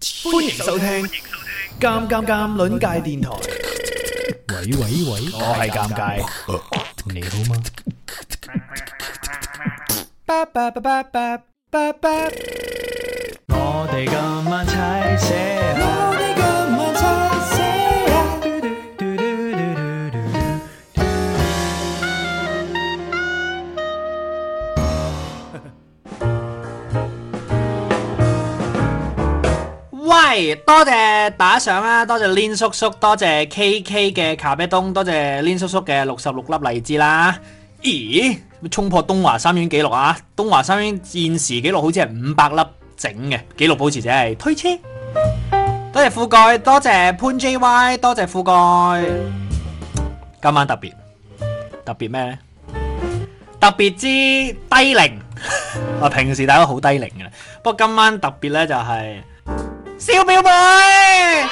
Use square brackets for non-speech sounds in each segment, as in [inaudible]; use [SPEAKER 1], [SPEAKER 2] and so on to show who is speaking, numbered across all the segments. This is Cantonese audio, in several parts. [SPEAKER 1] 歡迎收聽《尷尷尷》鄰界電台。
[SPEAKER 2] 喂喂喂，
[SPEAKER 1] 我係尷尬，
[SPEAKER 2] 你好嗎？
[SPEAKER 1] 巴巴巴巴巴巴巴。我哋今晚踩寫啊！我哋今晚踩寫啊！嘟嘟嘟嘟嘟嘟嘟
[SPEAKER 3] 喂，多謝打賞啊！多謝 Lin 叔叔，多謝 KK 嘅咖啡東，多謝 Lin 叔叔嘅六十六粒荔枝啦。咦，衝破東華三院紀錄啊！東華三院現時紀錄好似係五百粒整嘅，紀錄保持者係推車。多謝富蓋，多謝潘 JY，多謝富蓋。今晚特別，特別咩呢？特別之低齡， [laughs] 我平時大家好低齡嘅，不過今晚特別呢就係、小表妹，係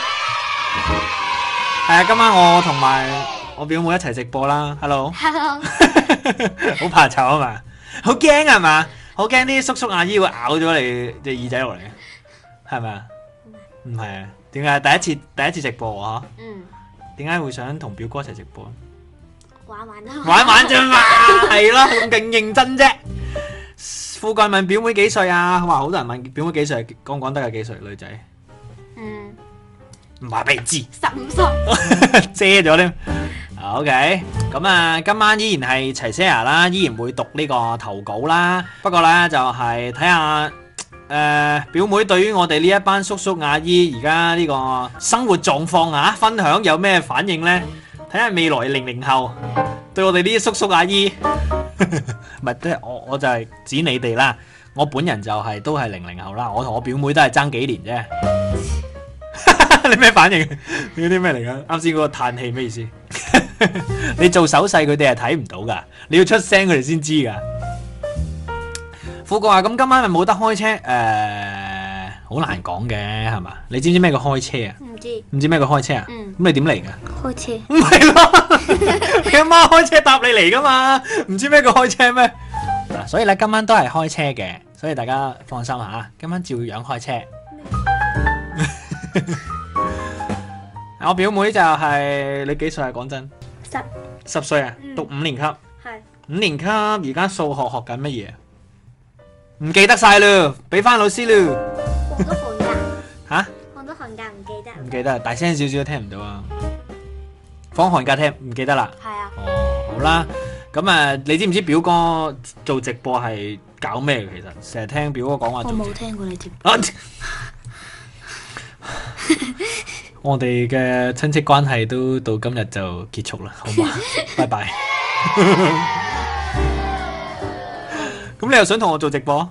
[SPEAKER 3] 啊！今晚我同埋我表妹一齊直播啦。Hello，
[SPEAKER 4] Hello，
[SPEAKER 3] [laughs] 好怕醜啊嘛，好驚啊嘛，好驚啲叔叔阿姨會咬咗你隻耳仔落嚟，係咪啊？唔係啊？點解第一次第一次直播啊？
[SPEAKER 4] 嗯，
[SPEAKER 3] 點解會想同表哥一齊直播？
[SPEAKER 4] 玩玩啦，
[SPEAKER 3] 玩玩啫嘛，係咯，咁勁認真啫。富貴問表妹幾歲啊？哇，好多人問表妹幾歲，講唔講得有幾歲女仔？
[SPEAKER 4] 嗯，
[SPEAKER 3] 唔話俾你知。
[SPEAKER 4] 十五歲，
[SPEAKER 3] [laughs] 遮咗添。啊 OK，咁啊，今晚依然係齊 share 啦，依然會讀呢個投稿啦。不過呢，就係睇下誒表妹對於我哋呢一班叔叔阿姨而家呢個生活狀況啊，分享有咩反應呢？睇下未來零零後對我哋呢啲叔叔阿姨，唔係即係我我就係指 [laughs] 你哋啦。我本人就係、都係零零後啦，我同我表妹都係爭幾年啫。你咩反應？你嗰啲咩嚟噶？啱先嗰個嘆氣咩意思？ [laughs] 你做手勢佢哋係睇唔到噶，你要出聲佢哋先知噶。富哥話：咁今晚咪冇得開車？誒、好難講嘅係嘛？你知唔知咩叫開車啊？
[SPEAKER 4] 唔知，
[SPEAKER 3] 唔知咩叫開車啊？咁、
[SPEAKER 4] 嗯
[SPEAKER 3] 你點嚟㗎？
[SPEAKER 4] 開始，
[SPEAKER 3] 唔係咯， [laughs] 你阿媽開車搭你嚟噶嘛？唔知咩叫開車咩？嗱，所以咧今晚都係開車嘅，所以大家放心吓，今晚照樣開車。 [laughs] 我表妹就係、你幾歲啊？講真，
[SPEAKER 4] 十
[SPEAKER 3] 十歲啊，
[SPEAKER 4] 嗯
[SPEAKER 3] 讀五年級，
[SPEAKER 4] 係
[SPEAKER 3] 五年級而家數學學緊乜啊嘢？唔記得晒咯，俾翻老師咯，
[SPEAKER 4] 放咗寒假，
[SPEAKER 3] 吓、
[SPEAKER 4] 放咗寒假唔記得，
[SPEAKER 3] 唔記得，大聲少少都聽唔到啊！放寒假聽唔記得啦。
[SPEAKER 4] 係啊，
[SPEAKER 3] 哦，好啦，咁啊，你知唔知表哥做直播係搞咩嘅？其實成日聽表哥講話
[SPEAKER 4] 我
[SPEAKER 3] 做直
[SPEAKER 4] 冇聽過你接，
[SPEAKER 3] [laughs] 啊！我哋嘅親戚關係都到今日就結束啦，好嘛？拜拜。咁你又想同我做直播？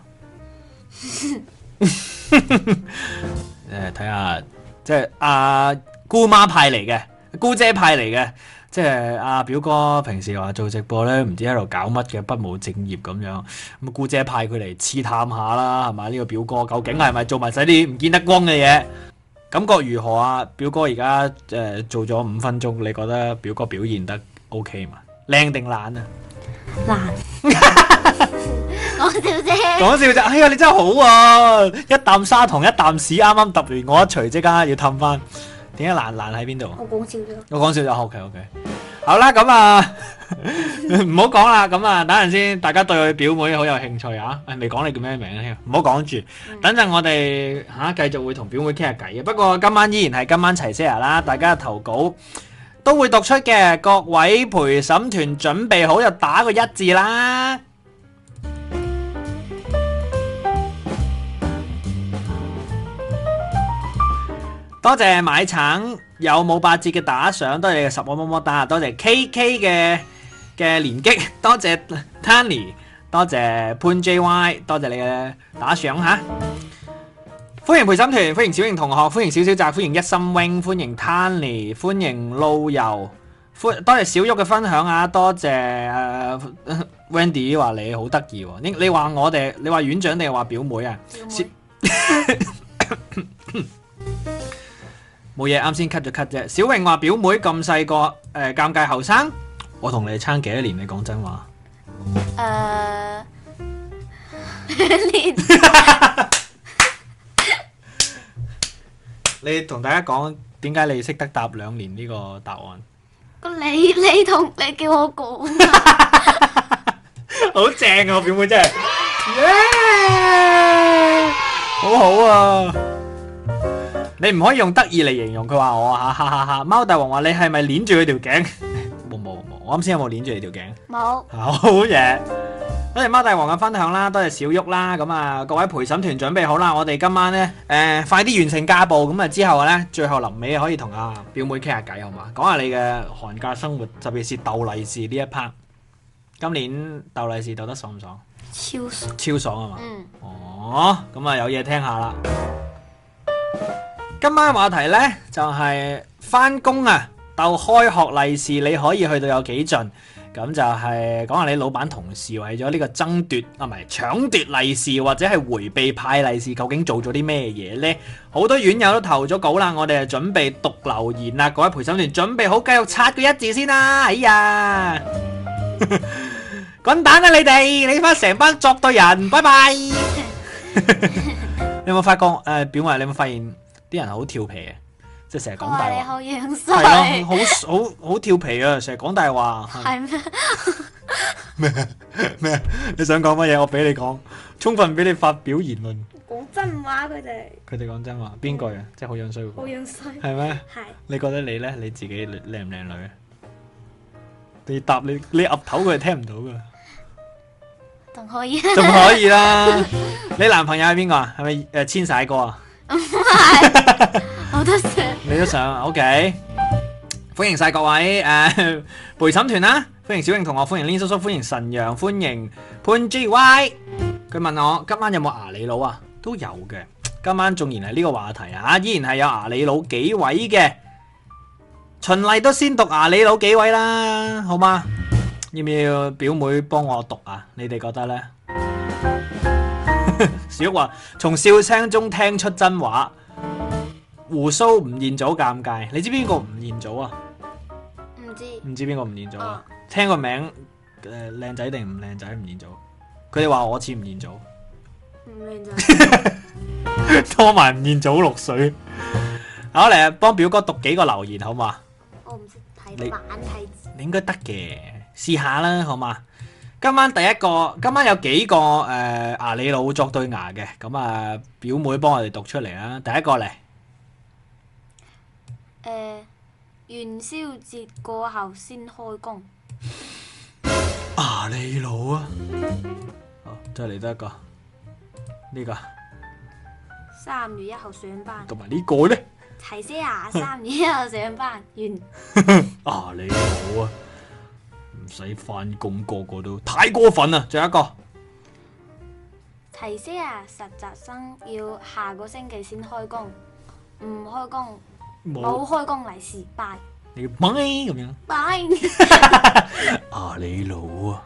[SPEAKER 3] 誒，睇下，即係阿姑媽派嚟嘅，姑姐派嚟嘅，即係阿表哥平時話做直播咧，唔知喺度搞乜嘅，不務正業咁樣。咁啊姑姐派佢嚟刺探下啦，係咪呢個表哥究竟係咪做埋晒啲唔見得光嘅嘢？感覺如何啊？表哥而家誒做咗五分鐘，你覺得表哥表現得 OK 嘛？靚定懶啊？
[SPEAKER 4] 難，Dạ. 講笑啫，
[SPEAKER 3] 講笑啫，哎呀你真係好啊！一啖砂糖一啖屎，啱啱揼完我一錘，即刻要氹翻。點解懶懶喺邊度？
[SPEAKER 4] 我講笑啫，
[SPEAKER 3] 我講笑就 OK OK。好啦，咁啊， [laughs] 唔好講啦，咁啊，等陣先，大家對佢表妹好有興趣啊！誒，未講你叫咩名添，唔好講住。等陣我哋嚇繼續會同表妹傾下偈啊嘅。不過今晚依然係今晚齊 share 啦，大家投稿都會讀出嘅。各位陪審團準備好就打個一字啦。多謝買橙有冇八折嘅打賞，多謝你嘅十個麼麼打，多謝 K K 嘅嘅連擊， [laughs] 多謝 Tony，多謝潘 J Y，多謝你嘅打賞吓。歡迎陪審團，歡迎小瑩同學，歡迎小小澤，歡迎一心 wing，歡迎 Tony，歡迎路由，歡多謝小玉嘅分享啊，多謝、呃 Wendy 話你好得意喎，你你話我哋，你話院長定係話表妹啊？小冇嘢，啱先 cut 咗 cut 啫。小榮話表妹咁細個，誒、尷尬後生。我同你差幾多年？你講真話。
[SPEAKER 4] 誒，年
[SPEAKER 3] 你同大家講點解你識得答兩年呢個答案？
[SPEAKER 4] 個你你同你叫我講啊，
[SPEAKER 3] 好正啊！我表妹真係，耶好好啊！你唔可以用得意嚟形容佢話我嚇，哈哈哈！貓大王話你係咪攆住佢條頸？冇冇冇，我啱先有冇攆住你條頸？
[SPEAKER 4] 冇
[SPEAKER 3] 好嘢！多謝貓大王嘅分享啦，多謝小旭啦，咁啊各位陪審團準備好啦，我哋今晚呢，誒、快啲完成家暴，咁啊之後呢，最後臨尾可以同阿表妹傾下偈好嘛？講下你嘅寒假生活，特別是鬥利是呢一 part。今年鬥利是鬥得爽唔爽？
[SPEAKER 4] 超爽，
[SPEAKER 3] 超爽啊嘛！
[SPEAKER 4] 嗯，
[SPEAKER 3] 哦，咁啊有嘢聽下啦。今晚話題呢，就係翻工啊，鬥開學利是，你可以去到有幾盡？咁就係講下你老闆同事為咗呢個爭奪啊，唔係搶奪利是或者係迴避派利是，究竟做咗啲咩嘢呢？好多院友都投咗稿啦，我哋就準備讀留言啦，各位陪審團準備好繼續刷佢一字先啦！哎呀， [laughs] 滾蛋啦你哋，你班成班作對人，拜拜！ [laughs] 你有冇發覺？誒、呃表妹，啊你有冇發現啲人好調皮嘅，即係成日
[SPEAKER 4] 我
[SPEAKER 3] 講
[SPEAKER 4] 話
[SPEAKER 3] 大
[SPEAKER 4] 你
[SPEAKER 3] 話，
[SPEAKER 4] 好樣
[SPEAKER 3] 係
[SPEAKER 4] 衰，
[SPEAKER 3] 咯，好好好調皮啊，成日講大話。係
[SPEAKER 4] 係咩？
[SPEAKER 3] 咩？你想講乜嘢？我俾你講，充分俾你發表言論。
[SPEAKER 4] 講真話佢哋
[SPEAKER 3] 佢哋講真話，邊個啊？即係好樣衰嗰個
[SPEAKER 4] 好，樣衰，
[SPEAKER 3] 係咩？
[SPEAKER 4] 係
[SPEAKER 3] 你覺得你咧，你自己靚唔靚女啊？你答你，你岌頭佢係聽唔到噶，
[SPEAKER 4] 仲可以，
[SPEAKER 3] 仲可以啦。你男朋友係邊個啊？係咪誒千玺哥啊？
[SPEAKER 4] 我都想
[SPEAKER 3] 你都想？OK，歡迎晒各位誒、 [laughs] 陪審團啦，歡迎小穎同學，歡迎 Lin 叔叔，歡迎神陽，歡迎潘 G Y。佢問我今晚有冇牙里佬啊？都有嘅。今晚縱然係呢個話題啊，依然係有牙里佬幾位嘅。循例都先讀牙里佬幾位啦，好嗎？要唔要表妹幫我讀啊？你哋覺得呢？ [laughs] 小玉話：從笑聲中聽出真話。胡鬚吳彥祖尷尬，你知邊個吳彥祖啊？
[SPEAKER 4] 唔知
[SPEAKER 3] 唔知邊個吳彥祖啊
[SPEAKER 4] 啊？
[SPEAKER 3] 聽個名誒靚、仔定唔靚仔吳彥祖？佢哋話我似吳 [laughs] 彥祖，
[SPEAKER 4] 唔靚仔，
[SPEAKER 3] 拖埋吳彥祖落水。好嚟幫表哥讀幾個留言好嘛？
[SPEAKER 4] 我唔識
[SPEAKER 3] 你
[SPEAKER 4] 睇板睇字，
[SPEAKER 3] 你應該得嘅，試下啦好嘛？今晚第一個，今晚有幾個誒、呃牙里佬作對牙嘅，咁啊表妹幫我哋讀出嚟啦。第一個嚟，
[SPEAKER 4] 誒元宵節過後先開工，
[SPEAKER 3] 牙里佬啊！好，再嚟多一個，呢、個
[SPEAKER 4] 三月一號上班，
[SPEAKER 3] 同埋呢個咧。
[SPEAKER 4] 齊些牙三月一號上班，完。
[SPEAKER 3] 啊，你好啊，唔使翻工，個個都太過分啦！仲有一個
[SPEAKER 4] [laughs] 提示啊，實習生要下個星期先開工，唔開工冇
[SPEAKER 3] 冇
[SPEAKER 4] 開工利是，拜
[SPEAKER 3] 你咪咁樣 [laughs]
[SPEAKER 4] 拜。
[SPEAKER 3] 啊，你老啊！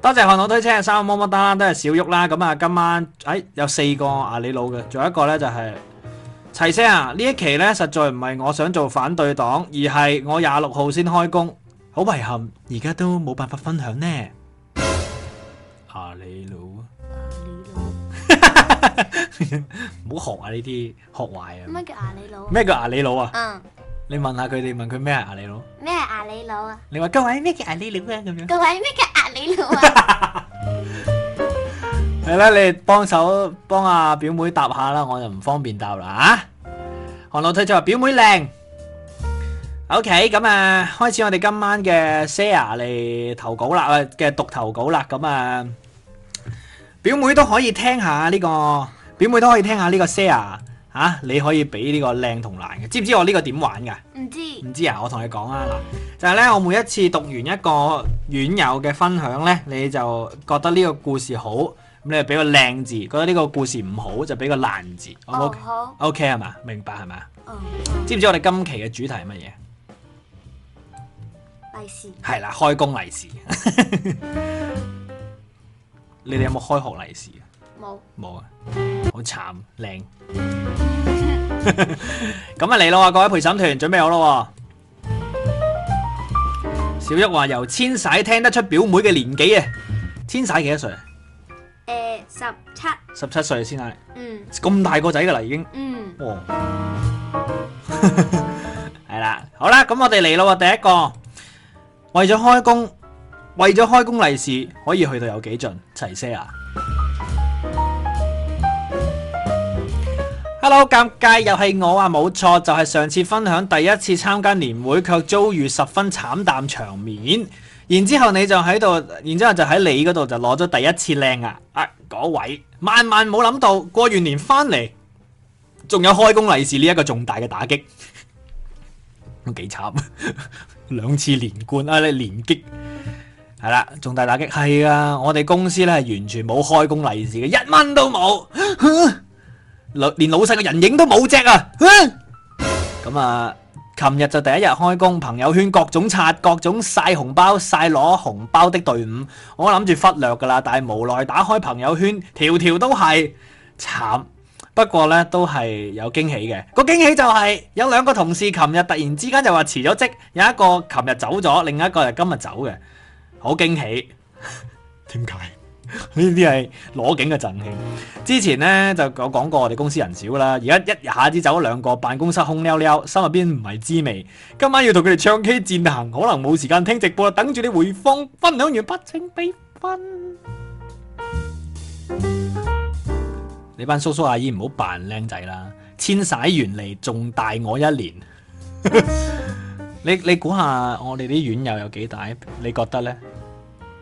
[SPEAKER 3] 多謝看我推車三個麼么哒啦，都係小玉啦。咁啊，今晚誒、哎有四個啊，你老嘅，仲有一個呢就係、齊聲啊！呢一期呢，實在唔係我想做反對黨，而係我廿六號先開工，好遺憾，而家都冇辦法分享呢。啊，你老啊！
[SPEAKER 4] 你佬
[SPEAKER 3] [laughs] 唔好學啊呢啲，學壞啊！
[SPEAKER 4] 乜叫牙你佬？
[SPEAKER 3] 咩叫牙里佬啊？
[SPEAKER 4] 嗯，
[SPEAKER 3] 你問下佢哋，問佢咩係牙里佬？
[SPEAKER 4] 咩係牙你佬啊？
[SPEAKER 3] 你話各位咩叫牙里佬啊？咁樣
[SPEAKER 4] 各位咩叫牙你佬
[SPEAKER 3] [laughs]
[SPEAKER 4] 啊？
[SPEAKER 3] 係啦，你幫手幫阿表妹答下啦，我就唔方便答啦啊！韓老推就話表妹靚。OK，咁啊，開始我哋今晚嘅 share 嚟投稿啦，呃嘅讀投稿啦，咁啊，表妹都可以聽下呢、個，表妹都可以聽下呢個 share 嚇、啊你可以俾呢個靚同難嘅，知唔知我呢個點玩㗎？
[SPEAKER 4] 唔知
[SPEAKER 3] 唔知啊，我同你講啊嗱，就係、呢。咧，我每一次讀完一個院友嘅分享呢，你就覺得呢個故事好，咁你就俾個靚字；覺得呢個故事唔好，就俾個爛字。O 唔
[SPEAKER 4] 哦
[SPEAKER 3] OK？
[SPEAKER 4] 好
[SPEAKER 3] OK 係嘛？明白係嘛？
[SPEAKER 4] 哦
[SPEAKER 3] 知唔知我哋今期嘅主題係乜嘢？
[SPEAKER 4] 利是
[SPEAKER 3] 係啦，開工利是。 [laughs] 你哋有冇開學利是啊？
[SPEAKER 4] 冇
[SPEAKER 3] 冇啊，好慘，靚。 [laughs] 咁啊嚟咯，各位陪審團準備好咯喎。小旭話由千玺聽得出表妹嘅年紀啊，千玺幾多歲啊？
[SPEAKER 4] 誒十七，
[SPEAKER 3] 十七歲先啊，
[SPEAKER 4] 嗯
[SPEAKER 3] 咁大個仔噶啦已經。
[SPEAKER 4] 嗯，
[SPEAKER 3] 哦， [laughs] 係啦，好啦，咁我哋嚟咯喎，第一個為咗開工，為咗開工利是可以去到有幾盡？齊些啊牙。Hello，尷尬又係我啊，冇錯，就係、上次分享第一次參加年會，卻遭遇十分慘淡場面。然之後你就喺度，然之後就喺你嗰度就攞咗第一次靚啊！啊，嗰位萬萬冇諗到，過完年翻嚟 [laughs] 仲有開工利是呢一個重大嘅打擊，都幾慘，兩次連冠啊！你連擊係啦，重大打擊係啊！我哋公司咧係完全冇開工利是嘅，一蚊都冇，老連老細嘅人影都冇 [laughs] 隻啊！咁啊， [laughs] 琴日就第一日開工，朋友圈各種刷、各種晒紅包、晒攞紅包的隊伍，我諗住忽略噶啦，但係無奈打開朋友圈，條條都係慘。不過呢，都係有驚喜嘅。個驚喜就係、有兩個同事琴日突然之間就話辭咗職，有一個琴日走咗，另一個係今日走嘅，好驚喜。點解？ [laughs] 呢啲係攞景嘅贈慶。之前呢，就有講過我哋公司人少啦，而家一下子走咗兩個，辦公室空溜溜，心入邊唔係滋味。今晚要同佢哋唱 K 戰行，可能冇時間聽直播啦，等住你回放，分享完不請俾分。你班叔叔阿姨唔好扮僆仔啦，千徙原嚟仲大我一年。 [laughs] 你你估下我哋啲院友有幾大？你覺得呢？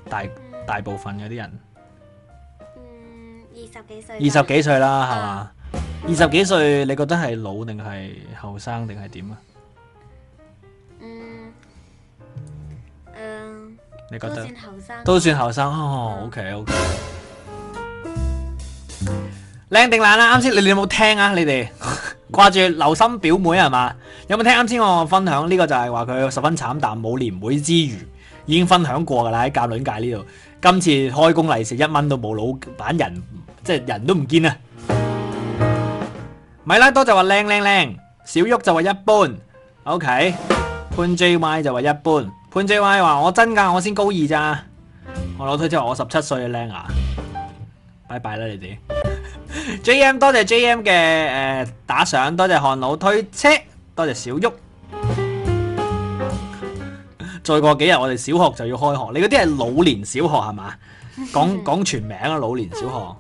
[SPEAKER 3] 大大部分嗰啲人
[SPEAKER 4] 嗯，二十幾歲，
[SPEAKER 3] 二十，幾歲啦，係嘛？二十幾歲你覺得係老定係後生定係點啊？
[SPEAKER 4] 嗯，嗯，
[SPEAKER 3] 你覺
[SPEAKER 4] 都
[SPEAKER 3] 得
[SPEAKER 4] 算？後生，啊
[SPEAKER 3] 都算後生哦，OK OK。靚定爛啦！啱先你哋有冇聽啊？你哋 [laughs] 掛住留心表妹係嘛？有冇聽啱先我分享呢、個就係話佢十分慘淡，冇年會之餘已經分享過㗎啦喺教卵界呢度。今次開工利是一蚊都冇，老闆人即係人都唔見啊！米拉多就話靚靚靚，小旭就話一般，OK。潘 JY 就話一般，潘 JY 話我真㗎，我先高二咋。我老推之後，我十七歲嘅僆牙，拜拜啦你哋。JM [laughs] 多謝 JM 嘅誒、呃打賞，多謝韓老推車，多謝小旭。 [laughs] 再過幾日我哋小學就要開學，你嗰啲係老年小學係嘛？講講全名啊，老年小學。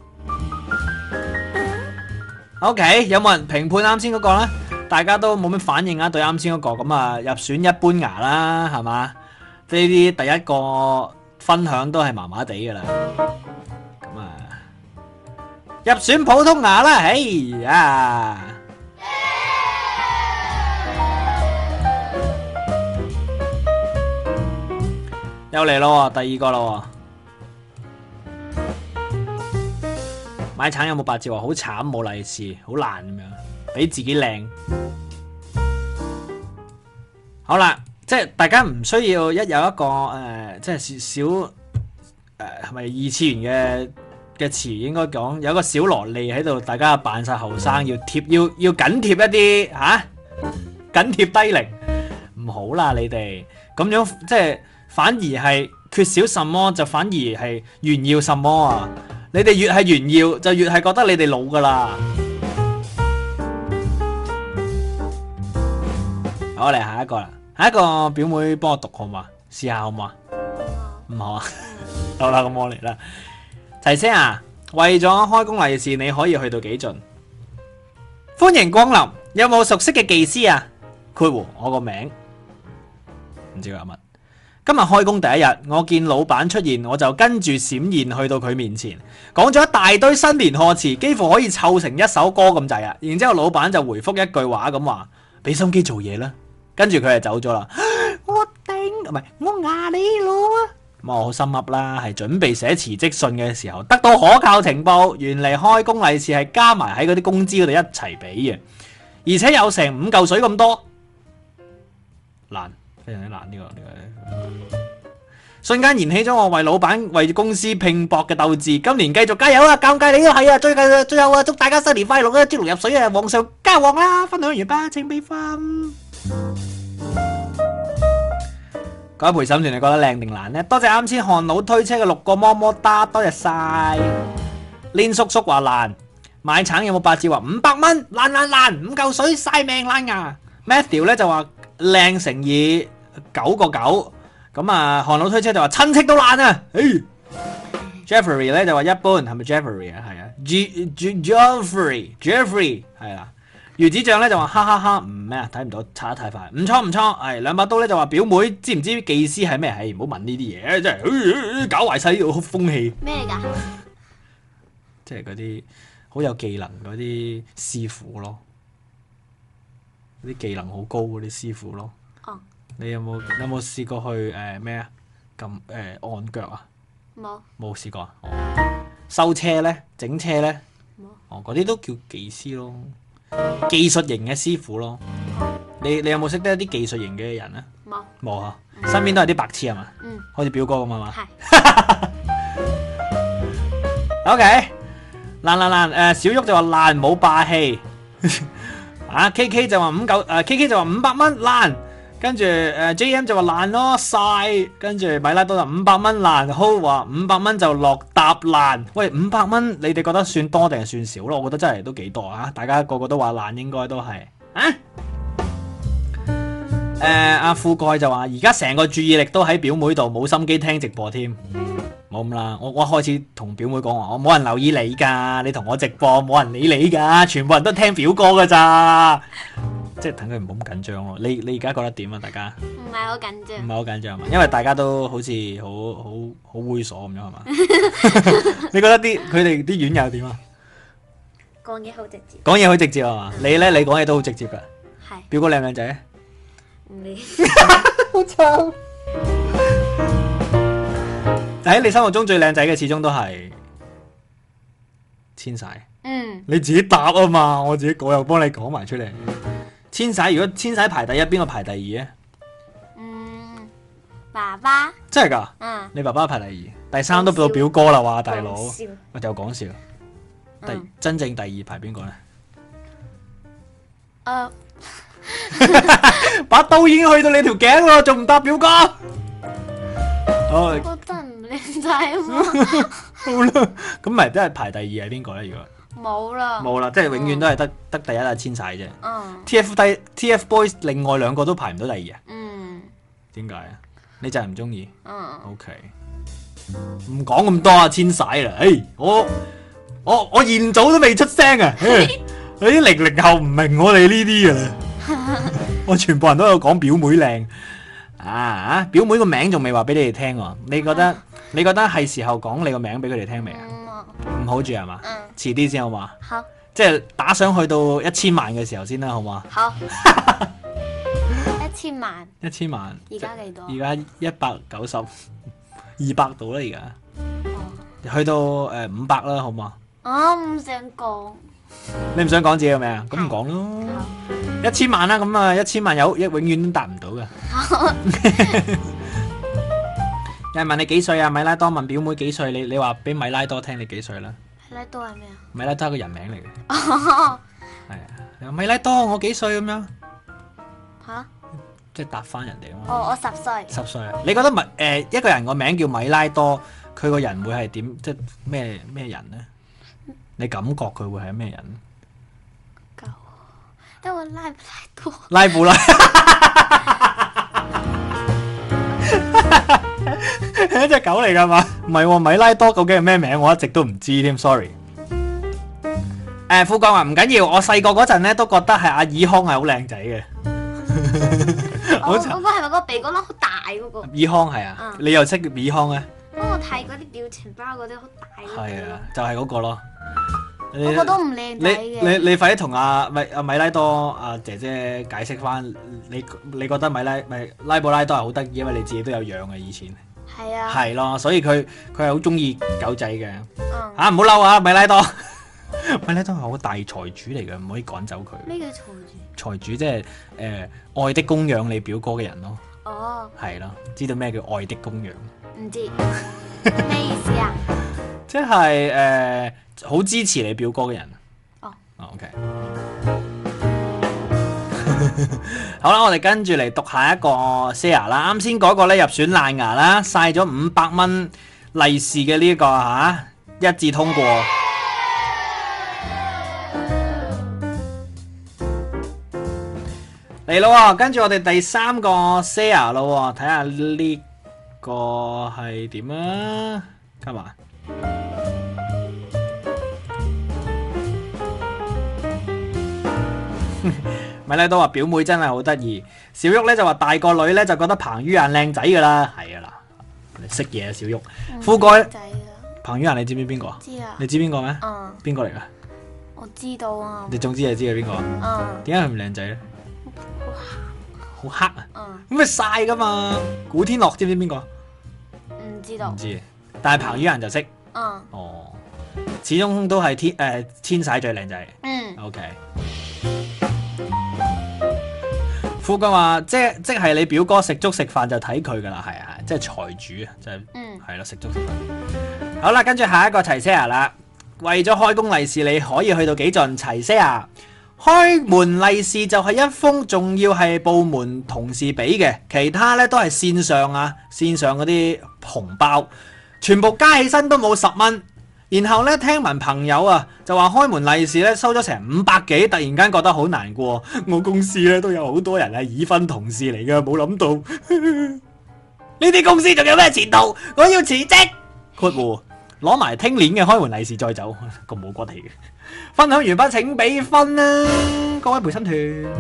[SPEAKER 3] OK，有冇人評判啱先嗰個咧？大家都冇乜反應啊，對啱先嗰個咁啊，入選一般牙啦，係嘛？呢啲第一個分享都係麻麻地噶啦。咁啊，入選普通牙啦，啊哎呀！又嚟咯喎，第二個咯喎。買橙有冇八折啊？好慘冇利是，好難咁樣，俾自己靚。好啦，即係大家唔需要一有一個誒、呃即係少少誒係咪二次元嘅嘅詞應該講有一個小蘿莉喺度，大家扮晒後生，要貼要要緊貼一啲嚇、啊緊貼低齡，唔好啦你哋咁樣即係反而係缺少什麼就反而係炫耀什麼啊！你哋越係炫耀，就越係覺得你哋老噶啦。好嚟下一個啦，下一個表妹幫我讀好嘛？試下好嘛？唔好啊， [laughs] 好啦，咁我嚟啦。齊聲啊，為咗開工利是，你可以去到幾盡？歡迎光臨，有冇熟悉嘅技師啊？括弧我個名唔知佢有乜。今日開工第一日，我見老闆出現，我就跟住閃現去到佢面前，講咗一大堆新年賀詞，幾乎可以湊成一首歌咁滯啊！然之後老闆就回覆一句話咁話：俾心機做嘢啦。跟住佢就走咗啦。我頂，唔係我牙你佬啊！咁我好心噏啦，係準備寫辭職信嘅時候，得到可靠情報，原嚟開工利是係加埋喺嗰啲工資嗰度一齊俾嘅，而且有成五嚿水咁多，難，非常之難呢、個呢、個。瞬間燃起咗我為老闆、為公司拼搏嘅鬥志，今年繼續加油啊！尷尬你都係啊，最近最後啊，祝大家新年快樂啊，豬籠入水啊，旺上加旺啦！分享完吧，請俾分。各位陪審團，你覺得靚定難呢？多謝啱先韓佬推車嘅六個麼麼哒，多謝晒。 Lin 叔叔話爛，買橙有冇八折話五百蚊，爛爛爛，唔夠水晒命爛牙。Matthew 咧就話靚乘以九個九，咁啊韓老推車就話親戚都爛啊，誒 Jeffrey 咧就話一般，係咪 Jeffrey 啊？係啊，G G Jeffrey Jeffrey 係啦。魚子醬咧就話哈哈哈，唔咩啊，睇唔到，刷得太快，唔錯唔錯，係兩把刀咧就話表妹知唔知技師係咩？唉，唔好問呢啲嘢，真係、哎哎搞壞晒呢度風氣，
[SPEAKER 4] 咩嚟㗎？
[SPEAKER 3] 即係嗰啲好有技能嗰啲師傅咯，嗰啲技能好高嗰啲師傅咯。
[SPEAKER 4] 哦，
[SPEAKER 3] 你有冇有冇試過去誒咩啊？撳誒按腳啊？
[SPEAKER 4] 冇
[SPEAKER 3] 冇試過啊？哦，修車咧，整車咧。
[SPEAKER 4] 冇
[SPEAKER 3] 哦，嗰啲都叫技師咯，技術型嘅師傅咯。你你有冇識得一啲技術型嘅人咧？
[SPEAKER 4] 冇，
[SPEAKER 3] 冇啊，身邊都係啲白痴啊係嘛，
[SPEAKER 4] 嗯，
[SPEAKER 3] 好似表哥咁係嘛。
[SPEAKER 4] 係
[SPEAKER 3] OK，爛爛爛，誒、呃小旭就話爛冇霸氣， [laughs] 啊 KK 就話五九，誒 KK 就話五百蚊爛，跟住誒、JM 就話爛咯晒，跟住米拉多就五百蚊爛，Ho 話五百蚊就落搭爛，喂五百蚊你哋覺得算多定係算少咯？我覺得真係都幾多啊！大家個個都話爛，應該都係啊。誒阿、富蓋就話：而家成個注意力都喺表妹度，冇心機聽直播添。冇咁啦，我我一開始同表妹講話，我冇人留意你㗎，你同我直播冇人理你㗎，全部人都聽表哥㗎咋，即係等佢唔好咁緊張咯。你你而家覺得點啊？大家
[SPEAKER 4] 唔係好緊
[SPEAKER 3] 唔係
[SPEAKER 4] 張，
[SPEAKER 3] 好緊張嘛？因為大家都好似好好好猥瑣咁樣係嘛？ [laughs] 你覺得啲佢哋啲院友點啊？
[SPEAKER 4] 講嘢好直接，
[SPEAKER 3] 講嘢好直接係嘛？你咧你講嘢都好直接㗎，
[SPEAKER 4] 係
[SPEAKER 3] 表哥靚唔靚仔？
[SPEAKER 4] 唔
[SPEAKER 3] [laughs]
[SPEAKER 4] 理。
[SPEAKER 3] 喺你心目中最靚仔嘅始終都係千玺。
[SPEAKER 4] 嗯，
[SPEAKER 3] 你自己答啊嘛，我自己我又幫你講埋出嚟。千玺如果千玺排第一，邊個排第二啊咧？
[SPEAKER 4] 嗯，爸爸，
[SPEAKER 3] 真係㗎，
[SPEAKER 4] 嗯，
[SPEAKER 3] 你爸爸排第二，第三都到表哥啦哇，大佬，
[SPEAKER 4] 講笑
[SPEAKER 3] 我就講笑。第
[SPEAKER 4] 嗯
[SPEAKER 3] 真正第二排邊個咧？
[SPEAKER 4] 誒，
[SPEAKER 3] 把刀已經去到你條頸咯，仲唔答表哥？哦，
[SPEAKER 4] 我真唔靚仔
[SPEAKER 3] [laughs]
[SPEAKER 4] 嘛，
[SPEAKER 3] 好啦，咁咪都係排第二係邊個咧？如果
[SPEAKER 4] 哦冇啦，
[SPEAKER 3] 冇啦，即係永遠都係得得第一係千玺啫。
[SPEAKER 4] 嗯
[SPEAKER 3] T F 低 T F Boys 另外兩個都排唔到第二啊？
[SPEAKER 4] 嗯
[SPEAKER 3] 點解啊？你就係唔中意？
[SPEAKER 4] 嗯，
[SPEAKER 3] O K，唔講咁多啊，千玺啦，诶、我我我現早都未出聲
[SPEAKER 4] [laughs]
[SPEAKER 3] 啊，唉你啲零零後唔明我哋呢啲噶啦，我全部人都有講表妹靚啊啊，表妹個名仲未話俾你哋聽喎，你覺
[SPEAKER 4] 啊
[SPEAKER 3] 得你覺得係時候講你個名俾佢哋聽未啊？
[SPEAKER 4] 嗯
[SPEAKER 3] 唔好住係嘛，
[SPEAKER 4] 嗯，
[SPEAKER 3] 遲啲先好嘛，
[SPEAKER 4] 好，
[SPEAKER 3] 即係打賞去到一千萬嘅時候先啦，好嘛？ [laughs]
[SPEAKER 4] 好，一千萬，
[SPEAKER 3] 一千萬，
[SPEAKER 4] 而家幾多？
[SPEAKER 3] 而家一百九十二百度啦，而家。去到誒五百啦，好嘛？
[SPEAKER 4] 哦我唔想講，
[SPEAKER 3] 你唔想講自己嘅名啊？咁唔講
[SPEAKER 4] 好
[SPEAKER 3] 咯。一千萬啦，咁啊一千萬有一永遠都達唔到嘅。有人問你幾歲啊？米拉多問表妹幾歲，你你話俾米拉多聽你幾歲啦？
[SPEAKER 4] 呢度係咩啊？
[SPEAKER 3] 米拉多係個人名嚟嘅，
[SPEAKER 4] 哦，
[SPEAKER 3] 係啊。你話米拉多我幾歲咁樣，
[SPEAKER 4] 嚇，
[SPEAKER 3] 即係答翻人哋啊嘛。
[SPEAKER 4] 哦，我十歲，
[SPEAKER 3] 十歲啊？你覺得米誒、一個人個名叫米拉多，佢個人會係點？即係咩咩人呢？你感覺佢會係咩人呢？
[SPEAKER 4] 夠，但我拉唔拉多？
[SPEAKER 3] 拉布拉， [laughs] 係一隻狗嚟噶嘛？唔係喎，米拉多究竟係咩名？我一直都唔知添，sorry。誒，富貴話唔緊要，我細個嗰陣咧都覺得係阿爾康係好靚仔嘅。
[SPEAKER 4] [laughs] 我
[SPEAKER 3] 好
[SPEAKER 4] 嗰個係咪嗰個鼻哥窿好大嗰個？
[SPEAKER 3] 爾康係啊
[SPEAKER 4] 嗯，
[SPEAKER 3] 你又識爾康咧？
[SPEAKER 4] 幫我睇嗰啲表情包嗰啲好大嗰個
[SPEAKER 3] 係啊，，就係嗰個咯。你
[SPEAKER 4] 嗰個都唔靚
[SPEAKER 3] 你
[SPEAKER 4] 仔
[SPEAKER 3] 你
[SPEAKER 4] 嘅。
[SPEAKER 3] 你快啲同阿米阿米拉多阿姐姐解釋翻，你你覺得米拉咪拉布拉多係好得意，因為你自己都有養嘅以前。
[SPEAKER 4] 係啊，
[SPEAKER 3] 係咯，所以佢佢係好中意狗仔嘅
[SPEAKER 4] 嗯，
[SPEAKER 3] 嚇，唔好嬲啊，米拉多，
[SPEAKER 4] [laughs]
[SPEAKER 3] 米拉多係好大財主嚟嘅，唔可以趕走佢。
[SPEAKER 4] 咩叫嘈住？
[SPEAKER 3] 財主即係誒愛的供養你表哥嘅人咯，
[SPEAKER 4] 哦，
[SPEAKER 3] 係咯，知道咩叫愛的供養？
[SPEAKER 4] 唔知咩意思啊？
[SPEAKER 3] 即係誒好支持你表哥嘅人。
[SPEAKER 4] 哦
[SPEAKER 3] 哦，OK。好啦，我哋跟住嚟讀下一個呃 share 啦。啱先嗰個咧入選爛牙啊啦，晒咗五百蚊利是嘅呢、個嚇、一致通過。嚟咯喎，跟住我哋第三個 share 咯喎，睇下呢個係點啊，come on，米拉都話表妹真係好得意，小玉咧就話大個女咧就覺得彭于晏靚仔噶啦，係啊啦，你識嘢啊小玉，富貴
[SPEAKER 4] 仔啊，
[SPEAKER 3] 彭于晏你知唔知邊個啊？
[SPEAKER 4] 知啊
[SPEAKER 3] 你，知邊個咩？
[SPEAKER 4] 嗯，
[SPEAKER 3] 邊個嚟噶？
[SPEAKER 4] 我知道啊，
[SPEAKER 3] 你總之係知係邊個啊？
[SPEAKER 4] 嗯
[SPEAKER 3] 點解佢唔靚仔咧？好黑啊！
[SPEAKER 4] 嗯，
[SPEAKER 3] 咁咪晒噶嘛？古天樂知唔知邊個？
[SPEAKER 4] 唔知
[SPEAKER 3] 唔
[SPEAKER 4] 道，
[SPEAKER 3] 知，但係彭于晏就識。
[SPEAKER 4] 嗯
[SPEAKER 3] 哦，始終都係天誒、呃天使最靚仔。
[SPEAKER 4] 嗯，
[SPEAKER 3] OK。富貴話：即即係你表哥食粥食飯就睇佢噶啦，係啊，即係財主啊，就係
[SPEAKER 4] 嗯
[SPEAKER 3] 係咯，食粥食飯。好啦，跟住下一個齊 Sir 啦，為咗開工利是，你可以去到幾盡齊 Sir。開門利是就係一封，仲要係部門同事俾嘅，其他呢都係線上啊，線上嗰啲紅包，全部加起身都冇十蚊。然後呢，聽聞朋友啊就話開門利是呢收咗成五百幾，突然間覺得好難過。我公司呢都有好多人係已婚同事嚟嘅，冇諗到 [laughs] 呢啲公司仲有咩前途？我要辭職。括弧攞埋聽年嘅開門利是再走，咁冇骨氣嘅。分享完畢請俾分啦、各位陪審團。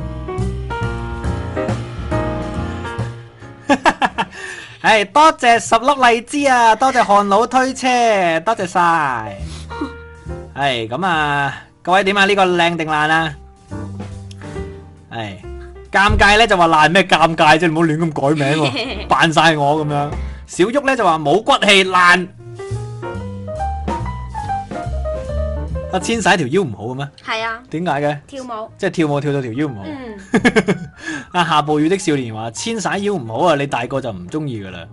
[SPEAKER 3] 唉，多謝十粒荔枝啊，多謝漢佬推車，多謝晒。係咁啊，各位點啊？呢、個靚定爛啊？係尷尬咧就話爛咩尷尬啫，你唔好亂咁改名喎、扮晒我咁樣。小旭咧就話冇骨氣爛。阿千洗條腰唔好嘅咩？
[SPEAKER 4] 係啊，
[SPEAKER 3] 點解嘅？
[SPEAKER 4] 跳舞，
[SPEAKER 3] 即係跳舞跳到條腰唔好。
[SPEAKER 4] 嗯
[SPEAKER 3] 阿下暴雨的少年話：千洗腰唔好啊，你大個就唔中意噶啦，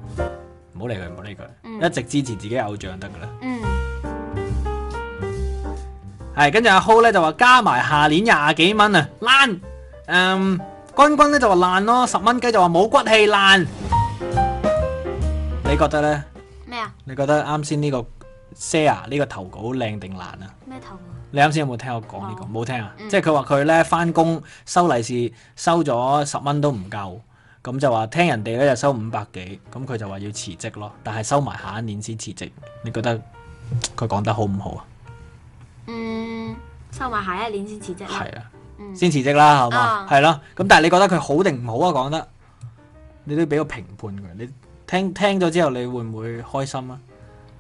[SPEAKER 3] 唔好理佢，唔好理佢，
[SPEAKER 4] 嗯
[SPEAKER 3] 一直支持自己偶像得噶啦。
[SPEAKER 4] 嗯，
[SPEAKER 3] 係，跟住阿 Ho 咧就話加埋下年廿幾蚊啊，爛。嗯，君君咧就話爛咯，十蚊雞就話冇骨氣爛。你覺得呢？
[SPEAKER 4] 咩啊？
[SPEAKER 3] 你覺得啱先呢個 share 呢個投稿靚定爛啊？
[SPEAKER 4] 咩頭啊？
[SPEAKER 3] 你啱先有冇聽我講呢、個？冇聽啊，
[SPEAKER 4] 嗯
[SPEAKER 3] 即係佢話佢咧翻工收利是收咗十蚊都唔夠，咁就話聽人哋咧就收五百幾，咁佢就話要辭職咯，但係收埋下一年先辭職。你覺得佢講得好唔好啊？
[SPEAKER 4] 嗯，收埋下一年先辭職啦。
[SPEAKER 3] 係啊，
[SPEAKER 4] 嗯，
[SPEAKER 3] 先辭職啦，係嘛？
[SPEAKER 4] 啊
[SPEAKER 3] 係咯、咁但係你覺得佢好定唔好啊？講得，你都要俾個評判佢。你聽聽咗之後，你會唔會開心啊？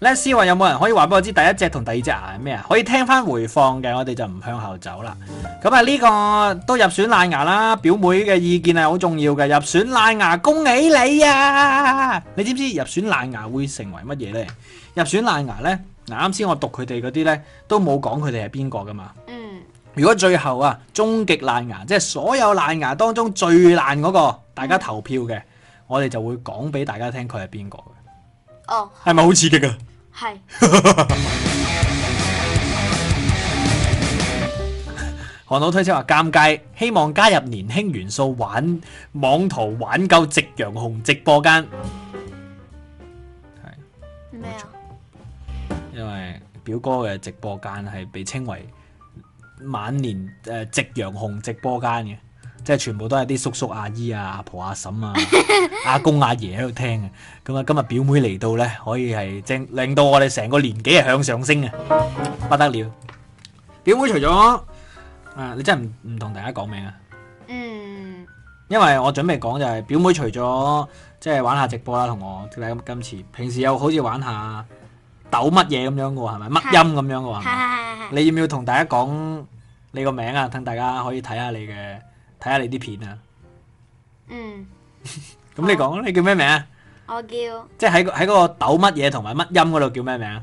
[SPEAKER 3] Let's see 話有冇人可以話俾我知第一隻同第二隻牙係咩啊？可以聽翻回放嘅，我哋就唔向後走啦。咁啊，呢個都入選爛牙啦，表妹嘅意見係好重要嘅。入選爛牙，恭喜你啊！你知唔知入選爛牙會成為乜嘢呢？入選爛牙呢，嗱啱先我讀佢哋嗰啲呢，都冇講佢哋係邊個噶嘛。
[SPEAKER 4] 嗯
[SPEAKER 3] 如果最後啊，終極爛牙，即係所有爛牙當中最爛嗰、個，大家投票嘅，我哋就會講俾大家聽佢係邊個嘅，
[SPEAKER 4] 哦
[SPEAKER 3] 係咪好刺激啊？
[SPEAKER 4] 係，
[SPEAKER 3] 韓老推車話尷尬，希望加入年輕元素玩網圖挽救夕陽紅直播間，
[SPEAKER 4] 咩啊？
[SPEAKER 3] 因為表哥嘅直播間係被稱為晚年誒、呃夕陽紅直播間嘅，即係全部都係啲叔叔阿姨啊、阿婆阿嬸啊、阿公阿爺喺度聽嘅。咁啊，今日表妹嚟到呢，可以係正令到我哋成個年紀係向上升嘅，不得了。表妹除咗啊，你真係唔唔同大家講名啊！
[SPEAKER 4] 嗯
[SPEAKER 3] 因為我準備講就係表妹除咗即係玩下直播啦，同我今次平時又好似玩下抖乜嘢咁樣嘅喎，係咪乜音咁樣嘅喎？係咪
[SPEAKER 4] 係係係係係
[SPEAKER 3] 你要唔要同大家講你個名啊？等大家可以睇下你嘅睇下你啲片啊。
[SPEAKER 4] 嗯，
[SPEAKER 3] 咁你講，你叫咩名啊？
[SPEAKER 4] 我叫
[SPEAKER 3] 即係喺個喺嗰個抖乜嘢同埋乜音嗰度叫咩名啊？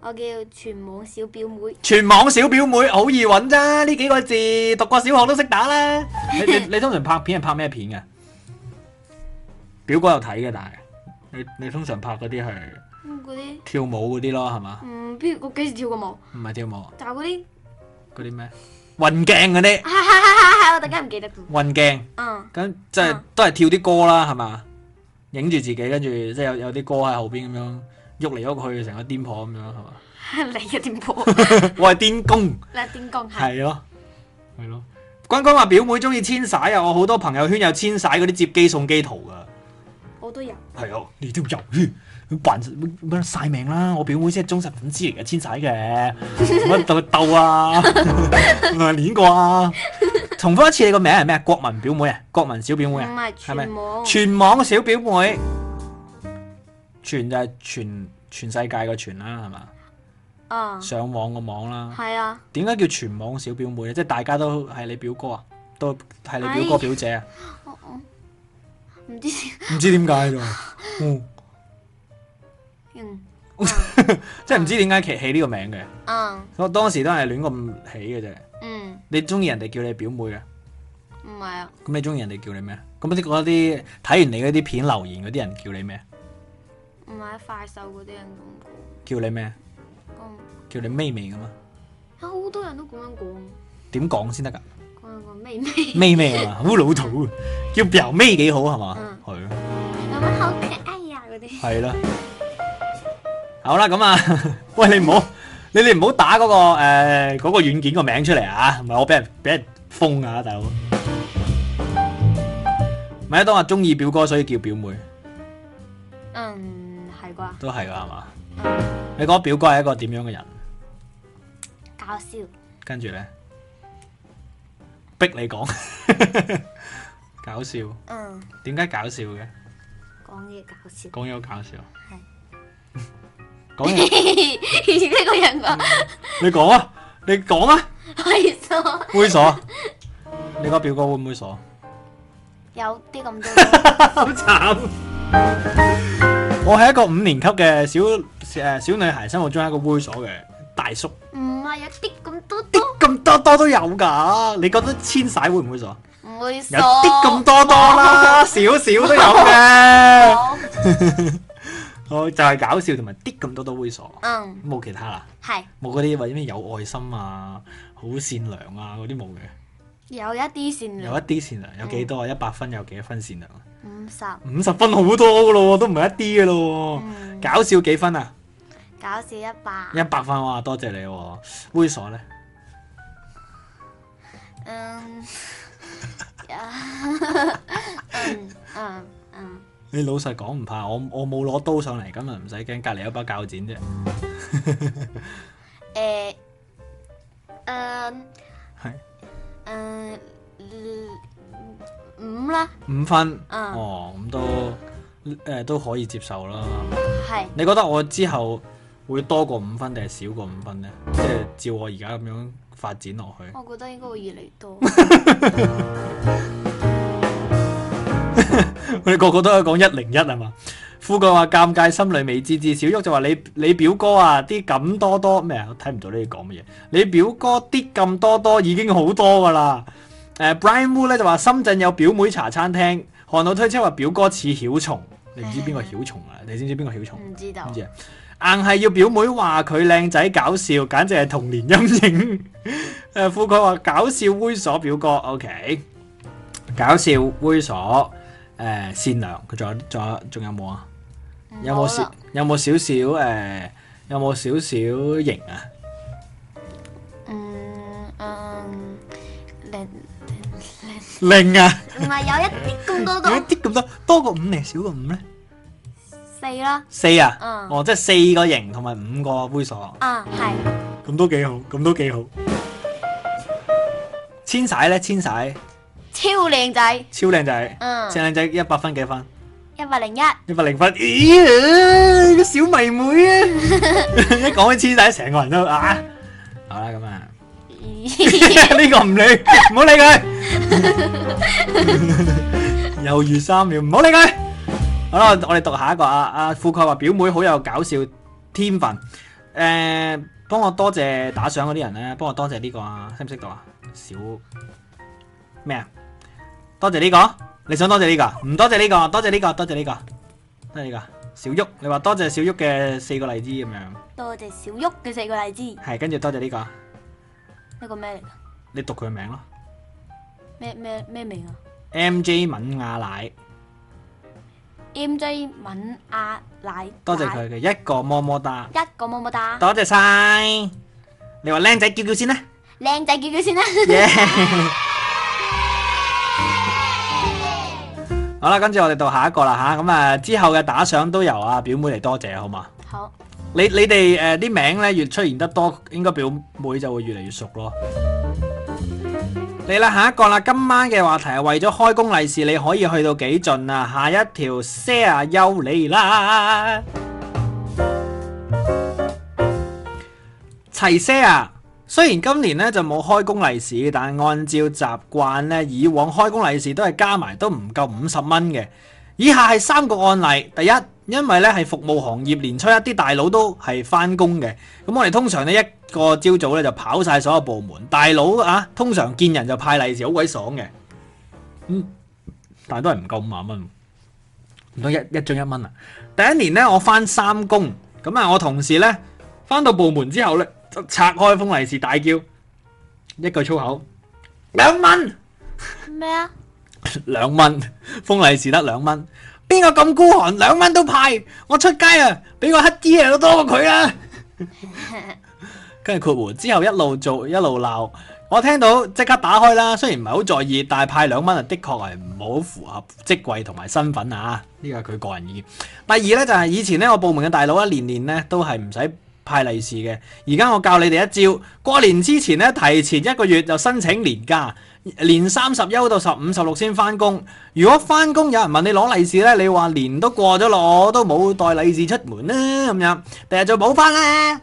[SPEAKER 4] 我叫全網小表妹，
[SPEAKER 3] 全網小表妹好易揾咋，呢幾個字讀過小學都識打啦。你你你通常拍片係拍咩片嘅？啊表哥有睇嘅，但係你你通常拍嗰啲係
[SPEAKER 4] 嗯嗰啲
[SPEAKER 3] 跳舞嗰啲咯，係嘛？
[SPEAKER 4] 嗯邊我幾時跳過舞？
[SPEAKER 3] 唔係跳舞，啊
[SPEAKER 4] 就係嗰啲 [laughs]
[SPEAKER 3] 嗰啲咩？運鏡嗰啲，
[SPEAKER 4] 我突然間唔記得咗。
[SPEAKER 3] 運鏡
[SPEAKER 4] 嗯， [laughs]
[SPEAKER 3] 咁即係
[SPEAKER 4] 啊
[SPEAKER 3] 都係跳啲歌啦，係嘛？影住自己，跟住即係有有啲歌喺後邊咁樣喐嚟喐去，成個癲婆咁樣係
[SPEAKER 4] [laughs]
[SPEAKER 3] 嘛？
[SPEAKER 4] 你嘅點
[SPEAKER 3] [laughs]
[SPEAKER 4] 播？
[SPEAKER 3] 我係癲公。
[SPEAKER 4] 你點講係？
[SPEAKER 3] 係咯，係咯。君君話表妹中意千玺啊，我好多朋友圈有千玺嗰啲接機送機圖噶。
[SPEAKER 4] 我都有。
[SPEAKER 3] 係啊，你都有圈，扮乜晒命啦！我表妹先係忠實粉絲嚟嘅，千玺嘅，乜鬥鬥啊，練過啊。重複一次你個名係咩啊？國民表妹啊，國民小表妹
[SPEAKER 4] 唔
[SPEAKER 3] 啊，
[SPEAKER 4] 係
[SPEAKER 3] 係咪
[SPEAKER 4] 全網。
[SPEAKER 3] 全網小表妹，全就係全全世界嘅全啦，係嘛？
[SPEAKER 4] 啊，
[SPEAKER 3] 上網個網啦。
[SPEAKER 4] 係啊，
[SPEAKER 3] 點解叫全網小表妹啊咧？即係大家都係你表哥啊，都係你表
[SPEAKER 4] 哎
[SPEAKER 3] 哥表姐啊？
[SPEAKER 4] 唔知
[SPEAKER 3] 唔知點解啫喎，嗯
[SPEAKER 4] 嗯
[SPEAKER 3] 即係唔知點解起起呢個名嘅。
[SPEAKER 4] 嗯
[SPEAKER 3] 我當時都係亂咁起嘅啫。
[SPEAKER 4] 嗯，
[SPEAKER 3] 你中意人哋叫你表妹嘅，
[SPEAKER 4] 唔係啊，
[SPEAKER 3] 咁你中意人哋叫你咩？啊咁啲嗰啲睇完你嗰啲片留言嗰啲人叫你咩？啊
[SPEAKER 4] 唔係啊快手嗰啲人咁嗯
[SPEAKER 3] 叫你咩？啊
[SPEAKER 4] 講，
[SPEAKER 3] 叫你妹妹噶嘛？
[SPEAKER 4] 講好多人都咁樣講，
[SPEAKER 3] 點講先得㗎？
[SPEAKER 4] 咁樣講咩 [laughs] 咩，
[SPEAKER 3] 妹妹啊嘛，好老土啊，叫表妹幾好係嘛
[SPEAKER 4] 嗯？
[SPEAKER 3] 係咯。
[SPEAKER 4] 咁樣好可愛呀嗰啲。
[SPEAKER 3] 系啦，好啦，咁啊， [laughs] 喂，你唔好，你哋唔好打嗰、個个诶、誒嗰个软件個名出嚟啊，唔係我俾人俾人封啊，大佬。咪當我中意表哥，所以叫表妹，
[SPEAKER 4] 嗯，係啩？
[SPEAKER 3] 都係噶係嘛？你覺得表哥係一個點樣嘅人？
[SPEAKER 4] 搞笑，
[SPEAKER 3] 跟住咧，逼你講， [laughs] 搞笑，
[SPEAKER 4] 嗯，
[SPEAKER 3] 點解搞笑嘅？
[SPEAKER 4] 講嘢搞 [laughs] 笑，
[SPEAKER 3] 講嘢好搞笑，
[SPEAKER 4] 係
[SPEAKER 3] 講嘢，
[SPEAKER 4] 呢個人個
[SPEAKER 3] 你講啊，你講啊，
[SPEAKER 4] 猥瑣，
[SPEAKER 3] 猥瑣，你覺得表哥會唔會猥瑣？ [laughs]
[SPEAKER 4] 有啲咁多，
[SPEAKER 3] 好惨！我係一個五年級嘅小诶小女孩，心目中係一個猥瑣嘅大叔，
[SPEAKER 4] 唔係有啲咁多
[SPEAKER 3] 啲
[SPEAKER 4] 多，
[SPEAKER 3] 咁多多都有㗎。你覺得千玺會唔會猥瑣？
[SPEAKER 4] 唔會
[SPEAKER 3] 有啲咁
[SPEAKER 4] 咁
[SPEAKER 3] 多多
[SPEAKER 4] [laughs]
[SPEAKER 3] 啦，少少都有嘅。我就係搞笑同埋啲咁多多猥瑣，
[SPEAKER 4] 嗯，
[SPEAKER 3] 冇其他啦，
[SPEAKER 4] 係
[SPEAKER 3] 冇嗰啲或者咩有愛心啊、好善良啊嗰啲冇嘅，
[SPEAKER 4] 有一啲善
[SPEAKER 3] 有一
[SPEAKER 4] 良，
[SPEAKER 3] 啲善良，有幾多
[SPEAKER 4] 嗯
[SPEAKER 3] 啊？一百分有幾多分善良啊？
[SPEAKER 4] 五十，
[SPEAKER 3] 五十分好多噶咯喎，都唔係一啲嘅咯
[SPEAKER 4] 嗯
[SPEAKER 3] 喎。搞笑幾分啊？
[SPEAKER 4] 搞笑一百，
[SPEAKER 3] 一百分哇！多謝你喎，猥瑣咧，
[SPEAKER 4] 嗯， [laughs] 嗯嗯嗯，
[SPEAKER 3] 你老實講唔怕，我我冇攞刀上嚟，咁啊唔使驚，隔離有把鉸剪啫，
[SPEAKER 4] 誒，嗯
[SPEAKER 3] 係
[SPEAKER 4] ờ, 嗯，五啦，
[SPEAKER 3] 五分，
[SPEAKER 4] 嗯
[SPEAKER 3] 哦咁都誒、都可以接受啦。
[SPEAKER 4] 係
[SPEAKER 3] 你覺得我之後會多過五分定係少過五分呢？即係照我而家咁樣發展落去， [laughs]
[SPEAKER 4] 我覺得應該會越嚟越多。
[SPEAKER 3] 我哋個個都係講一零一係嘛？富貴話尷尬，心裏未知知。小旭就話你你表哥啊，啲咁多多咩啊？我睇唔到呢啲講乜嘢。你表哥啲咁多多已經好多噶啦。誒、Brian Wu 咧就話深圳有表妹茶餐廳，韓老推車話表哥似曉蟲，你唔知邊個曉蟲啊？你知唔知邊個曉蟲？
[SPEAKER 4] 唔知道
[SPEAKER 3] 唔，知啊，硬係要表妹話佢靚仔搞笑，簡直係童年陰影。誒，富貴話搞笑猥瑣表哥，OK，搞笑猥瑣誒、善良，佢仲有仲有仲有冇啊？有冇
[SPEAKER 4] 好
[SPEAKER 3] 少
[SPEAKER 4] 啦
[SPEAKER 3] 有冇少少誒？有冇少少型啊？
[SPEAKER 4] 嗯嗯，零零
[SPEAKER 3] 零啊，
[SPEAKER 4] 唔係有一啲咁多
[SPEAKER 3] 有一
[SPEAKER 4] 多
[SPEAKER 3] 啲咁多，多過五定係少過五咧？
[SPEAKER 4] 四啦，
[SPEAKER 3] 四啊，
[SPEAKER 4] 嗯
[SPEAKER 3] 哦，即係四個型同埋五個猥瑣。
[SPEAKER 4] 啊係
[SPEAKER 3] 咁都幾好，咁都幾好。千玺咧，千玺
[SPEAKER 4] 超靚仔，
[SPEAKER 3] 超靚仔，
[SPEAKER 4] 嗯
[SPEAKER 3] 正靚仔一百分幾分？
[SPEAKER 4] 一百零一， [laughs]
[SPEAKER 3] 一百零分，咦、個小迷妹啊！ [laughs] 一講起千玺，成個人都啊，好啦咁啊， [laughs] 呢個唔理，唔好理佢，猶豫三秒，唔好理佢。好啦，我哋讀下一個啊啊，富貴話表妹好有搞笑天分，誒、幫我多謝打賞嗰啲人咧，幫我多謝呢個啊，識唔識讀啊？小咩啊？多謝呢、個，你想多謝呢、個？唔多謝呢、個，多謝呢、個，多謝呢、個，多謝呢、個。小旭，你話多謝小旭嘅四個荔枝咁樣，
[SPEAKER 4] 多謝小旭嘅四個荔枝，
[SPEAKER 3] 係跟住多謝呢、個。
[SPEAKER 4] 呢個咩嚟㗎？
[SPEAKER 3] 你讀佢名啦
[SPEAKER 4] 咩咩咩名啊
[SPEAKER 3] ，M.J. 敏亞奶，
[SPEAKER 4] ？M.J. 敏亞奶，
[SPEAKER 3] 多謝佢嘅一個麼麼哒，
[SPEAKER 4] 一個麼麼哒，
[SPEAKER 3] 多謝晒。你話靚仔叫叫先啦，
[SPEAKER 4] 靚仔叫佢先啦。
[SPEAKER 3] 耶！好啦，跟住我哋到下一個啦吓，咁啊之後嘅打賞都由阿表妹嚟多謝好嘛？
[SPEAKER 4] 好，
[SPEAKER 3] 你你哋誒啲名咧越出現得多，應該表妹就會越嚟越熟咯。嚟啦，下一個啦，今晚嘅話題係為咗開工利是，你可以去到幾盡啊？下一條 share 優你啦，齊 share。雖啊然今年咧就冇開工利是，但按照習慣咧，以往開工利是都係加埋都唔夠五十蚊嘅。以下係三個案例。第一，因為咧係服務行業，年初一啲大佬都係翻工嘅，咁我哋通常呢，一個朝早咧就跑晒所有部門。大佬啊，通常見人就派利是，好鬼爽嘅。嗯，但係都係唔夠五萬蚊，唔通一一張一蚊啊？第一年呢，我翻三工，咁啊，我同事呢，翻到部門之後呢，就拆開封利是大叫一句粗口，兩蚊。
[SPEAKER 4] 咩啊？
[SPEAKER 3] 兩蚊，封利是得兩蚊。邊個咁孤寒，兩蚊都派？我出街啊，俾個乞衣啊，都多過佢啦。跟住括弧之後一路做一路鬧，我聽到即刻打開啦。雖然唔係好在意，但係派兩蚊啊，的確係唔好符合職位同埋身份啊。呢個係佢個人意見。第二呢，就係、以前呢，我部門嘅大佬一年年呢都係唔使派利是嘅。而家我教你哋一招，過年之前呢，提前一個月就申請年假，年三十休到十五十六先翻工。如果翻工有人問你攞利是呢，你話年都過咗咯，我都冇帶利是出門啦，咁樣第日就補翻啦。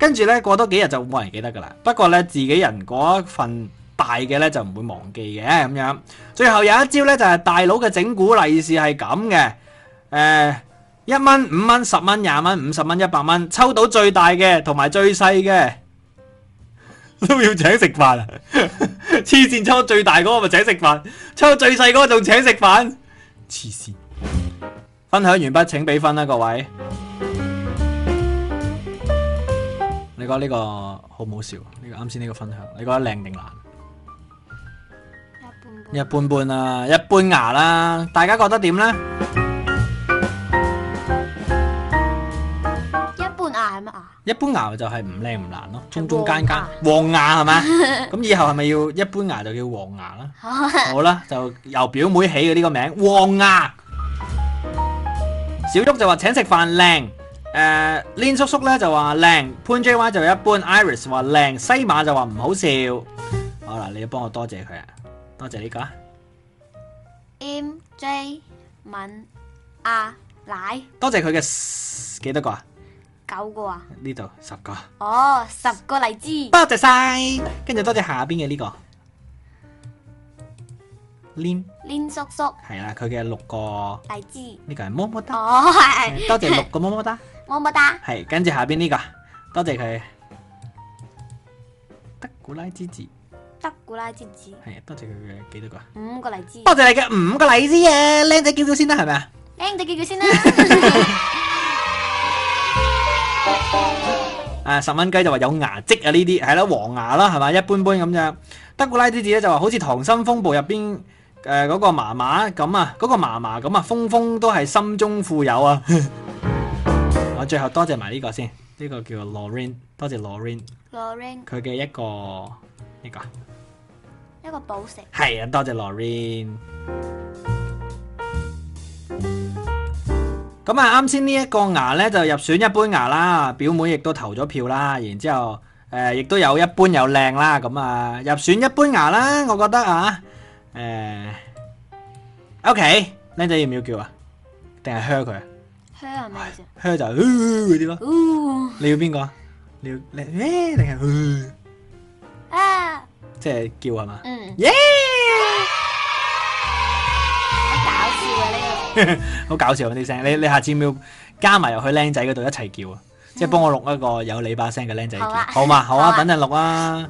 [SPEAKER 3] 跟住呢，過多幾日就冇人記得㗎啦。不過呢，自己人嗰一份大嘅呢，就唔會忘記嘅咁樣。最後有一招呢，就係、大佬嘅整蠱利是係咁嘅，誒、一蚊、五蚊、十蚊、廿蚊、五十蚊、一百蚊，抽到最大嘅同埋最細嘅都要請食飯啊！ [laughs] 黐線，抽最大嗰個咪請食飯，抽最細嗰個仲請食飯，黐線！分享完畢，請俾分啦，各位。你覺得呢個好唔好笑？呢、個啱先呢個分享，你覺得靚定難？
[SPEAKER 4] 一半
[SPEAKER 3] 一般般啦，一般牙啦，大家覺得點呢？
[SPEAKER 4] 一半牙係乜牙？
[SPEAKER 3] 一般牙就係唔靚唔難咯，中中間間黃牙係 [laughs] 嘛？咁以後係咪要一般牙就叫黃牙啦？
[SPEAKER 4] [laughs]
[SPEAKER 3] 好啦，就由表妹起嘅呢個名黃牙。小旭就話請食飯靚，誒、呃、Lin 叔叔咧就話靚，潘 J Y 就一般，Iris 話靚，西馬就話唔好笑。好啦，你要幫我多謝佢啊，多謝呢、個啊。
[SPEAKER 4] M.J. 敏亞奶
[SPEAKER 3] 多謝佢嘅幾多個啊？
[SPEAKER 4] 九個啊？
[SPEAKER 3] 呢度十個，
[SPEAKER 4] 哦，十個荔枝。
[SPEAKER 3] 多謝晒，跟住多謝下邊嘅呢個 Lin。
[SPEAKER 4] 連叔叔
[SPEAKER 3] 係啦，佢嘅六個
[SPEAKER 4] 荔枝。
[SPEAKER 3] 呢、個係麼么哒，
[SPEAKER 4] 哦，係
[SPEAKER 3] 多謝六個麼么哒，
[SPEAKER 4] 我冇打。
[SPEAKER 3] 係跟住下邊呢、個，多謝佢德古拉之子，
[SPEAKER 4] 德古拉之子，
[SPEAKER 3] 係多謝佢嘅幾多個啊？
[SPEAKER 4] 五個荔枝。
[SPEAKER 3] 多謝你嘅五個荔枝啊！靚仔叫叫先啦，係咪啊？
[SPEAKER 4] 靚仔叫佢先啦。
[SPEAKER 3] 啊十蚊雞就話有牙跡啊呢啲，係啦黃牙啦係咪？一般般咁樣。德古拉之子咧就話好似《溏心風暴》入邊誒嗰個嫲嫲咁啊，嗰、個嫲嫲咁啊，風風都係心中富有啊！ [laughs] 我最後多謝埋呢個先，呢、個叫 Lorraine，多謝 Lorraine。
[SPEAKER 4] Lorraine
[SPEAKER 3] 佢嘅一個呢個
[SPEAKER 4] 一個寶石，
[SPEAKER 3] 係啊，多謝 Lorraine。咁啊，啱先呢一個牙呢，就入選一般牙啦，表妹亦都投咗票啦，然之後誒亦、都有一般有靚啦，咁啊入選一般牙啦，我覺得啊誒、OK，靚仔要唔要叫啊？定係靴佢啊？
[SPEAKER 4] 香係咩啫？
[SPEAKER 3] 靴就係嘘嗰啲咯。
[SPEAKER 4] 哦
[SPEAKER 3] 你要邊個啊？你要你咩？定係嘘
[SPEAKER 4] 啊，
[SPEAKER 3] 即係叫係嘛？
[SPEAKER 4] 嗯，
[SPEAKER 3] 耶、
[SPEAKER 4] 好搞笑啊呢
[SPEAKER 3] 好搞笑啊啲聲，你你下次要唔要加埋入去僆仔嗰度一齊叫啊？即係幫我錄一個有你把聲嘅僆仔叫，
[SPEAKER 4] 好啊
[SPEAKER 3] 好嘛？好啊，
[SPEAKER 4] 好啊
[SPEAKER 3] 等陣錄啊。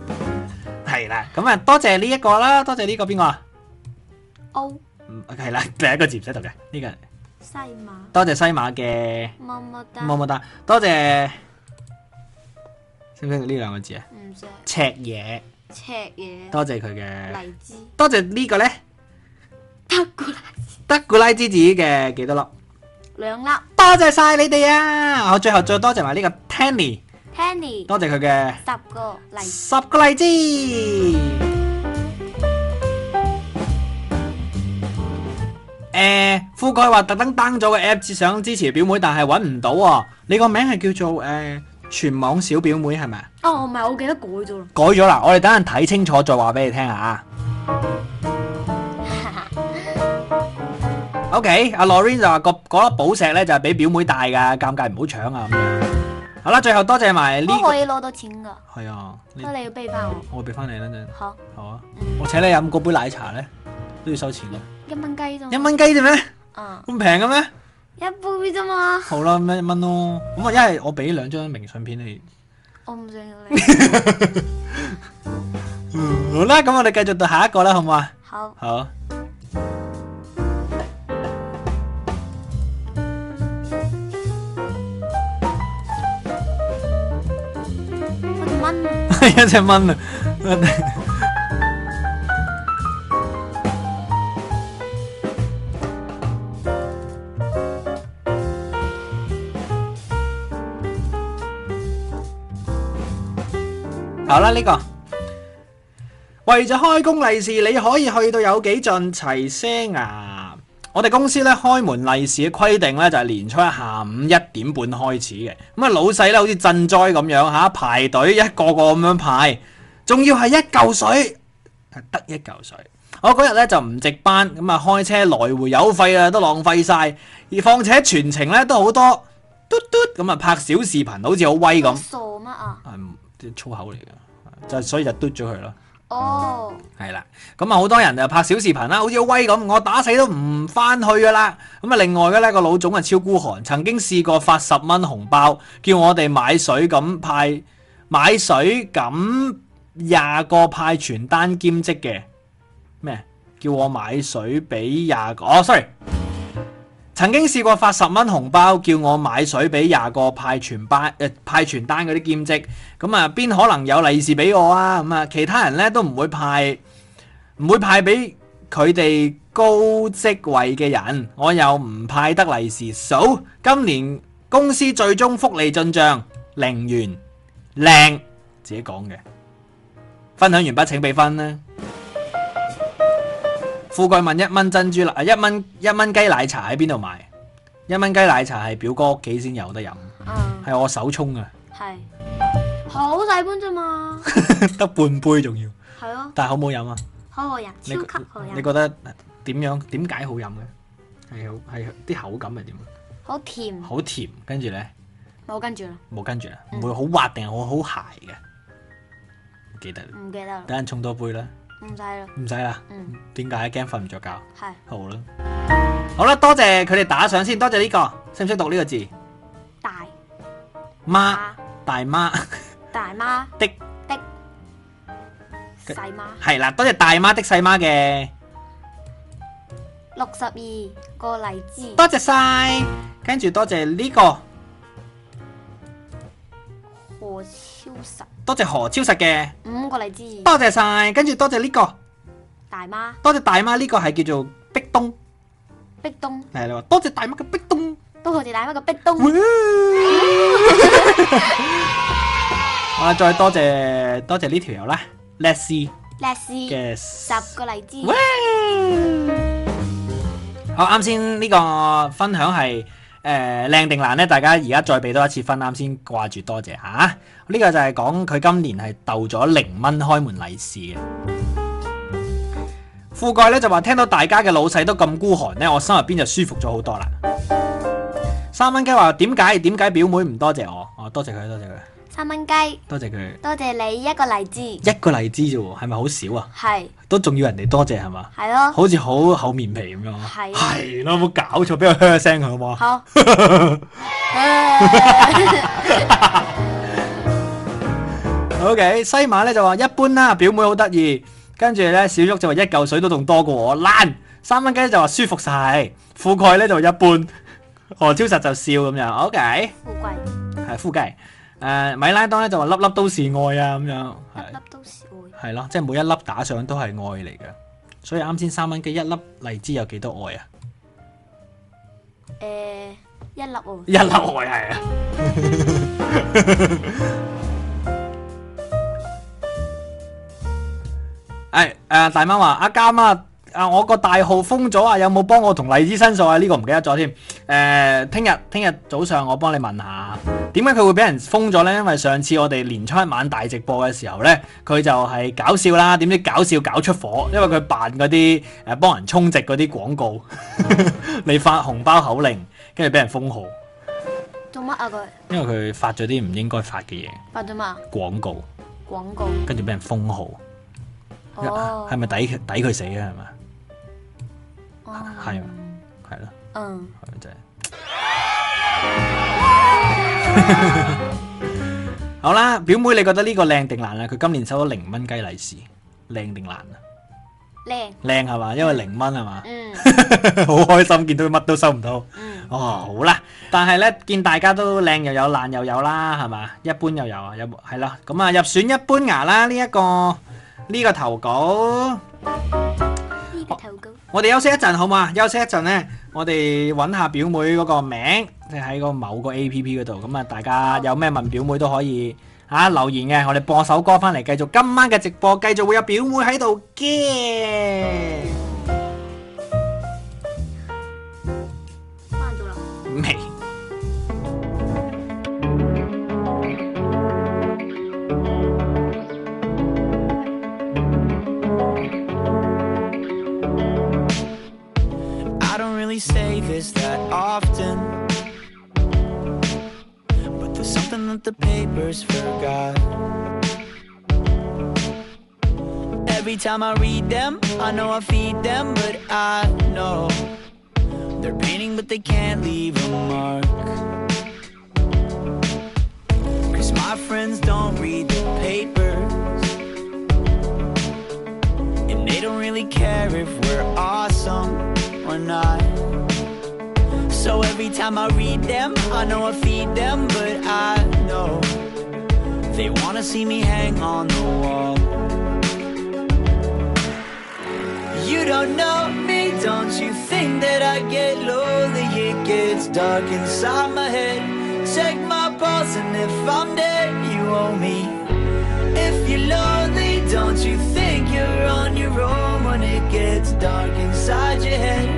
[SPEAKER 3] 係啦，咁啊，多謝呢一個啦，多謝呢個邊個啊？
[SPEAKER 4] 個 O
[SPEAKER 3] 嗯係啦， [laughs] 第一個字唔使讀嘅，呢個
[SPEAKER 4] 西馬
[SPEAKER 3] 多謝西馬嘅
[SPEAKER 4] 麼么哒，
[SPEAKER 3] 么么哒，多謝識唔識呢兩個字啊？
[SPEAKER 4] Ừ, 唔識
[SPEAKER 3] 赤嘢
[SPEAKER 4] 赤嘢、
[SPEAKER 3] 多謝佢嘅，
[SPEAKER 4] 荔枝、
[SPEAKER 3] 多謝呢個呢，
[SPEAKER 4] 德古拉
[SPEAKER 3] 德古拉之子嘅幾多粒？
[SPEAKER 4] 兩粒、
[SPEAKER 3] 多謝晒你哋啊！我最後再多謝埋呢個 Tanny，
[SPEAKER 4] Tanny
[SPEAKER 3] 多謝佢嘅。
[SPEAKER 4] 十個荔枝。
[SPEAKER 3] 十個荔枝。誒、富貴呃話特登 down 咗個 app 想支持表妹，但係揾唔到喎。你個名係叫做誒、呃全網小表妹係咪？
[SPEAKER 4] 哦，唔係，我記得改咗啦。
[SPEAKER 3] 改咗啦，我哋等陣睇清楚再話俾你聽啊。OK，阿 Lorraine 就話個嗰粒寶石咧就係俾表妹戴㗎，尷尬唔好搶啊咁樣。好啦，最後多謝埋呢、
[SPEAKER 4] 我
[SPEAKER 3] 個
[SPEAKER 4] 可以攞到錢㗎，
[SPEAKER 3] 係啊，
[SPEAKER 4] 不
[SPEAKER 3] 你
[SPEAKER 4] 過你要俾翻我。
[SPEAKER 3] 我俾翻你啦陣。
[SPEAKER 4] 好，
[SPEAKER 3] 好啊，我請你飲嗰杯奶茶咧，都要收錢嘅。
[SPEAKER 4] 一蚊雞啫。
[SPEAKER 3] 一。蚊雞啫咩？
[SPEAKER 4] 啊，
[SPEAKER 3] 咁平嘅咩？
[SPEAKER 4] 一杯啫嘛，
[SPEAKER 3] 好啦，咁一蚊咯。咁我一係我俾兩張明信片你。
[SPEAKER 4] 我唔想
[SPEAKER 3] [laughs]
[SPEAKER 4] 要你。
[SPEAKER 3] 嗯好啦，咁我哋繼續到下一個啦，好唔好啊？
[SPEAKER 4] 好，
[SPEAKER 3] 好。 [laughs]
[SPEAKER 4] 我條蚊。
[SPEAKER 3] 一隻 [laughs] 蚊啊！好啦，呢、個為咗開工利是，你可以去到有幾盡齊些牙。我哋公司咧開門利是嘅規定咧就係、年初一下午一點半開始嘅，咁啊老細咧好似賑災咁樣嚇排隊一個個咁樣排，仲要係一嚿水，係得一嚿水。我嗰日咧就唔值班，咁啊開車來回油費啊都浪費晒，而況且全程咧都好多嘟嘟咁啊拍小視頻，好似好威咁，
[SPEAKER 4] 傻乜啊？
[SPEAKER 3] 啊唔啲粗口嚟嘅，就所以就嘟咗佢咯。
[SPEAKER 4] 哦，
[SPEAKER 3] 係啦，咁啊好多人就拍小視頻啦，好似好威咁，我打死都唔翻去噶啦。咁啊，另外嘅呢個老總啊超孤寒，曾經試過發十蚊紅包，叫我哋買水咁派，買水咁廿個派傳單兼職嘅咩？叫我買水俾廿個，哦，sorry，曾經試過發十蚊紅包，叫我買水俾廿個派傳班誒、呃派傳單嗰啲兼職，咁啊邊可能有利是俾我啊？咁啊其他人咧都唔會派。唔會派俾佢哋高職位嘅人，我又唔派得利是數。今年公司最終福利進帳零元，靚自己講嘅。分享完畢請俾分啦。富貴問一蚊珍珠奶，啊一蚊一蚊雞奶茶喺邊度買？一蚊雞奶茶係表哥屋企先有得飲，
[SPEAKER 4] 嗯，
[SPEAKER 3] 係我手沖啊，
[SPEAKER 4] 係，好細杯啫嘛。
[SPEAKER 3] 得半杯仲要，
[SPEAKER 4] 係咯，
[SPEAKER 3] 但係好唔好飲啊？
[SPEAKER 4] 好好飲，
[SPEAKER 3] 你
[SPEAKER 4] 超級好
[SPEAKER 3] 你
[SPEAKER 4] 飲，
[SPEAKER 3] 覺得點樣？點解好飲嘅？係好係啲口感係點？
[SPEAKER 4] 好甜。
[SPEAKER 3] 好甜，跟住咧
[SPEAKER 4] 冇跟住啦，
[SPEAKER 3] 冇跟住啦，唔
[SPEAKER 4] 嗯
[SPEAKER 3] 會好滑定係好好鹹嘅。唔記得啦，
[SPEAKER 4] 唔記得啦，
[SPEAKER 3] 等陣沖多杯啦，
[SPEAKER 4] 唔使啦。
[SPEAKER 3] 唔使啦。
[SPEAKER 4] 嗯，
[SPEAKER 3] 點解？驚瞓唔着覺。
[SPEAKER 4] 係
[SPEAKER 3] 好啦，好啦，多謝佢哋打賞先，多謝呢、個，識唔識讀呢個字？
[SPEAKER 4] 大
[SPEAKER 3] 媽
[SPEAKER 4] 媽、
[SPEAKER 3] 大媽 [laughs]
[SPEAKER 4] 大媽
[SPEAKER 3] 的
[SPEAKER 4] 的細媽，
[SPEAKER 3] 係啦，多謝大媽的細媽嘅，
[SPEAKER 4] 六十二個荔枝，
[SPEAKER 3] 多謝晒。跟住多謝呢、個，
[SPEAKER 4] 何超實
[SPEAKER 3] 多謝何超實嘅，
[SPEAKER 4] 五個荔枝，
[SPEAKER 3] 多謝晒。跟住多謝呢、個，
[SPEAKER 4] 大媽
[SPEAKER 3] 多謝大媽呢、個係叫做壁咚，
[SPEAKER 4] 壁咚
[SPEAKER 3] 係你話多謝大媽嘅壁咚。
[SPEAKER 4] 都好似大媽個壁咚，
[SPEAKER 3] [laughs] 啊，再多謝多謝呢條友啦，Let's see
[SPEAKER 4] 叻絲
[SPEAKER 3] 嘅
[SPEAKER 4] 十個荔枝
[SPEAKER 3] 哇，好，啱先呢個分享係誒靚定難呢？大家而家再俾多一次分，啱先掛住多謝嚇。呢、個就係講佢今年係鬥咗零蚊開門利是嘅。富貴呢就話聽到大家嘅老細都咁孤寒呢，我心入邊就舒服咗好多啦。三蚊雞話點解點解表妹唔多謝我？哦，多謝佢，多謝佢，
[SPEAKER 4] 三蚊雞，
[SPEAKER 3] 多謝佢。
[SPEAKER 4] 多謝你一個荔枝，
[SPEAKER 3] 一個荔枝啫喎，係咪好少啊？
[SPEAKER 4] 係
[SPEAKER 3] 都仲要人哋多謝係嘛？
[SPEAKER 4] 係咯，
[SPEAKER 3] 好似好厚面皮咁樣啊。
[SPEAKER 4] 係啊
[SPEAKER 3] 係咯，冇搞錯，俾我噓聲佢好唔好啊？
[SPEAKER 4] 好，唉
[SPEAKER 3] OK，西馬咧就話一般啦，表妹好得意。跟住咧，小旭就話一嚿水都仲多過我，爛。三蚊雞就話舒服晒，富蓋咧就一般。何超實就笑咁樣，OK，
[SPEAKER 4] 富貴
[SPEAKER 3] 係富計。誒、米拉當咧就話粒粒都是愛啊咁樣，
[SPEAKER 4] 粒
[SPEAKER 3] 係
[SPEAKER 4] 粒都是愛，
[SPEAKER 3] 係咯，即係每一粒打賞都係愛嚟嘅。所以啱先三蚊雞一粒荔枝有幾多愛啊？
[SPEAKER 4] 誒一粒喎，
[SPEAKER 3] 一粒愛係 [laughs] 啊！誒哎誒，大媽話阿監啊，啊我個大號封咗啊，有冇幫我同荔枝申訴啊？呢、個唔記得咗添。誒、聽日聽日早上我幫你問下，點解佢會俾人封咗呢？因為上次我哋年初一晚大直播嘅時候呢，佢就係搞笑啦，點知搞笑搞出火，因為佢扮嗰啲誒幫人充值嗰啲廣告， [laughs] 你發紅包口令，跟住俾人封號，
[SPEAKER 4] 做乜啊佢
[SPEAKER 3] 因為佢發咗啲唔應該發嘅嘢
[SPEAKER 4] 發咗嘛
[SPEAKER 3] 廣告，
[SPEAKER 4] 廣告？
[SPEAKER 3] 跟住俾人封號，
[SPEAKER 4] 哦，
[SPEAKER 3] 係咪抵佢抵佢死啊？係咪？
[SPEAKER 4] 哦
[SPEAKER 3] 係啊係咯。
[SPEAKER 4] 嗯，
[SPEAKER 3] 係咪真係好啦，表妹，你覺得呢個靚定難啊？佢今年收咗零蚊雞利是，靚定難啊？
[SPEAKER 4] 靚，
[SPEAKER 3] 靚係嘛？因為零蚊係嘛，
[SPEAKER 4] 嗯
[SPEAKER 3] [laughs] 好開心見到佢乜都收唔到。
[SPEAKER 4] 嗯，
[SPEAKER 3] 哦，好啦，但係咧見大家都靚又有爛又有啦，係嘛？一般又有啊，有係啦。咁啊，入選一般牙啦，呢、一個呢、個投稿。
[SPEAKER 4] 呢個投稿
[SPEAKER 3] 我哋休息一陣好嘛？休息一陣呢，我哋揾下表妹嗰個名，即係喺個某個 A P P 嗰度。咁啊，大家有咩問表妹都可以啊、留言嘅。我哋播首歌翻嚟，繼續今晚嘅直播，繼續會有表妹喺度嘅。
[SPEAKER 4] 翻咗啦。
[SPEAKER 3] 未
[SPEAKER 5] I don't really say this that often. But there's something that the papers forgot. Every time I read them, I know I feed them, but I know they're painting, but they can't leave a mark. Cause my friends don't read the papers, and they don't really care if we're awesome or not. So every time I read them, I know I feed them, but I know they wanna see me hang on the wall. You don't know me, don't you think that I get lonely? It gets dark inside my head. Check my pulse, and if I'm dead, you owe me. If you're lonely, don't you think you're on your own when it gets dark inside your head?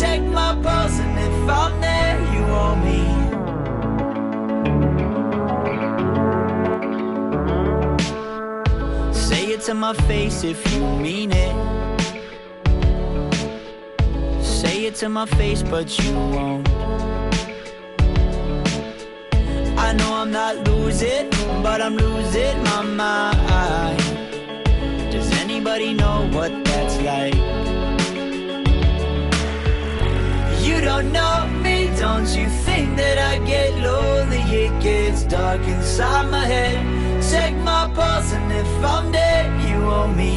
[SPEAKER 5] Check my pulse, and if I'm there, you owe me. Say it to my face if you mean it. Say it to my face, but you won't. I know I'm not losing, but I'm losing my mind. Does anybody know what that's like? You don't know me, don't you think that I get lonely? It gets dark inside my head. Check my pulse, and if I'm dead, you owe me.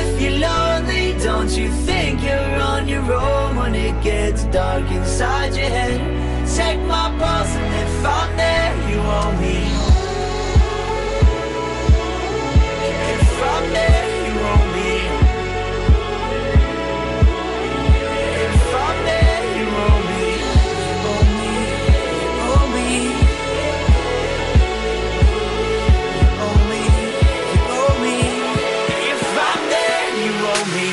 [SPEAKER 5] If you're lonely, don't you think you're on your own when it gets dark inside your head? Check my pulse, and if I'm there, you owe me. If I'm there, you owe me. If I'm there, you owe me. Owe me. Owe me. Owe me. You owe me. If I'm there, you owe me.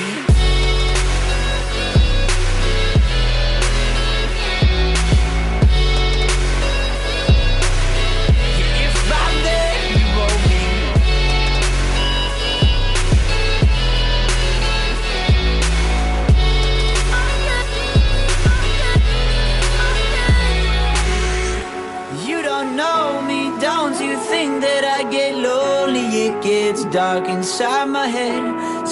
[SPEAKER 5] If I'm there, you owe me. You don't know me, don't you think that I get lonely? It gets dark inside my head.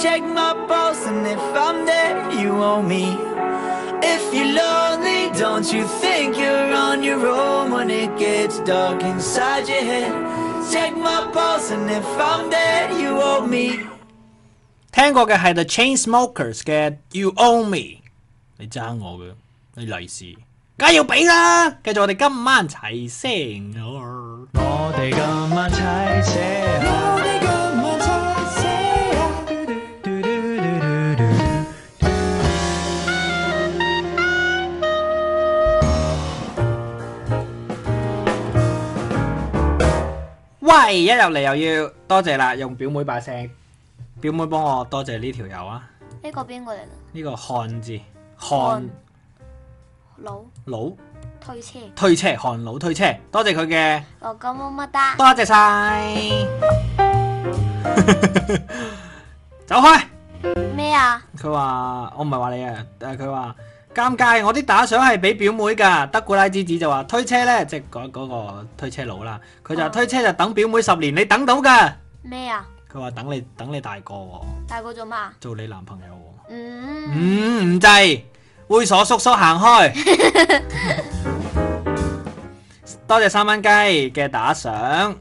[SPEAKER 5] Check my pulse, and if I'm there, you owe me. If you're lonely, don't you think you're on your own when it gets dark inside your head? Check my pulse, and if I'm there, you owe me.
[SPEAKER 3] 聽過嘅係 The Chainsmokers 嘅《You Owe Me》，你爭我嘅，你利是，梗係要俾啦。繼續我哋今晚齊聲。
[SPEAKER 5] 我哋今晚齊些牙，我哋今晚齊些
[SPEAKER 3] 係一入嚟又要多謝啦，用表妹把聲，表妹幫我多謝呢條友啊，
[SPEAKER 4] 呢個邊個嚟㗎？
[SPEAKER 3] 呢、個漢字漢
[SPEAKER 4] 佬
[SPEAKER 3] 佬
[SPEAKER 4] 推車，
[SPEAKER 3] 推車，漢佬推車，多謝佢嘅，
[SPEAKER 4] 我咁么么哒。
[SPEAKER 3] 多謝晒，走開。
[SPEAKER 4] 咩啊？
[SPEAKER 3] 佢話：我唔係話你啊，但係佢話尷尬，我啲打賞係俾表妹㗎。德古拉之子就話推車呢，即係嗰嗰個推車佬啦。佢就話
[SPEAKER 4] 哦
[SPEAKER 3] 推車就等表妹十年，你等到㗎。
[SPEAKER 4] 咩啊？
[SPEAKER 3] 佢話等你等你大個喎，
[SPEAKER 4] 大個做乜啊？
[SPEAKER 3] 做你男朋友喎。
[SPEAKER 4] 嗯，
[SPEAKER 3] 嗯，唔制，猥瑣叔叔行開。多謝三蚊雞嘅打賞，
[SPEAKER 4] 啊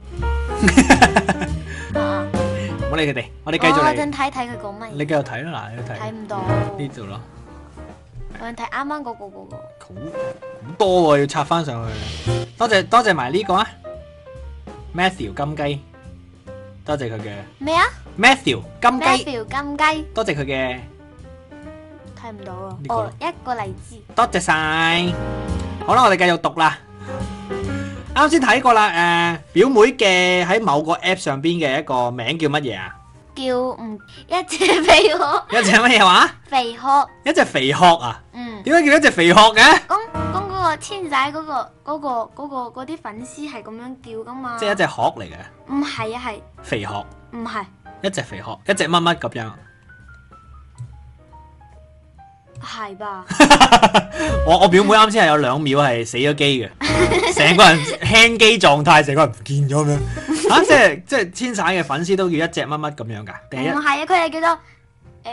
[SPEAKER 3] 唔好理佢哋，我哋繼續
[SPEAKER 4] 我
[SPEAKER 3] 嚟，
[SPEAKER 4] 陣睇睇佢講乜
[SPEAKER 3] 你
[SPEAKER 4] 嘢，
[SPEAKER 3] 繼續睇啦，嗱，你
[SPEAKER 4] 睇
[SPEAKER 3] 睇
[SPEAKER 4] 唔到。
[SPEAKER 3] 呢度咯。
[SPEAKER 4] 我想睇啱啱嗰個嗰個。
[SPEAKER 3] 好好多喎、要插翻上去。多謝多謝埋呢個啊，Matthew 金雞，多謝佢嘅
[SPEAKER 4] 咩啊
[SPEAKER 3] Matthew 金雞，
[SPEAKER 4] ？Matthew 金雞
[SPEAKER 3] 多謝佢嘅，
[SPEAKER 4] 睇唔到啊
[SPEAKER 3] 呢！個
[SPEAKER 4] 哦，一個荔枝。
[SPEAKER 3] 多謝晒。好啦，我哋繼續讀啦。啱先睇過啦，誒、表妹嘅喺某個 app 上邊嘅一個名叫乜嘢啊？
[SPEAKER 4] 叫唔一隻肥殼，
[SPEAKER 3] 一隻乜嘢話？
[SPEAKER 4] 肥殼，
[SPEAKER 3] 一隻肥殼啊？
[SPEAKER 4] 嗯，
[SPEAKER 3] 點解叫一隻肥殼嘅？
[SPEAKER 4] 咁咁嗰個千仔嗰、個嗰、個嗰、個嗰啲粉絲係咁樣叫噶嘛？
[SPEAKER 3] 即係一隻殼嚟嘅，
[SPEAKER 4] 唔係啊，係
[SPEAKER 3] 肥殼，
[SPEAKER 4] 唔係
[SPEAKER 3] 一隻肥殼，一隻乜乜咁樣。 [laughs]
[SPEAKER 4] 係吧？
[SPEAKER 3] 我我表妹啱先係有兩秒係死咗機
[SPEAKER 4] [laughs]
[SPEAKER 3] 嘅，成個人輕機狀態，成個人唔見咗咁樣。啊，即係即係千散嘅粉絲都叫一隻乜乜咁樣㗎，定係
[SPEAKER 4] 唔
[SPEAKER 3] [laughs] 一
[SPEAKER 4] 係啊，佢係叫做誒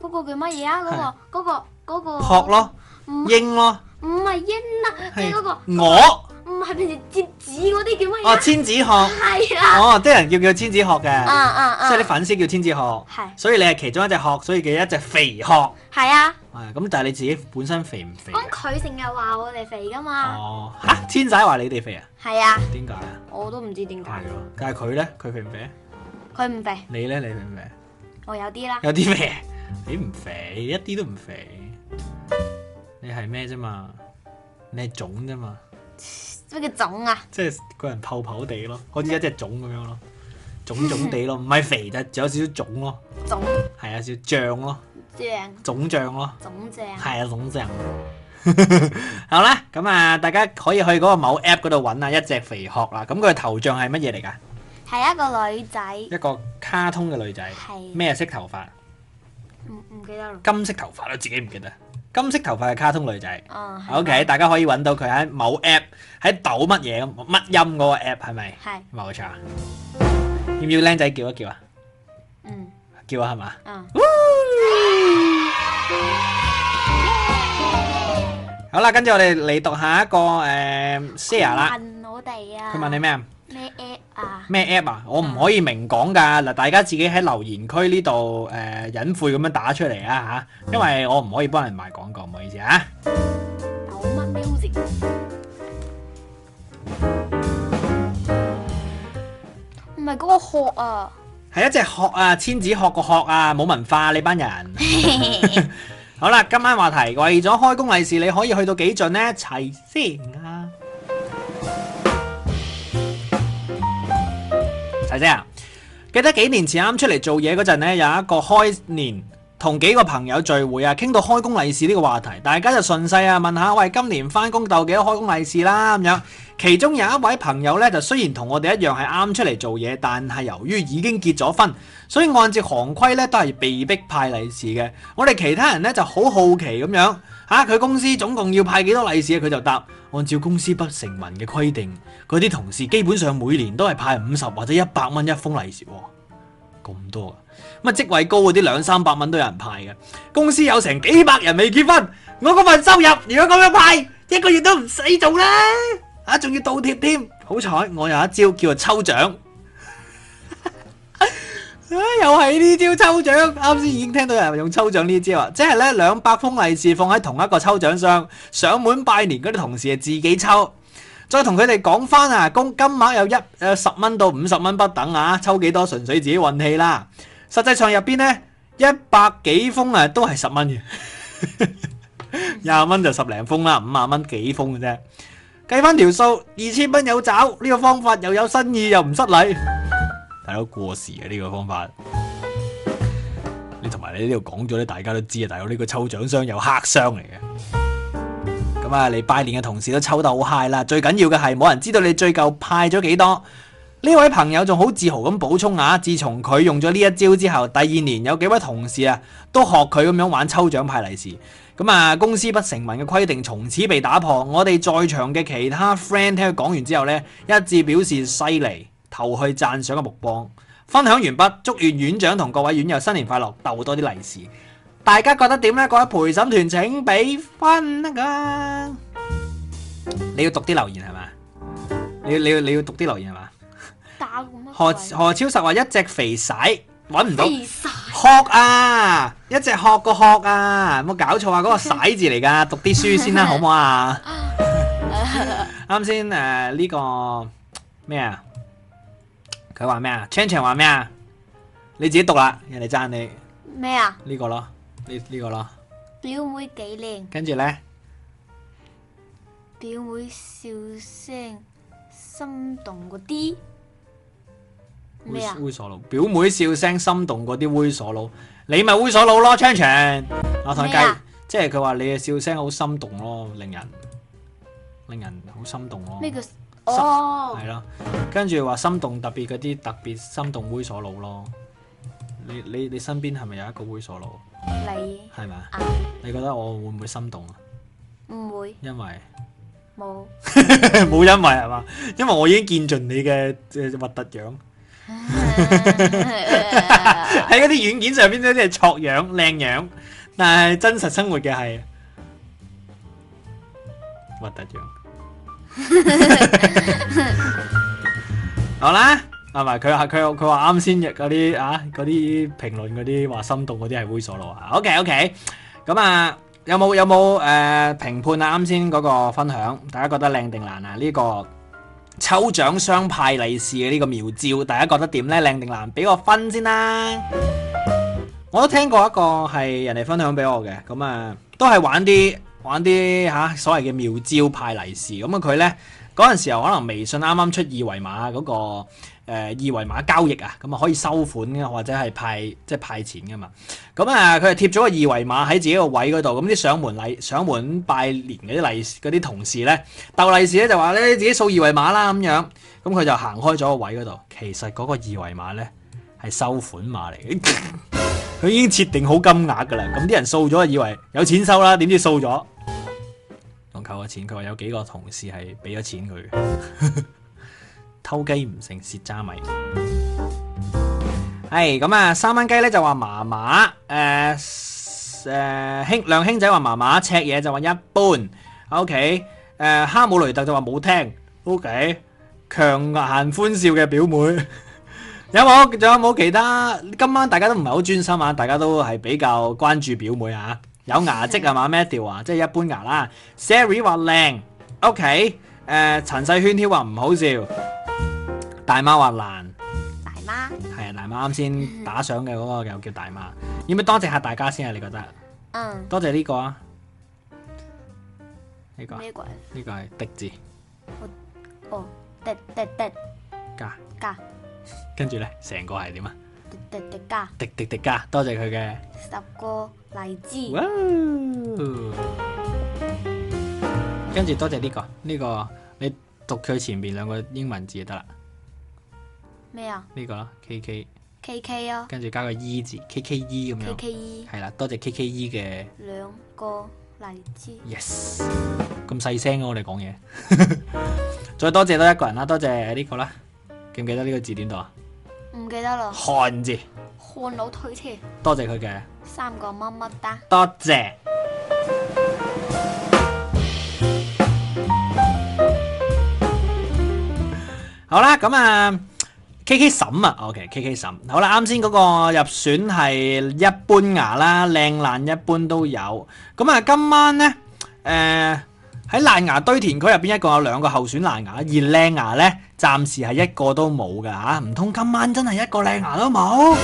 [SPEAKER 4] 嗰、個叫乜嘢啊？嗰、個嗰、個嗰、個
[SPEAKER 3] 殼咯、
[SPEAKER 4] 唔係
[SPEAKER 3] 鷹咯，
[SPEAKER 4] 唔係鷹啊，
[SPEAKER 3] 係
[SPEAKER 4] 係嗰、個
[SPEAKER 3] 鵝
[SPEAKER 4] 唔係平時折紙嗰啲叫乜嘢
[SPEAKER 3] 哦，
[SPEAKER 4] 啊？
[SPEAKER 3] 千紙殼
[SPEAKER 4] 係啊，
[SPEAKER 3] 哦，啲人叫叫千紙殼
[SPEAKER 4] 啊
[SPEAKER 3] 嘅，
[SPEAKER 4] 啊啊！
[SPEAKER 3] 即係啲粉絲叫千紙殼，
[SPEAKER 4] 係
[SPEAKER 3] 所以你係其中一隻殼，所以叫一隻肥殼。
[SPEAKER 4] 係啊，
[SPEAKER 3] 係咁，但係你自己本身肥唔肥啊？
[SPEAKER 4] 咁佢成日話我哋肥噶嘛？
[SPEAKER 3] 哦，嚇，千仔話你哋肥啊？
[SPEAKER 4] 係啊，
[SPEAKER 3] 點解啊？
[SPEAKER 4] 我都唔知點解
[SPEAKER 3] 係咯，但係佢咧，佢肥唔肥啊？
[SPEAKER 4] 佢唔肥，
[SPEAKER 3] 你咧，你肥唔肥啊？
[SPEAKER 4] 我有啲啦。
[SPEAKER 3] 有啲咩？你唔肥，一啲都唔肥。你係咩啫嘛？你係腫啫嘛，
[SPEAKER 4] 咩叫腫啊？
[SPEAKER 3] 即係個人泡泡地咯，好似一隻腫咁樣咯，腫腫地咯，唔係肥，但係有少少腫咯，
[SPEAKER 4] 腫
[SPEAKER 3] 係啊，少少脹咯，
[SPEAKER 4] 脹
[SPEAKER 3] 腫脹咯，
[SPEAKER 4] 腫脹
[SPEAKER 3] 係啊，腫脹。 [laughs] 好啦，咁啊，大家可以去嗰個某 app 嗰度揾啊，一隻肥殼啦。咁佢嘅頭像係乜嘢嚟㗎？
[SPEAKER 4] 係一個女仔，
[SPEAKER 3] 一個卡通嘅女仔，
[SPEAKER 4] 係
[SPEAKER 3] 咩色頭髮？
[SPEAKER 4] 唔唔記得啦。
[SPEAKER 3] 金色頭髮都自己唔記得。金色頭髮嘅卡通女仔。
[SPEAKER 4] 嗯，係
[SPEAKER 3] O K，大家可以揾到佢喺某 app 喺抖乜嘢咁乜音嗰個 app 係咪？
[SPEAKER 4] 係
[SPEAKER 3] 冇錯。要唔要僆仔叫一叫啊？
[SPEAKER 4] 嗯
[SPEAKER 3] 叫啊係嘛？
[SPEAKER 4] 嗯，
[SPEAKER 3] 好啦，跟住我哋嚟讀下一個誒 share 啦。
[SPEAKER 4] 問我哋啊，
[SPEAKER 3] 佢問你咩啊
[SPEAKER 4] 咩 app 啊？
[SPEAKER 3] 咩 app 啊？我唔可以明講㗎嗱，大家自己喺留言區呢度誒隱晦咁樣打出嚟啊嚇，因為我唔可以幫人賣廣告，唔好意思啊。
[SPEAKER 4] 抖乜 music？唔係嗰個殼啊，
[SPEAKER 3] 係一隻殼啊，千紙殼個殼啊，冇文化你班人。好啦，今晚話題為咗開工利是，你可以去到幾盡呢？齊先啊！齊姐啊，記得幾年前啱出嚟做嘢嗰陣呢，有一個開年同幾個朋友聚會啊，傾到開工利是呢個話題，大家就順勢啊問下，喂，今年翻工鬥幾多開工利是啦咁樣。其中有一位朋友呢，就雖然同我哋一樣係啱出嚟做嘢，但係由於已經結咗婚，所以按照行規呢，都係被逼派利是嘅。我哋其他人呢，就好好奇咁樣，啊佢公司總共要派幾多利是啊？佢就答：按照公司不成文嘅規定，佢啲同事基本上每年都係派五十或者一百蚊一封利是喎。咁多啊！咁啊，職位高嗰啲兩三百蚊都有人派嘅。公司有成幾百人未結婚，我嗰份收入如果咁樣派，一個月都唔使做啦。啊，仲要倒貼添。好彩我有一招叫做抽獎。啊， [laughs] 又係呢招抽獎，啱先已經聽到有人用抽獎呢招啊，即係呢兩百封利是放喺同一個抽獎箱，上門拜年嗰啲同事係自己抽。再同佢哋講翻啊，公金額有一誒十蚊到五十蚊不等啊，抽幾多純粹自己運氣啦。實際上入邊呢，一百幾封啊都係十蚊嘅，廿蚊就十零封啦，五廿蚊幾封嘅啫。計翻條數，二千蚊有找呢、個方法又有新意又唔失禮。大佬過時啊呢、個方法，你同埋你呢度講咗咧，大家都知啊。大佬呢、個抽獎箱有黑箱嚟嘅，咁啊你拜年嘅同事都抽到好 high 啦。最緊要嘅係冇人知道你最夠派咗幾多。呢位朋友仲好自豪咁補充啊！自從佢用咗呢一招之後，第二年有幾位同事啊都學佢咁樣玩抽獎派利是。咁啊，公司不成文嘅規定從此被打破。我哋在場嘅其他 friend 聽佢講完之後呢，一致表示犀利，投去讚賞嘅目光。分享完畢，祝願院長同各位院友新年快樂，鬥多啲利是。大家覺得點呢？各位陪審團請俾分啊！你要讀啲留言係嘛？你要你要你要讀啲留言係嘛？
[SPEAKER 4] 打咁乜
[SPEAKER 3] 何哎
[SPEAKER 4] 鬼哎
[SPEAKER 3] 何超實話一隻肥仔揾唔到
[SPEAKER 4] 肥晒
[SPEAKER 3] 殼啊，一隻殼個殼啊，冇搞錯啊，嗰、
[SPEAKER 4] [laughs]
[SPEAKER 3] 個洗字嚟噶，讀啲書先啦，好唔好啊？啱先誒呢個咩啊？佢話咩啊？Chan Chan 話咩啊？你自己讀啦，人哋讚你
[SPEAKER 4] 咩啊？
[SPEAKER 3] 呢、個咯，呢、呢個咯，
[SPEAKER 4] 表妹幾靚，
[SPEAKER 3] 跟住咧
[SPEAKER 4] 表妹笑聲心動嗰啲咩啊？
[SPEAKER 3] 猥瑣佬，表妹笑聲心動嗰啲猥瑣佬，你咪猥瑣佬咯，Chan Chan。我同佢
[SPEAKER 4] 咩
[SPEAKER 3] 計
[SPEAKER 4] 啊，
[SPEAKER 3] 即係佢話你嘅笑聲好心動咯，令人令人好心動咯。
[SPEAKER 4] 咩叫哦
[SPEAKER 3] 係？咯，跟住話心動特別嗰啲特別心動猥瑣佬咯。你你你身邊係咪有一個猥瑣佬？
[SPEAKER 4] 你
[SPEAKER 3] 係咪啊？
[SPEAKER 4] 啊
[SPEAKER 3] 你覺得我會唔會心動啊？
[SPEAKER 4] 唔會
[SPEAKER 3] 因為
[SPEAKER 4] 冇 [laughs]
[SPEAKER 3] 冇因為係嘛？因為我已經見盡你嘅誒核突樣，
[SPEAKER 4] [laughs]
[SPEAKER 3] 喺嗰啲軟件上邊呢啲係錯樣靚樣，但係真實生活嘅係核突樣。好啦，係咪佢話佢佢話啱先嗰啲啊嗰啲評論嗰啲話心動嗰啲係猥瑣佬啊？OK OK，咁啊有冇有冇誒、呃、評判啊？啱先嗰個分享，大家覺得靚定難啊？呢、個抽獎雙派利是嘅呢個妙招，大家覺得點呢？靚定難？俾個分先啦。我都聽過一個係人哋分享俾我嘅，咁啊都係玩啲玩啲嚇、所謂嘅妙招派利是，咁啊佢呢，嗰陣時候可能微信啱啱出二維碼嗰、個、呃、二維碼交易啊，咁啊可以收款嘅或者係派即係派錢噶嘛，咁啊佢係貼咗個二維碼喺自己個位嗰度，咁啲上門禮上門拜年嗰啲利嗰啲同事呢，鬥利是呢就話咧自己掃二維碼啦咁樣，咁佢就行開咗個位嗰度，其實嗰個二維碼呢，係收款碼嚟嘅。 [laughs] 佢已經設定好金額㗎啦，咁啲人掃咗以為有錢收啦，點知掃咗，仲扣咗錢。佢話有幾個同事係俾咗錢佢， [laughs] 偷雞唔成蝕渣米。係咁啊，三蚊雞咧就話麻麻，誒、誒、兄兩兄仔話麻麻，赤嘢就話一般。OK，誒、哈姆雷特就話冇聽。OK，強顏歡笑嘅表妹。 [laughs] 有冇？仲有冇其他？今晚大家都唔係好專心啊，大家都係比較關注表妹啊。有牙跡係嘛咩調啊？即係一般牙啦。Siri 話靚，OK，誒、陳世圈挑話唔好笑，大媽話難，
[SPEAKER 4] 大媽
[SPEAKER 3] 係啊，大媽啱
[SPEAKER 4] 嗯
[SPEAKER 3] 先打賞嘅嗰個又叫大媽，要唔要多謝下大家先啊？你覺得？
[SPEAKER 4] 嗯
[SPEAKER 3] 多謝呢個啊，呢、個啊
[SPEAKER 4] 咩鬼
[SPEAKER 3] 呢、個係滴字
[SPEAKER 4] 哦？滴滴滴
[SPEAKER 3] 加，
[SPEAKER 4] 加
[SPEAKER 3] 跟住呢，成個係點啊？
[SPEAKER 4] 滴滴滴加
[SPEAKER 3] 滴滴滴加，多謝佢嘅。
[SPEAKER 4] 十個荔枝
[SPEAKER 3] 哇哦跟住多謝呢、個呢、個，你讀佢前面兩個英文字就得啦，
[SPEAKER 4] 咩啊
[SPEAKER 3] 呢、個啦 K K，
[SPEAKER 4] ？K K 啊
[SPEAKER 3] 跟住加個 E 字 K K E 咁
[SPEAKER 4] ，K
[SPEAKER 3] 樣，
[SPEAKER 4] K E
[SPEAKER 3] 係啦，多謝 K K E 嘅
[SPEAKER 4] 兩個荔枝
[SPEAKER 3] yes，咁細聲嘅我哋講嘢， [laughs] 再多謝多一個人啦，多謝呢個啦，記唔記得呢個字典度啊？
[SPEAKER 4] 唔記得咯。
[SPEAKER 3] 漢字，
[SPEAKER 4] 漢佬推車
[SPEAKER 3] 多謝佢嘅。
[SPEAKER 4] 三個乜乜哒。
[SPEAKER 3] 多謝。好啦，咁啊，K um, K 審啊，OK，K K 審。好啦，啱先嗰個入選係一般牙啦，靚爛一般都有。咁啊，今晚呢，誒喺爛牙堆填區入邊，一共有兩個候選爛牙，而靚牙呢，暫時係一個都冇㗎嚇。唔通今晚真係一個靚牙都冇？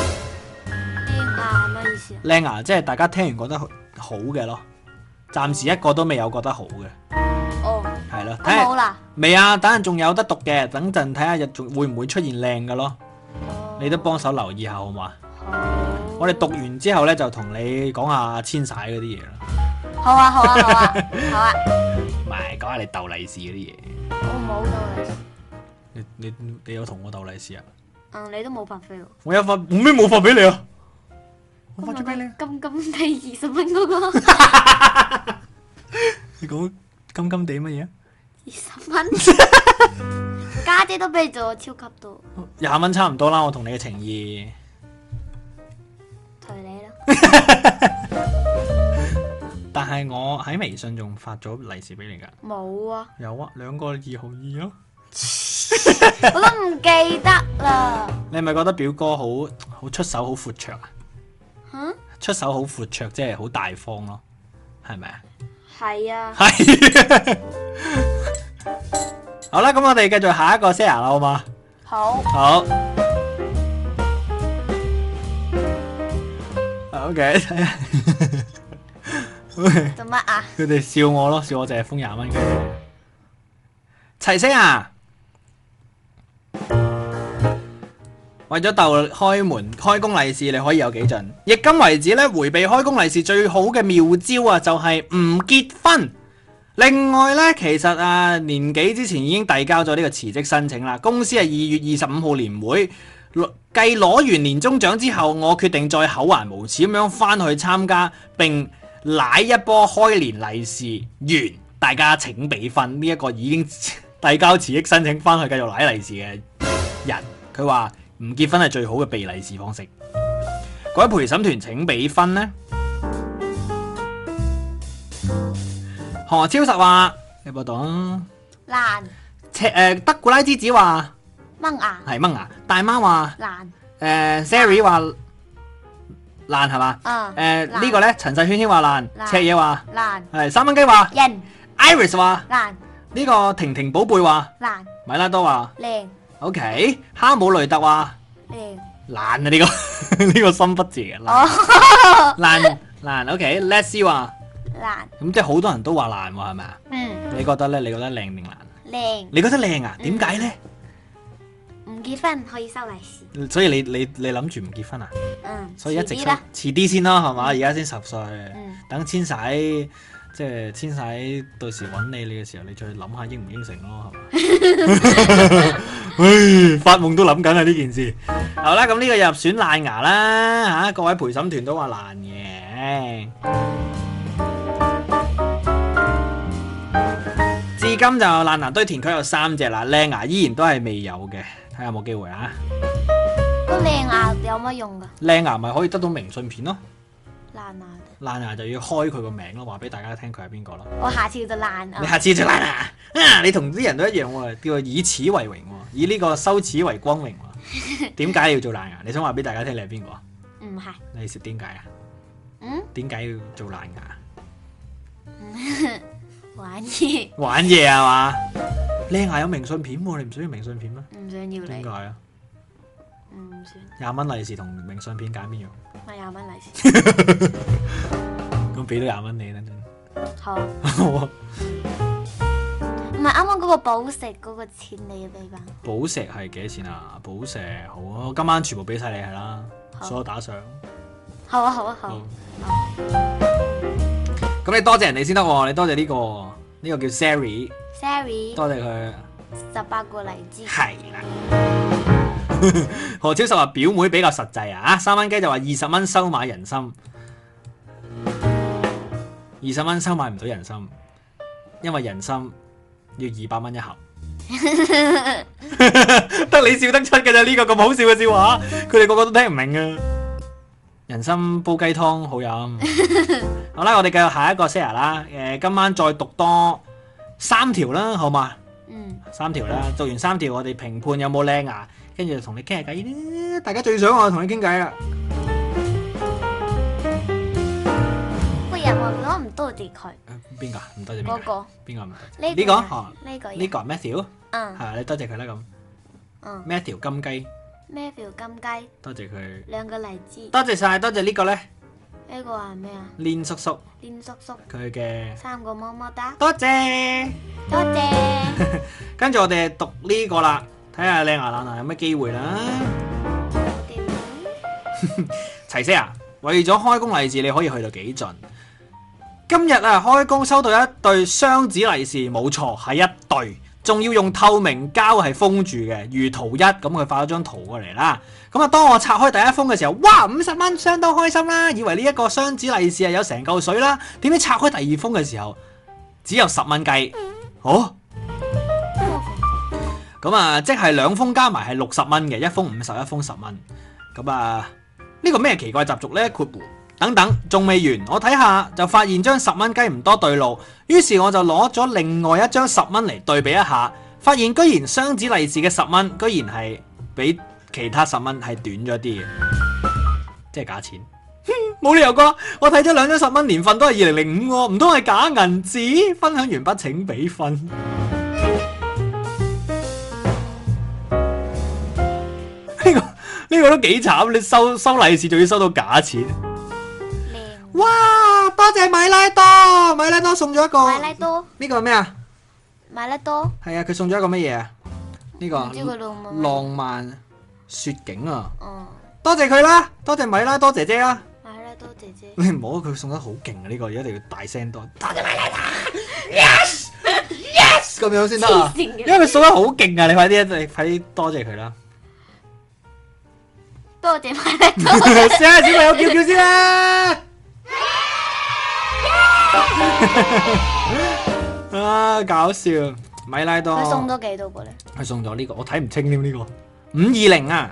[SPEAKER 4] 啲啊咩意思啊？
[SPEAKER 3] 靚牙即係大家聽完覺得好嘅咯，暫時一個都未有覺得好嘅，
[SPEAKER 4] 哦，
[SPEAKER 3] 係咯。睇下
[SPEAKER 4] 冇啦。
[SPEAKER 3] 未啊，等陣仲有得讀嘅，等陣睇下日仲會唔會出現靚嘅咯。
[SPEAKER 4] 哦
[SPEAKER 3] 你都幫手留意下好嘛？
[SPEAKER 4] 好
[SPEAKER 3] 我哋讀完之後呢，就同你講下遷徙嗰啲嘢啦，
[SPEAKER 4] 好啊好啊好啊好
[SPEAKER 3] [laughs]
[SPEAKER 4] 啊，
[SPEAKER 3] 唔係講下你鬥利是嗰啲嘢。
[SPEAKER 4] 我冇到你。
[SPEAKER 3] 你你你有同我鬥利是啊？
[SPEAKER 4] 嗯，你都冇白飛喎。
[SPEAKER 3] 我有發，我咩冇發俾你啊？我發咗俾你，
[SPEAKER 4] 咁咁地二十蚊
[SPEAKER 3] [laughs]
[SPEAKER 4] 嗰個，
[SPEAKER 3] 你講金金地乜嘢啊？
[SPEAKER 4] 二十蚊，
[SPEAKER 3] [laughs]
[SPEAKER 4] 家姐都俾咗我超級多，
[SPEAKER 3] 廿蚊差唔多啦，我同你嘅情意。
[SPEAKER 4] 隨你啦。
[SPEAKER 3] 但係我喺微信仲發咗利是俾你㗎，
[SPEAKER 4] 冇啊，
[SPEAKER 3] 有啊，兩個二毫二咯。
[SPEAKER 4] 我都唔記得啦。
[SPEAKER 3] 你係咪覺得表哥好好出手好闊綽啊？
[SPEAKER 4] 吓？
[SPEAKER 3] 出手好闊綽，即係好大方咯，係咪啊？
[SPEAKER 4] 係啊，
[SPEAKER 3] 係。 [laughs] 好啦，咁我哋繼續下一個 share 啦，好嘛？
[SPEAKER 4] 好。
[SPEAKER 3] 好。OK，睇下
[SPEAKER 4] 做乜啊？
[SPEAKER 3] 佢哋笑我咯，笑我淨係封廿蚊佢。齊聲啊！為咗鬥開門開工利是，你可以有幾盡？亦今為止呢，迴避開工利是最好嘅妙招啊，就係唔結婚。另外呢，其實啊，年幾之前已經遞交咗呢個辭職申請啦。公司係二月二十五號年會，攞繼攞完年終獎之後，我決定再厚顏無恥咁樣翻去參加並奶一波開年利是。完，大家請俾分呢一、個已經 [laughs] 遞交辭職申請翻去繼續奶利是嘅人，佢話唔結婚係最好嘅避利是方式。各位陪審團請俾分呢。何超實話：你播檔。
[SPEAKER 4] 難
[SPEAKER 3] 赤誒呃德古拉之子話
[SPEAKER 4] 掹牙，
[SPEAKER 3] 係掹牙，大媽話
[SPEAKER 4] 難
[SPEAKER 3] 誒 Siri 話爛係嘛？
[SPEAKER 4] 啊，
[SPEAKER 3] 誒
[SPEAKER 4] 爛
[SPEAKER 3] 呢個咧陳世圈圈話爛，
[SPEAKER 4] 爛
[SPEAKER 3] 赤嘢話
[SPEAKER 4] 難
[SPEAKER 3] 係三蚊雞話
[SPEAKER 4] 人，
[SPEAKER 3] ，Iris 話
[SPEAKER 4] 難
[SPEAKER 3] 呢個婷婷寶貝話
[SPEAKER 4] 難
[SPEAKER 3] 米拉多話
[SPEAKER 4] 靚
[SPEAKER 3] ，OK 哈姆雷特話
[SPEAKER 4] 靚。
[SPEAKER 3] 爛啊呢個 [laughs] 呢個心不字嘅爛
[SPEAKER 4] 哦，
[SPEAKER 3] 爛爛 OK Let's see 話
[SPEAKER 4] 難
[SPEAKER 3] 咁即係好多人都話爛喎係咪啊？
[SPEAKER 4] 嗯
[SPEAKER 3] 你覺得咧？你覺得靚定爛？
[SPEAKER 4] 靚，
[SPEAKER 3] 你覺得靚啊？點解咧？
[SPEAKER 4] 唔結婚可以收利是。
[SPEAKER 3] 所以你你你諗住唔結婚啊？
[SPEAKER 4] 嗯，
[SPEAKER 3] 所以一直
[SPEAKER 4] 遲
[SPEAKER 3] 收
[SPEAKER 4] 啲啦。
[SPEAKER 3] 遲啲先啦，係嘛？而家先十歲，
[SPEAKER 4] 嗯
[SPEAKER 3] 等千玺即係千玺到時揾你你嘅時候，你再諗下應唔應承咯，係
[SPEAKER 4] [laughs]
[SPEAKER 3] 嘛？唉，發夢都諗緊啊呢件事。好啦，咁呢個入選爛牙啦嚇、各位陪審團都話爛嘅。至今就爛牙堆填區有三隻啦，靚牙依然都係未有嘅，睇下有冇機會啊！
[SPEAKER 4] 個靚牙有乜用噶？
[SPEAKER 3] 靚牙咪可以得到明信片咯。
[SPEAKER 4] 爛牙，
[SPEAKER 3] 爛牙就要開佢個名咯，話俾大家聽佢係邊個咯。
[SPEAKER 4] 我下次就爛
[SPEAKER 3] 你
[SPEAKER 4] 啊。
[SPEAKER 3] 下次就爛牙啊！你同啲人都一樣喎，叫做以此為榮喎，以呢個羞恥為光榮
[SPEAKER 4] [laughs]
[SPEAKER 3] 喎。點解要做爛牙？你想話俾大家聽你係邊個啊？
[SPEAKER 4] 唔係，
[SPEAKER 3] 你識點解啊？
[SPEAKER 4] 嗯，
[SPEAKER 3] 點解要做爛牙？
[SPEAKER 4] 玩嘢，
[SPEAKER 3] 玩嘢啊嘛？靚牙有明信片喎，你唔需要明信片咩？
[SPEAKER 4] 唔想要
[SPEAKER 3] 點
[SPEAKER 4] 你
[SPEAKER 3] 解，啊？
[SPEAKER 4] 唔算，
[SPEAKER 3] 廿蚊利是同明信片揀邊樣？
[SPEAKER 4] 咪廿蚊利是。
[SPEAKER 3] 咁俾到廿蚊你等陣。
[SPEAKER 4] 好，唔係啱啱嗰個寶石嗰個錢你要俾吧？
[SPEAKER 3] [laughs] 寶石係幾多錢啊？寶石好啊，今晚全部俾晒你係啦，
[SPEAKER 4] 好
[SPEAKER 3] 所有打賞。
[SPEAKER 4] 好啊好啊好
[SPEAKER 3] 好
[SPEAKER 4] 啊。
[SPEAKER 3] 嗯咁你多謝人哋先得喎，你多謝呢、個呢、個叫 Siri，
[SPEAKER 4] Siri
[SPEAKER 3] 多謝佢
[SPEAKER 4] 十八個荔枝，
[SPEAKER 3] 係啦。 [laughs] 何超實話表妹比較實際啊，啊三蚊雞就話二十蚊收買人心，二十蚊收買唔到人心，因為人心要二百蚊一盒。 [laughs] 得你笑得出嘅咋呢個咁好笑嘅笑話，佢哋個個都聽唔明啊！人參煲雞湯好飲。好啦，我哋繼續下一個 share 啦。誒、今晚再讀多三條啦，好嘛？
[SPEAKER 4] 嗯，
[SPEAKER 3] 三條啦，讀完三條，我哋評判有冇靚牙，跟住就同你傾下偈。大家最想我同你傾偈啊啦。
[SPEAKER 4] 個人話攞唔多謝佢
[SPEAKER 3] 呃邊個啊？唔多謝邊
[SPEAKER 4] 嗰
[SPEAKER 3] 個啊？
[SPEAKER 4] 個
[SPEAKER 3] 邊個唔
[SPEAKER 4] 呢
[SPEAKER 3] 呢個
[SPEAKER 4] 人
[SPEAKER 3] 哦
[SPEAKER 4] 呢個人
[SPEAKER 3] 呢個 Matthew 係
[SPEAKER 4] 嗯
[SPEAKER 3] 啊你多謝佢啦咁。
[SPEAKER 4] 嗯
[SPEAKER 3] Matthew 金雞，
[SPEAKER 4] 咩 a 金雞
[SPEAKER 3] 多謝佢，
[SPEAKER 4] 兩個荔枝，
[SPEAKER 3] 多謝晒，多謝呢個咧。
[SPEAKER 4] 呢個係咩啊？
[SPEAKER 3] 連叔叔
[SPEAKER 4] 連叔叔
[SPEAKER 3] 佢嘅
[SPEAKER 4] 三個麼麼哒，
[SPEAKER 3] 多謝。
[SPEAKER 4] 多謝。
[SPEAKER 3] 跟住我哋讀呢個啦，睇下靚牙懶牙有咩機會啦。齊姐啊，為咗開工利是，你可以去到幾盡？今日啊，開工收到一對雙子利是，冇錯係一對，仲要用透明膠係封住嘅，如圖一咁佢發咗張圖過嚟啦。咁啊，當我拆開第一封嘅時候，哇，五十蚊相當開心啦，以為呢一個雙子利是係有成嚿水啦，點知拆開第二封嘅時候，只有十蚊雞，哦。咁啊，即係兩封加埋係六十蚊嘅，一封五十，一封十蚊。咁啊，呢個咩奇怪習俗呢？括弧等等，仲未完，我睇下就發現張十蚊雞唔多對路，於是我就攞咗另外一張十蚊嚟對比一下，發現居然雙子利是嘅十蚊，居然係比其他十蚊係短咗啲嘅，即係假錢。 [laughs] 冇理由啩！我睇咗兩張十蚊年份都係二零零五喎，唔通係假銀紙？分享完畢請俾分。呢、個呢、個都幾慘，你收收利是仲要收到假錢。
[SPEAKER 4] 靚
[SPEAKER 3] 哇！多謝米拉多，米拉多送咗一個
[SPEAKER 4] 買拉多，
[SPEAKER 3] 呢個係咩啊？
[SPEAKER 4] 買拉多，
[SPEAKER 3] 係啊，佢送咗一個乜嘢啊？呢、
[SPEAKER 4] 唔知佢啊
[SPEAKER 3] 個
[SPEAKER 4] 浪唔浪漫
[SPEAKER 3] 浪漫雪景啊！
[SPEAKER 4] 哦，
[SPEAKER 3] 多謝佢啦，多謝米拉多姐姐啦。
[SPEAKER 4] 買拉多姐
[SPEAKER 3] [laughs]
[SPEAKER 4] 姐，
[SPEAKER 3] 你唔好，佢送得好勁啊！呢、個一定要大聲多，多謝米拉多，yes yes 咁樣先得啊！
[SPEAKER 4] 黐線
[SPEAKER 3] 因
[SPEAKER 4] 嘅
[SPEAKER 3] 為佢送得好勁啊！你快啲，你快啲多謝佢啦。
[SPEAKER 4] 多謝買
[SPEAKER 3] [laughs]
[SPEAKER 4] 拉多，
[SPEAKER 3] 試下小朋友叫叫先 [laughs] 啦。啊，搞笑！米拉多，
[SPEAKER 4] 佢送咗幾多個咧？
[SPEAKER 3] 佢送咗呢、個，我睇唔清添呢、個五二零啊，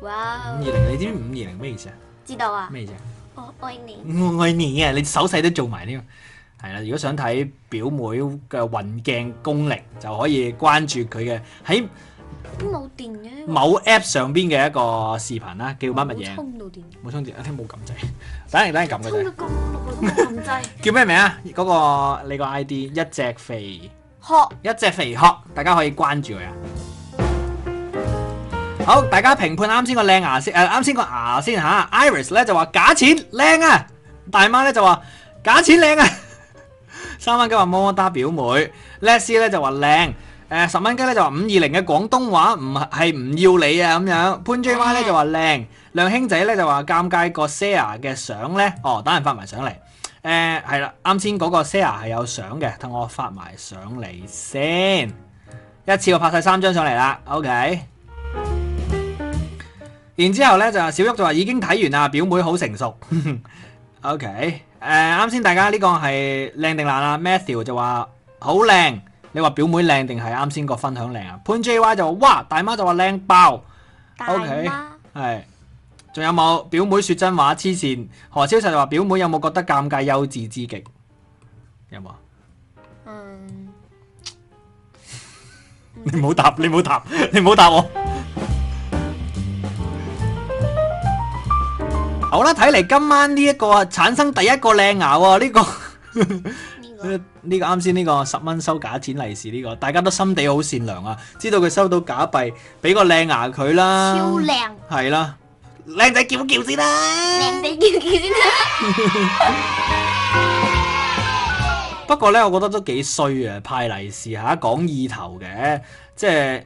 [SPEAKER 4] 哇
[SPEAKER 3] 五二，零，你知唔知五二零咩意思啊？
[SPEAKER 4] 知道啊，
[SPEAKER 3] 咩意思啊？
[SPEAKER 4] 我愛你。
[SPEAKER 3] 我愛你啊！你手勢都做埋添。係啦，如果想睇表妹嘅運鏡功力，就可以關注佢嘅喺
[SPEAKER 4] 冇電嘅呢個，
[SPEAKER 3] 某 app 上邊嘅一個視頻啦，叫乜乜
[SPEAKER 4] 冇
[SPEAKER 3] 嘢？
[SPEAKER 4] 充到電，
[SPEAKER 3] 冇充電，一聽冇撳掣，等陣等陣撳嘅
[SPEAKER 4] 充
[SPEAKER 3] 啫
[SPEAKER 4] 到。咁耐我都
[SPEAKER 3] [laughs]
[SPEAKER 4] 冇撳掣。
[SPEAKER 3] 叫咩名啊？嗰、個你個 ID 一隻肥一
[SPEAKER 4] 學
[SPEAKER 3] 隻肥殼，大家可以關注佢啊！好，大家評判啱先個靚牙先，誒啱先個牙先吓 Iris 咧就話假錢靚啊，大媽咧就話假錢靚啊， [laughs] 三蚊雞話麼麼哒表妹，Leslie 咧就話靚，誒十蚊雞咧就話五二零嘅廣東話唔係唔要你啊咁樣，潘 J Y 咧就話靚，梁兄仔咧就話尷尬個 Sarah 嘅相咧，哦等人發埋相嚟。誒係啦，啱先嗰個 Sarah 係有相嘅，等我發埋相嚟先，一次我拍晒三張上嚟啦，OK。然之後咧就小旭就話已經睇完啦，表妹好成熟。OK，誒啱先大家呢個係靚定爛啊？Matthew 就話好靚，你話表妹靚定係啱先個分享靚啊？潘 JY 就話哇，大媽就話靚爆。
[SPEAKER 4] 大
[SPEAKER 3] O K，
[SPEAKER 4] 媽，
[SPEAKER 3] 係。仲有冇表妹說真話黐線？何超實就話表妹有冇覺得尷尬幼稚之極？有冇啊？
[SPEAKER 4] 嗯，
[SPEAKER 3] 你唔好答，你唔好答，你唔好答我。好啦，睇嚟今晚呢一個產生第一個靚牙喎，呢、個。
[SPEAKER 4] 呢個
[SPEAKER 3] 呢個啱先呢個十蚊收假錢利是呢個，大家都心地好善良啊！知道佢收到假幣，俾個靚牙佢啦，
[SPEAKER 4] 超靚，
[SPEAKER 3] 係啦，靚仔叫叫先啦，
[SPEAKER 4] 靚地叫叫先啦。
[SPEAKER 3] 不過呢，我覺得都幾衰啊！派利是嚇講意頭嘅，即係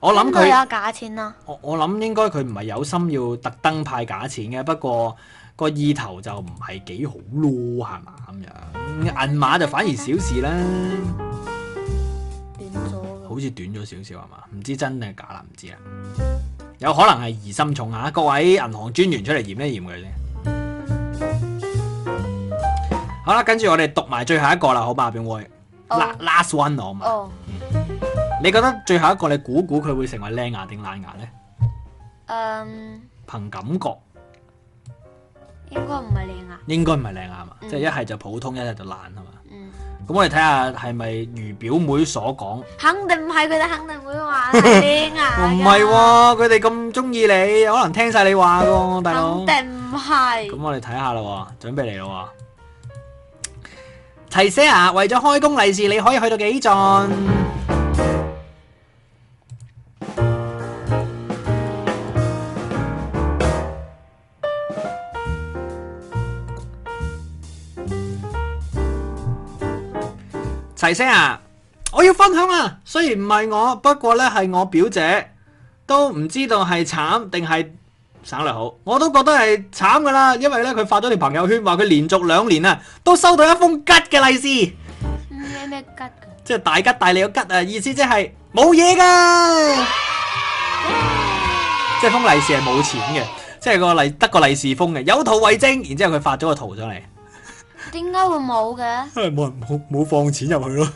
[SPEAKER 3] 我諗
[SPEAKER 4] 邊度
[SPEAKER 3] 佢，
[SPEAKER 4] 有假錢啊？
[SPEAKER 3] 我我諗應該佢唔係有心要特登派假錢嘅，不過個意頭就唔係幾好咯，係嘛咁樣？銀碼就反而小事啦，
[SPEAKER 4] 短咗㗎
[SPEAKER 3] 好似短咗少少係嘛？唔知真定係假啦，唔知啦，有可能係疑心重啊！各位銀行專員出嚟驗一驗佢先。好啦，跟住我哋讀埋最後一個啦，好嘛，表妹
[SPEAKER 4] 哦
[SPEAKER 3] ，la-，last one 好嘛？
[SPEAKER 4] 哦，
[SPEAKER 3] 你覺得最後一個你估估佢會成為靚牙定爛牙呢？
[SPEAKER 4] 嗯，
[SPEAKER 3] 憑感覺
[SPEAKER 4] 應該唔係靚牙，
[SPEAKER 3] 應該唔係靚牙嘛，
[SPEAKER 4] 嗯
[SPEAKER 3] 即係一係就普通，一係就爛係嘛。
[SPEAKER 4] 嗯，
[SPEAKER 3] 咁我哋睇下係咪如表妹所講，
[SPEAKER 4] 肯定唔係佢哋，肯定會話係靚牙。
[SPEAKER 3] 唔係，喎，佢哋咁中意你，可能聽晒你話喎，大佬。
[SPEAKER 4] 肯定唔係
[SPEAKER 3] 咁。我哋睇下啦喎，準備嚟啦喎。齊些牙為咗開工利是，你可以去到幾盡？齊聲啊！我要分享啊！雖然唔係我，不過呢係我表姐，都唔知道係慘定係省略好。我都覺得係慘噶啦，因為呢，佢發咗條朋友圈話佢連續兩年啊都收到一封吉嘅利是，
[SPEAKER 4] 咩咩吉㗎？
[SPEAKER 3] 即係大吉大利嘅吉啊！意思即係冇嘢噶，即係封利是係冇錢嘅，即係個利得個利是封嘅，有圖為證。然之後佢發咗個圖上嚟。
[SPEAKER 4] 點解會冇嘅？
[SPEAKER 3] 因為冇人冇冇放錢入去咯，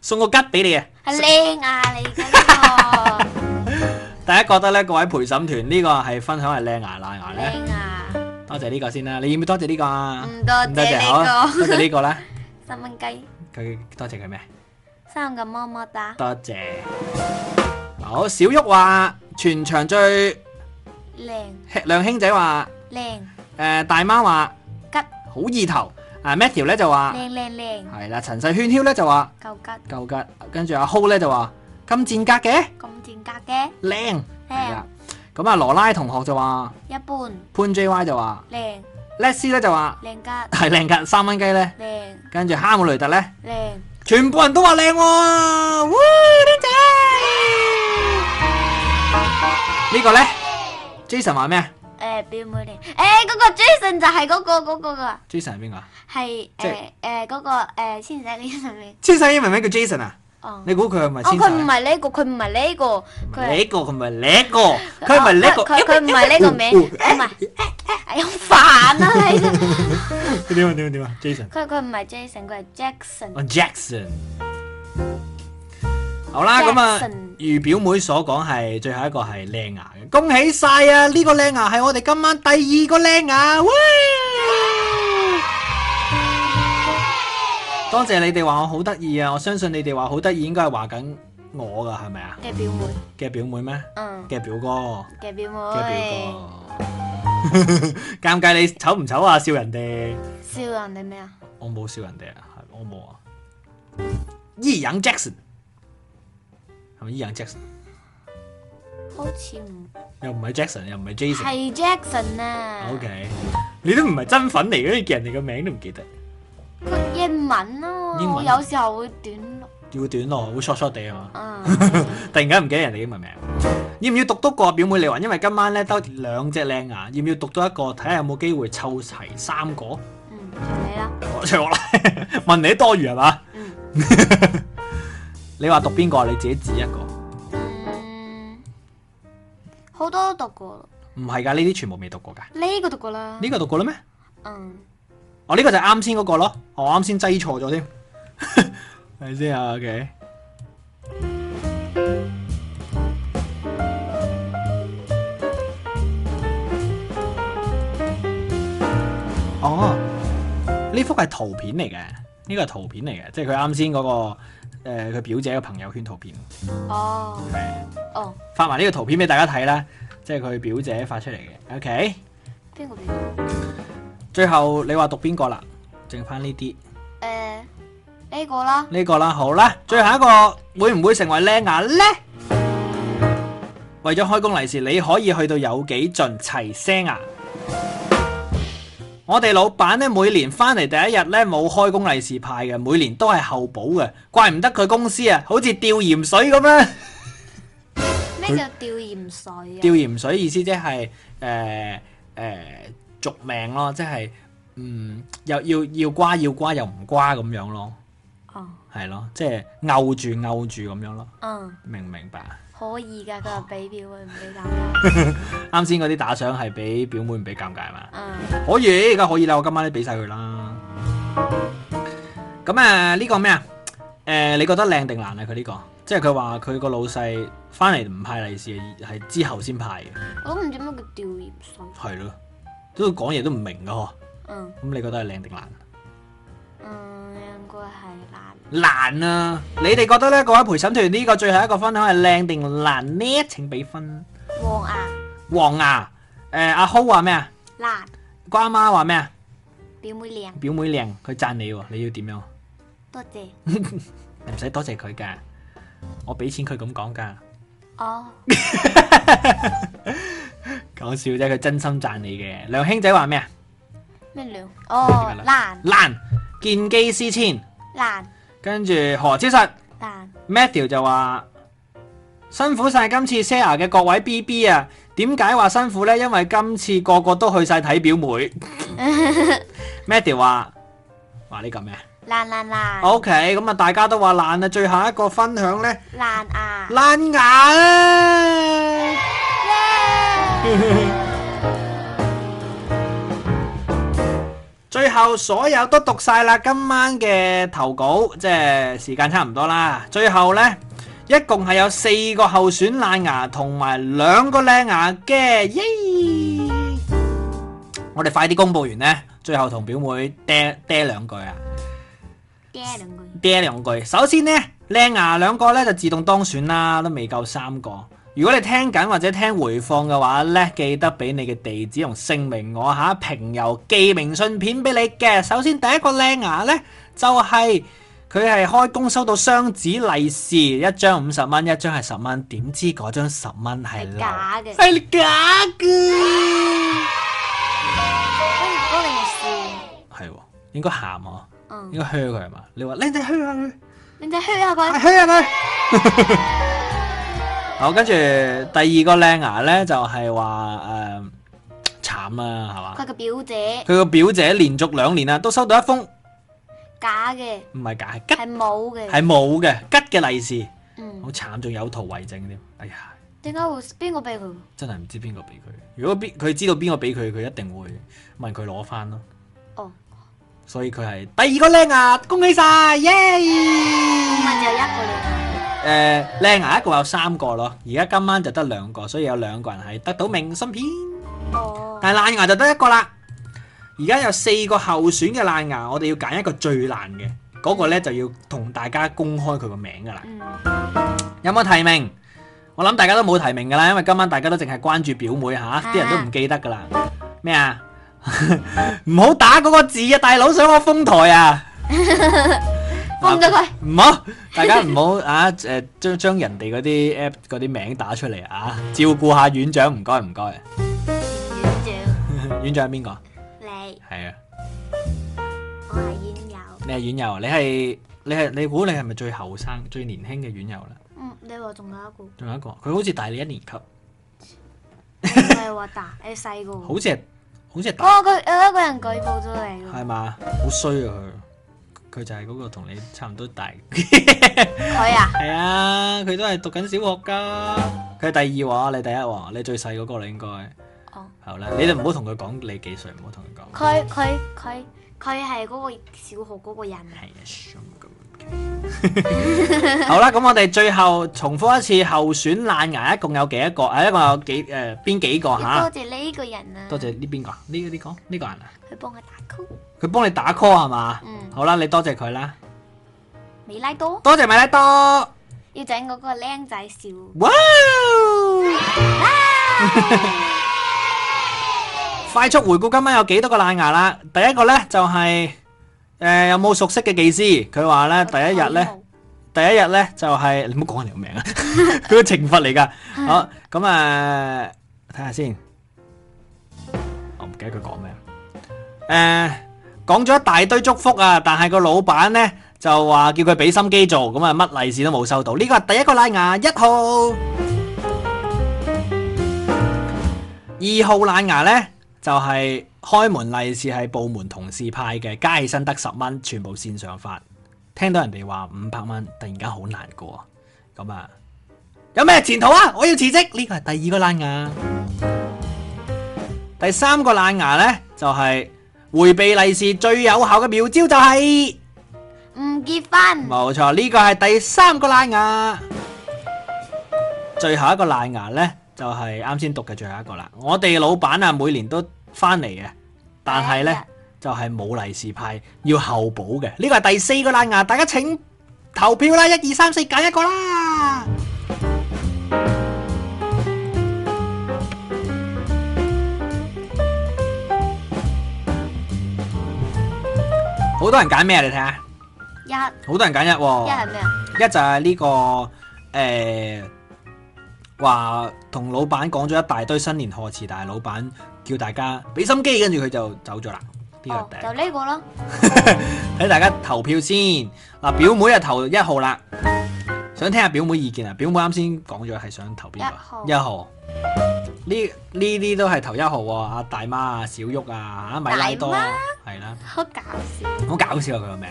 [SPEAKER 3] 送個吉俾你啊！
[SPEAKER 4] 係靚啊你嘅呢
[SPEAKER 3] 大家覺得呢？各位陪審團呢個係分享係靚牙爛牙呢？
[SPEAKER 4] 個靚啊！
[SPEAKER 3] 多謝呢個先啦，你要唔要多謝呢個啊？
[SPEAKER 4] 嗯唔多謝
[SPEAKER 3] 唔好
[SPEAKER 4] 呢
[SPEAKER 3] 多謝呢個啦。
[SPEAKER 4] 個三蚊雞，
[SPEAKER 3] 佢多謝佢咩？
[SPEAKER 4] 三個麼麼打，
[SPEAKER 3] 多謝。好，小旭話全場最
[SPEAKER 4] 靚
[SPEAKER 3] 兩兄仔話，
[SPEAKER 4] 靚
[SPEAKER 3] 誒、大媽話
[SPEAKER 4] 吉
[SPEAKER 3] 好意頭，啊 Matthew 咧就話
[SPEAKER 4] 靚靚靚
[SPEAKER 3] 係啦，陳世圈圈咧就話
[SPEAKER 4] 夠吉，
[SPEAKER 3] 夠吉，跟住阿 Ho 咧就話咁賤格嘅
[SPEAKER 4] 咁賤格嘅
[SPEAKER 3] 靚係啦
[SPEAKER 4] 靚，。
[SPEAKER 3] 咁啊，羅拉同學就話，
[SPEAKER 4] 一般
[SPEAKER 3] 潘 J Y 就話
[SPEAKER 4] 靚
[SPEAKER 3] ，Leslie 咧就話
[SPEAKER 4] 靚吉
[SPEAKER 3] 係靚㗎，三蚊雞咧，
[SPEAKER 4] 靚
[SPEAKER 3] 跟住哈姆雷特咧，
[SPEAKER 4] 靚
[SPEAKER 3] 全部人都話靚喎，哇靚仔！呢個咧，Jason 話咩啊
[SPEAKER 4] 誒表妹靚，誒嗰個 Jason 就係嗰個嗰個㗎，
[SPEAKER 3] ？Jason 係邊個啊？
[SPEAKER 4] 係
[SPEAKER 3] 即係
[SPEAKER 4] 誒誒嗰個誒先仔呢上面
[SPEAKER 3] 千世英文名叫 Jason à? 啊？
[SPEAKER 4] 哦。
[SPEAKER 3] 你估佢係咪
[SPEAKER 4] 哦，
[SPEAKER 3] 千
[SPEAKER 4] 佢唔
[SPEAKER 3] 世？
[SPEAKER 4] 係呢個，佢唔係呢個，佢係
[SPEAKER 3] 呢個佢唔係呢個，
[SPEAKER 4] à. Ờ,
[SPEAKER 3] 佢唔係呢個，
[SPEAKER 4] 佢佢唔係呢個名，唔係，係好煩啊！你真係
[SPEAKER 3] 個。點啊點啊點啊，Jason。
[SPEAKER 4] 佢佢唔係 Jason，佢係 Jackson。
[SPEAKER 3] 哦 Jackson。好啦，咁啊
[SPEAKER 4] Jackson，
[SPEAKER 3] 如表妹所講係最後一個係靚牙嘅，恭喜晒啊！呢、個靚牙係我哋今晚第二個靚牙，喂！多謝你哋話我好得意啊！我相信你哋話好得意，應該係話緊我噶，係咪啊？
[SPEAKER 4] 嘅表妹，
[SPEAKER 3] 嘅表妹咩？
[SPEAKER 4] 嗯，
[SPEAKER 3] 嘅表哥，
[SPEAKER 4] 嘅表
[SPEAKER 3] 嘅
[SPEAKER 4] 妹，
[SPEAKER 3] 表哥。 [laughs] 尷尬，你醜唔醜啊？笑人哋。
[SPEAKER 4] 笑人哋咩啊？
[SPEAKER 3] 我冇笑人哋啊，係我冇啊。伊人 Jackson 係咪伊人 Jackson？
[SPEAKER 4] 好似唔
[SPEAKER 3] 又唔係 Jackson，又唔係 Jason。
[SPEAKER 4] 係 Jackson à. 啊
[SPEAKER 3] O K，你都唔係真粉嚟嘅，你叫人哋個名都唔記得。
[SPEAKER 4] 佢英文咯，
[SPEAKER 3] 英文
[SPEAKER 4] 我有時候會短落，
[SPEAKER 3] 要短咯，會 short short 地啊嘛。
[SPEAKER 4] 嗯，
[SPEAKER 3] [laughs] 突然間唔記得人哋英文名。要唔要讀多個啊表妹你話？因為今晚咧得兩隻靚牙，要唔要讀多一個？睇下有冇機會湊齊三個。
[SPEAKER 4] 嗯，隨你啦，
[SPEAKER 3] 我隨我啦， [laughs] 問你多餘係嘛？
[SPEAKER 4] 嗯
[SPEAKER 3] 你話讀邊個啊？你自己指一個。
[SPEAKER 4] 嗯，好多都讀過，
[SPEAKER 3] 唔係㗎，呢啲全部未讀過㗎。
[SPEAKER 4] 呢個讀過啦，
[SPEAKER 3] 呢個讀過啦咩？
[SPEAKER 4] 嗯，
[SPEAKER 3] 哦，呢、個就係啱先嗰個咯，我啱先擠錯咗添， [laughs] 睇先啊，OK。哦，呢幅係圖片嚟嘅，呢個係圖片嚟嘅，即係佢啱先嗰個呃誒佢、表姐嘅朋友圈圖片，
[SPEAKER 4] 哦，哦，
[SPEAKER 3] 發埋呢個圖片俾大家睇啦，即係佢表姐發出嚟嘅，OK。
[SPEAKER 4] 邊個邊個？
[SPEAKER 3] 最後你話讀邊個啦？剩翻呢啲。
[SPEAKER 4] 誒，呢個啦。
[SPEAKER 3] 呢個啦，好啦，最後一個會唔會成為靚牙呢？為咗開工利是，你可以去到有幾盡齊聲牙。我哋老闆呢，每年翻嚟第一日呢，冇開工利是派嘅，每年都係後補嘅，怪唔得佢公司啊，好似吊鹽水咁啦。
[SPEAKER 4] 咩叫吊鹽水啊？
[SPEAKER 3] 吊鹽水意思即係誒誒續命咯，即係嗯又要要瓜要瓜又唔瓜咁樣咯，
[SPEAKER 4] 哦，
[SPEAKER 3] 係咯，即係摳住摳住咁樣咯，
[SPEAKER 4] 嗯，
[SPEAKER 3] 明唔明白啊？
[SPEAKER 4] 可以噶，佢話俾表妹唔俾打啦。
[SPEAKER 3] 啱先嗰啲打賞係俾表妹唔俾尷尬嘛？
[SPEAKER 4] 嗯，
[SPEAKER 3] 可以，而家可以啦，我今晚都俾晒佢啦。咁啊，呢個咩啊？誒、你覺得靚定難啊？佢呢、個，即係佢話佢個老細翻嚟唔派利是，係之後先派嘅，
[SPEAKER 4] 我都唔知咩叫吊鹽水。
[SPEAKER 3] 係咯，都講嘢都唔明噶嗬。
[SPEAKER 4] 嗯
[SPEAKER 3] 咁你覺得係靚定難？
[SPEAKER 4] 嗯，應該係難。
[SPEAKER 3] 難啊！你哋覺得呢？各位陪審團呢、個最後一個分享係靚定難呢？請俾分。
[SPEAKER 4] 黃啊，
[SPEAKER 3] 黃牙，誒、阿豪話咩啊？
[SPEAKER 4] 難，
[SPEAKER 3] 瓜媽話咩啊？
[SPEAKER 4] 表妹靚，
[SPEAKER 3] 表妹靚，佢讚你喎，你要點樣？
[SPEAKER 4] 多謝。
[SPEAKER 3] 唔使多謝佢噶，我俾錢佢咁講噶，
[SPEAKER 4] 哦，
[SPEAKER 3] 講笑啫，佢真心讚你嘅。梁兄仔話咩啊？
[SPEAKER 4] 咩兩？哦，難，
[SPEAKER 3] 爛，見機思遷，
[SPEAKER 4] 呢難
[SPEAKER 3] 跟住何之實
[SPEAKER 4] 難
[SPEAKER 3] Matthew 就話：辛苦晒今次 Sarah 嘅各位 B B 啊！點解話辛苦呢？因為今次個個都去晒睇表妹。Matthew 話：話呢個咩
[SPEAKER 4] 難難難
[SPEAKER 3] ？O K，咁啊，大家都話爛啊！最後一個分享呢，
[SPEAKER 4] 難啊！
[SPEAKER 3] 爛牙 [laughs] 啊！最後所有都讀晒啦，今晚嘅投稿即係時間差唔多啦。最後呢，一共係有四個候選爛牙同埋兩個靚牙嘅，耶！我哋快啲公佈完呢，最後同表妹嗲嗲兩句啊！
[SPEAKER 4] 嗲兩句，
[SPEAKER 3] 嗲兩句。首先呢，靚牙兩個呢就自動當選啦，都未夠三個。如果你聽緊或者聽回放嘅話呢，記得俾你嘅地址同姓名我嚇，平郵寄明信片俾你嘅。首先第一個靚牙呢，就係佢係開工收到雙紙利是，一張五十蚊，一張係十蚊。點知嗰張十蚊係
[SPEAKER 4] 係
[SPEAKER 3] 流
[SPEAKER 4] 假嘅
[SPEAKER 3] 係假嘅，
[SPEAKER 4] 跟住嗰個係笑，
[SPEAKER 3] 係喎，應該喊喎，應
[SPEAKER 4] 嗯，
[SPEAKER 3] 該噓佢係嘛？你話靚仔噓下佢。
[SPEAKER 4] 你就噓下佢，
[SPEAKER 3] 去啊佢。 [laughs] 好，跟住第二個靚牙咧，就係話誒慘啊，係嘛？
[SPEAKER 4] 佢嘅表姐
[SPEAKER 3] 佢個表姐連續兩年啊啦，都收到一封唔
[SPEAKER 4] 假嘅，
[SPEAKER 3] 係假係吉
[SPEAKER 4] 係冇嘅，
[SPEAKER 3] 係冇嘅吉嘅利是，好
[SPEAKER 4] 嗯，
[SPEAKER 3] 慘，仲有圖為證添。哎呀，
[SPEAKER 4] 點解會邊個俾佢？
[SPEAKER 3] 真係唔知邊個俾佢。如果邊佢知道邊個俾佢，佢一定會問佢攞翻咯。
[SPEAKER 4] 哦，
[SPEAKER 3] 所以佢係第二個靚牙，恭喜晒，耶！
[SPEAKER 4] 咁咪就一個嚟，
[SPEAKER 3] 誒呃靚牙一共有三個咯，而家今晚就得兩個，所以有兩個人係得到明信片，
[SPEAKER 4] 哦，
[SPEAKER 3] 但係爛牙就得一個啦。而家有四個候選嘅爛牙，我哋要揀一個最爛嘅，嗰、個呢就要同大家公開佢個名噶啦。
[SPEAKER 4] 嗯，
[SPEAKER 3] 有冇提名？我諗大家都冇提名噶啦，因為今晚大家都淨係關注表妹吓，啲、人都唔記得噶啦。咩啊？ [laughs] 唔好打嗰個字啊，大佬想我封台啊！
[SPEAKER 4] [laughs] 封咗佢，
[SPEAKER 3] 唔好，大家唔好啊！誒，將將人哋嗰啲 app 嗰啲名打出嚟啊！照顧下院長，唔該唔該。
[SPEAKER 4] 院長，
[SPEAKER 3] 院長係邊個？
[SPEAKER 4] 你，
[SPEAKER 3] 係啊，
[SPEAKER 4] 我係院友，
[SPEAKER 3] 你係院友，你係你係你估你係咪最後生、最年輕嘅院友啦？
[SPEAKER 4] 嗯，你話仲有一個，
[SPEAKER 3] 仲有一個，佢好似大你一年級，
[SPEAKER 4] 唔係話大，你細個，
[SPEAKER 3] 好似係好似係大
[SPEAKER 4] 哦，佢有一個人舉報咗你喎，
[SPEAKER 3] 係嘛？好衰啊佢，佢就係嗰個同你差唔多大。 [laughs]
[SPEAKER 4] 佢啊，
[SPEAKER 3] 係啊，佢都係讀緊小學㗎。佢係第二喎，你第一喎，你最細嗰個啦應該。
[SPEAKER 4] 哦。
[SPEAKER 3] 好啦，你哋唔好同佢講你幾歲，唔好同佢講。
[SPEAKER 4] 佢佢佢佢係嗰個小學嗰個人啊，
[SPEAKER 3] 系啊， [laughs] 好啦，咁我哋最後重複一次候選爛牙，一共有幾多個？诶、一共有幾诶边、邊幾個吓
[SPEAKER 4] 多？謝呢個人啊，
[SPEAKER 3] 多謝呢邊個？呢、呢個呢、個人啊？
[SPEAKER 4] 佢幫我打 call，
[SPEAKER 3] 佢幫你打 call 係嘛？
[SPEAKER 4] 嗯
[SPEAKER 3] 好啦，你多謝佢啦，
[SPEAKER 4] 美拉多
[SPEAKER 3] 多謝米拉多。
[SPEAKER 4] 要整嗰個僆仔笑，
[SPEAKER 3] 哇！快速回顧今晚有幾多個爛牙啦？第一個呢，就係呃有冇熟悉嘅技師？佢話呢，第一日呢。第一日咧就係、你唔好講人哋個名啊，佢個懲罰嚟㗎。好咁啊，睇下先，我唔記得佢講咩。誒、講咗一大堆祝福啊，但係個老闆咧就話叫佢俾心機做，咁啊乜利是都冇收到。呢個係第一個拉牙一號，二號拉牙咧就係、開門利是係部門同事派嘅，加起身得十蚊，全部線上發。聽到人哋話五百蚊，突然間好難過，咁啊，有咩前途啊？我要辭職，呢個係第二個爛牙。第三個爛牙呢，就係、迴避利是最有效嘅妙招就係、
[SPEAKER 4] 唔結婚，
[SPEAKER 3] 冇錯，呢個係第三個爛牙。最後一個爛牙呢，就係啱先讀嘅最後一個啦。我哋老闆啊，每年都翻嚟嘅，但係啊呢，就係冇利是派，要後補嘅。呢個係第四個爛牙，大家請投票啦！一二三四，揀一個啦。好多人揀咩啊？你睇下。
[SPEAKER 4] 一一
[SPEAKER 3] 好多人揀一喎，
[SPEAKER 4] 係咩啊？
[SPEAKER 3] 一就係呢、個誒話同老闆講咗一大堆新年賀詞，但係老闆叫大家俾心機，跟住佢就走咗啦。呢、呢個
[SPEAKER 4] 哦
[SPEAKER 3] 第，一
[SPEAKER 4] 就呢個啦。
[SPEAKER 3] [laughs] 睇大家投票先。嗱，表妹啊投一號啦，想聽下表妹意見啊。表妹啱先講咗係想投邊
[SPEAKER 4] 一
[SPEAKER 3] 個啊
[SPEAKER 4] 號？
[SPEAKER 3] 一號。呢呢啲都係投一號喎，阿大媽啊、小玉啊、啊米拉多啊，係啦，
[SPEAKER 4] 好搞笑，
[SPEAKER 3] 好搞笑啊佢個名。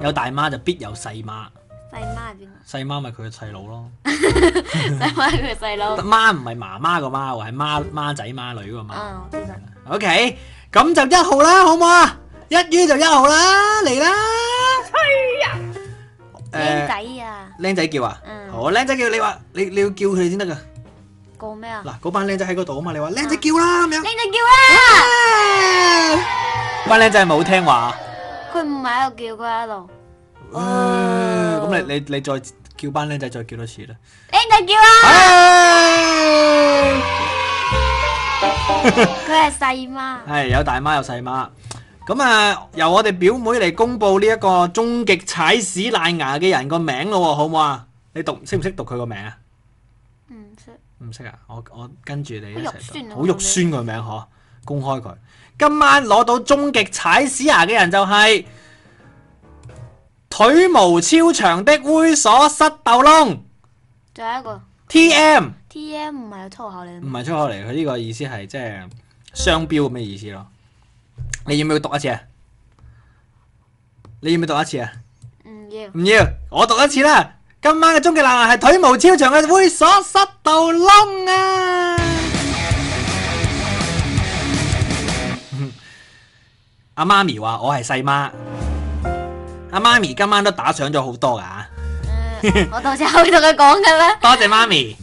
[SPEAKER 3] 有大媽就必有細媽，
[SPEAKER 4] 細媽係邊 [laughs] 個？
[SPEAKER 3] 細媽咪佢嘅細佬咯。
[SPEAKER 4] 細媽係佢細佬。
[SPEAKER 3] 媽唔係媽媽個媽喎，係媽媽仔媽女個媽。
[SPEAKER 4] 啊，我知道。
[SPEAKER 3] OK，咁就一號啦，好唔好啊？一於就一號啦，嚟啦！
[SPEAKER 4] 靚
[SPEAKER 3] 誒，
[SPEAKER 4] 仔啊，
[SPEAKER 3] 僆仔叫啊，
[SPEAKER 4] 嗯
[SPEAKER 3] 好，僆仔叫你話，你你要叫佢先得噶。
[SPEAKER 4] 講咩啊？
[SPEAKER 3] 嗱，嗰班僆仔喺嗰度啊嘛，你話僆仔叫啦咁樣。
[SPEAKER 4] 靚仔叫
[SPEAKER 3] 班僆仔係咪好聽話？
[SPEAKER 4] 啦！佢唔係喺度叫，佢喺度。
[SPEAKER 3] 嗯
[SPEAKER 4] 哦
[SPEAKER 3] 咁你你你再叫班僆仔再叫多次啦。
[SPEAKER 4] 靚仔叫啦！佢係細媽。
[SPEAKER 3] 係有大媽有細媽。咁啊，由我哋表妹嚟公布呢一個終極踩屎爛牙嘅人個名咯喎，好唔好啊？你讀識唔識讀佢個名啊？
[SPEAKER 4] 唔識。
[SPEAKER 3] 唔識啊！我我跟住你一
[SPEAKER 4] 好肉
[SPEAKER 3] 齊
[SPEAKER 4] 酸啊
[SPEAKER 3] 讀，好肉酸個名嗬，公開佢。今晚攞到終極踩屎牙嘅人就係、腿毛超長的猥瑣塞豆窿
[SPEAKER 4] 仲有一個
[SPEAKER 3] T M，
[SPEAKER 4] T M 唔係有粗口嚟嘅
[SPEAKER 3] 唔
[SPEAKER 4] 咩，
[SPEAKER 3] 係粗口嚟，佢呢個意思係即係商標咁嘅意思咯。你要唔要讀一次啊？你要唔要讀一次啊？
[SPEAKER 4] 唔要。
[SPEAKER 3] 唔要，我讀一次啦。今晚嘅終極男係腿毛超長嘅猥瑣塞到窿啊！ [laughs] 阿媽咪話我係細媽，阿媽咪今晚都打賞咗好多噶，
[SPEAKER 4] 嗯，我到時候會同佢講嘅啦。
[SPEAKER 3] 多謝媽咪。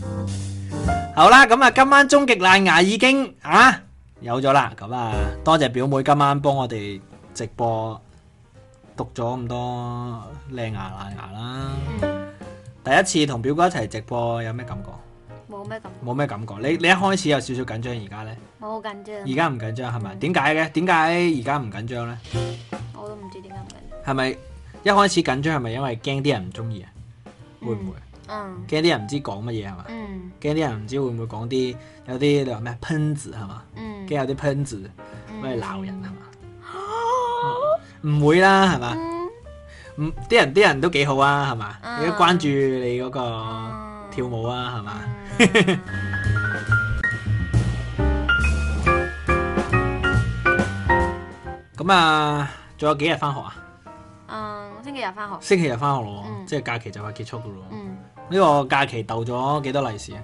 [SPEAKER 3] 好啦，咁啊，今晚終極爛牙已經啊有咗啦，咁啊，多謝表妹今晚幫我哋直播讀咗咁多靚牙爛牙啦。
[SPEAKER 4] 嗯，
[SPEAKER 3] 第一次同表哥一齊直播有咩感覺？
[SPEAKER 4] 冇咩咁，
[SPEAKER 3] 冇咩感覺。你你一開始有少少緊張，而家呢？
[SPEAKER 4] 我好緊張
[SPEAKER 3] 而。家唔緊張係咪？點解嘅？點解而家唔緊張呢？
[SPEAKER 4] 我都唔知點解唔緊張。
[SPEAKER 3] 係咪一開始緊張係咪因為驚啲人唔中意啊？會唔會
[SPEAKER 4] 嗯
[SPEAKER 3] 驚啲人唔知講乜嘢係嘛？
[SPEAKER 4] 嗯
[SPEAKER 3] 驚啲人唔知會唔會講啲有啲你話咩噴子係嘛？
[SPEAKER 4] 嗯
[SPEAKER 3] 驚有啲噴子
[SPEAKER 4] 嗯
[SPEAKER 3] 咩鬧人係嘛？唔會啦係嘛？
[SPEAKER 4] 嗯
[SPEAKER 3] 唔啲人啲人都幾好啊係嘛？
[SPEAKER 4] 嗯
[SPEAKER 3] 你都關注你嗰個
[SPEAKER 4] 嗯
[SPEAKER 3] 跳舞啊係嘛？咁啊，仲有幾日翻學啊？
[SPEAKER 4] 嗯，我星期日翻學。
[SPEAKER 3] 星期日翻學咯喎，
[SPEAKER 4] 嗯
[SPEAKER 3] 即係假期就快結束噶咯喎。呢、
[SPEAKER 4] 嗯，
[SPEAKER 3] 個假期鬥咗幾多利
[SPEAKER 4] [laughs]
[SPEAKER 3] 是啊？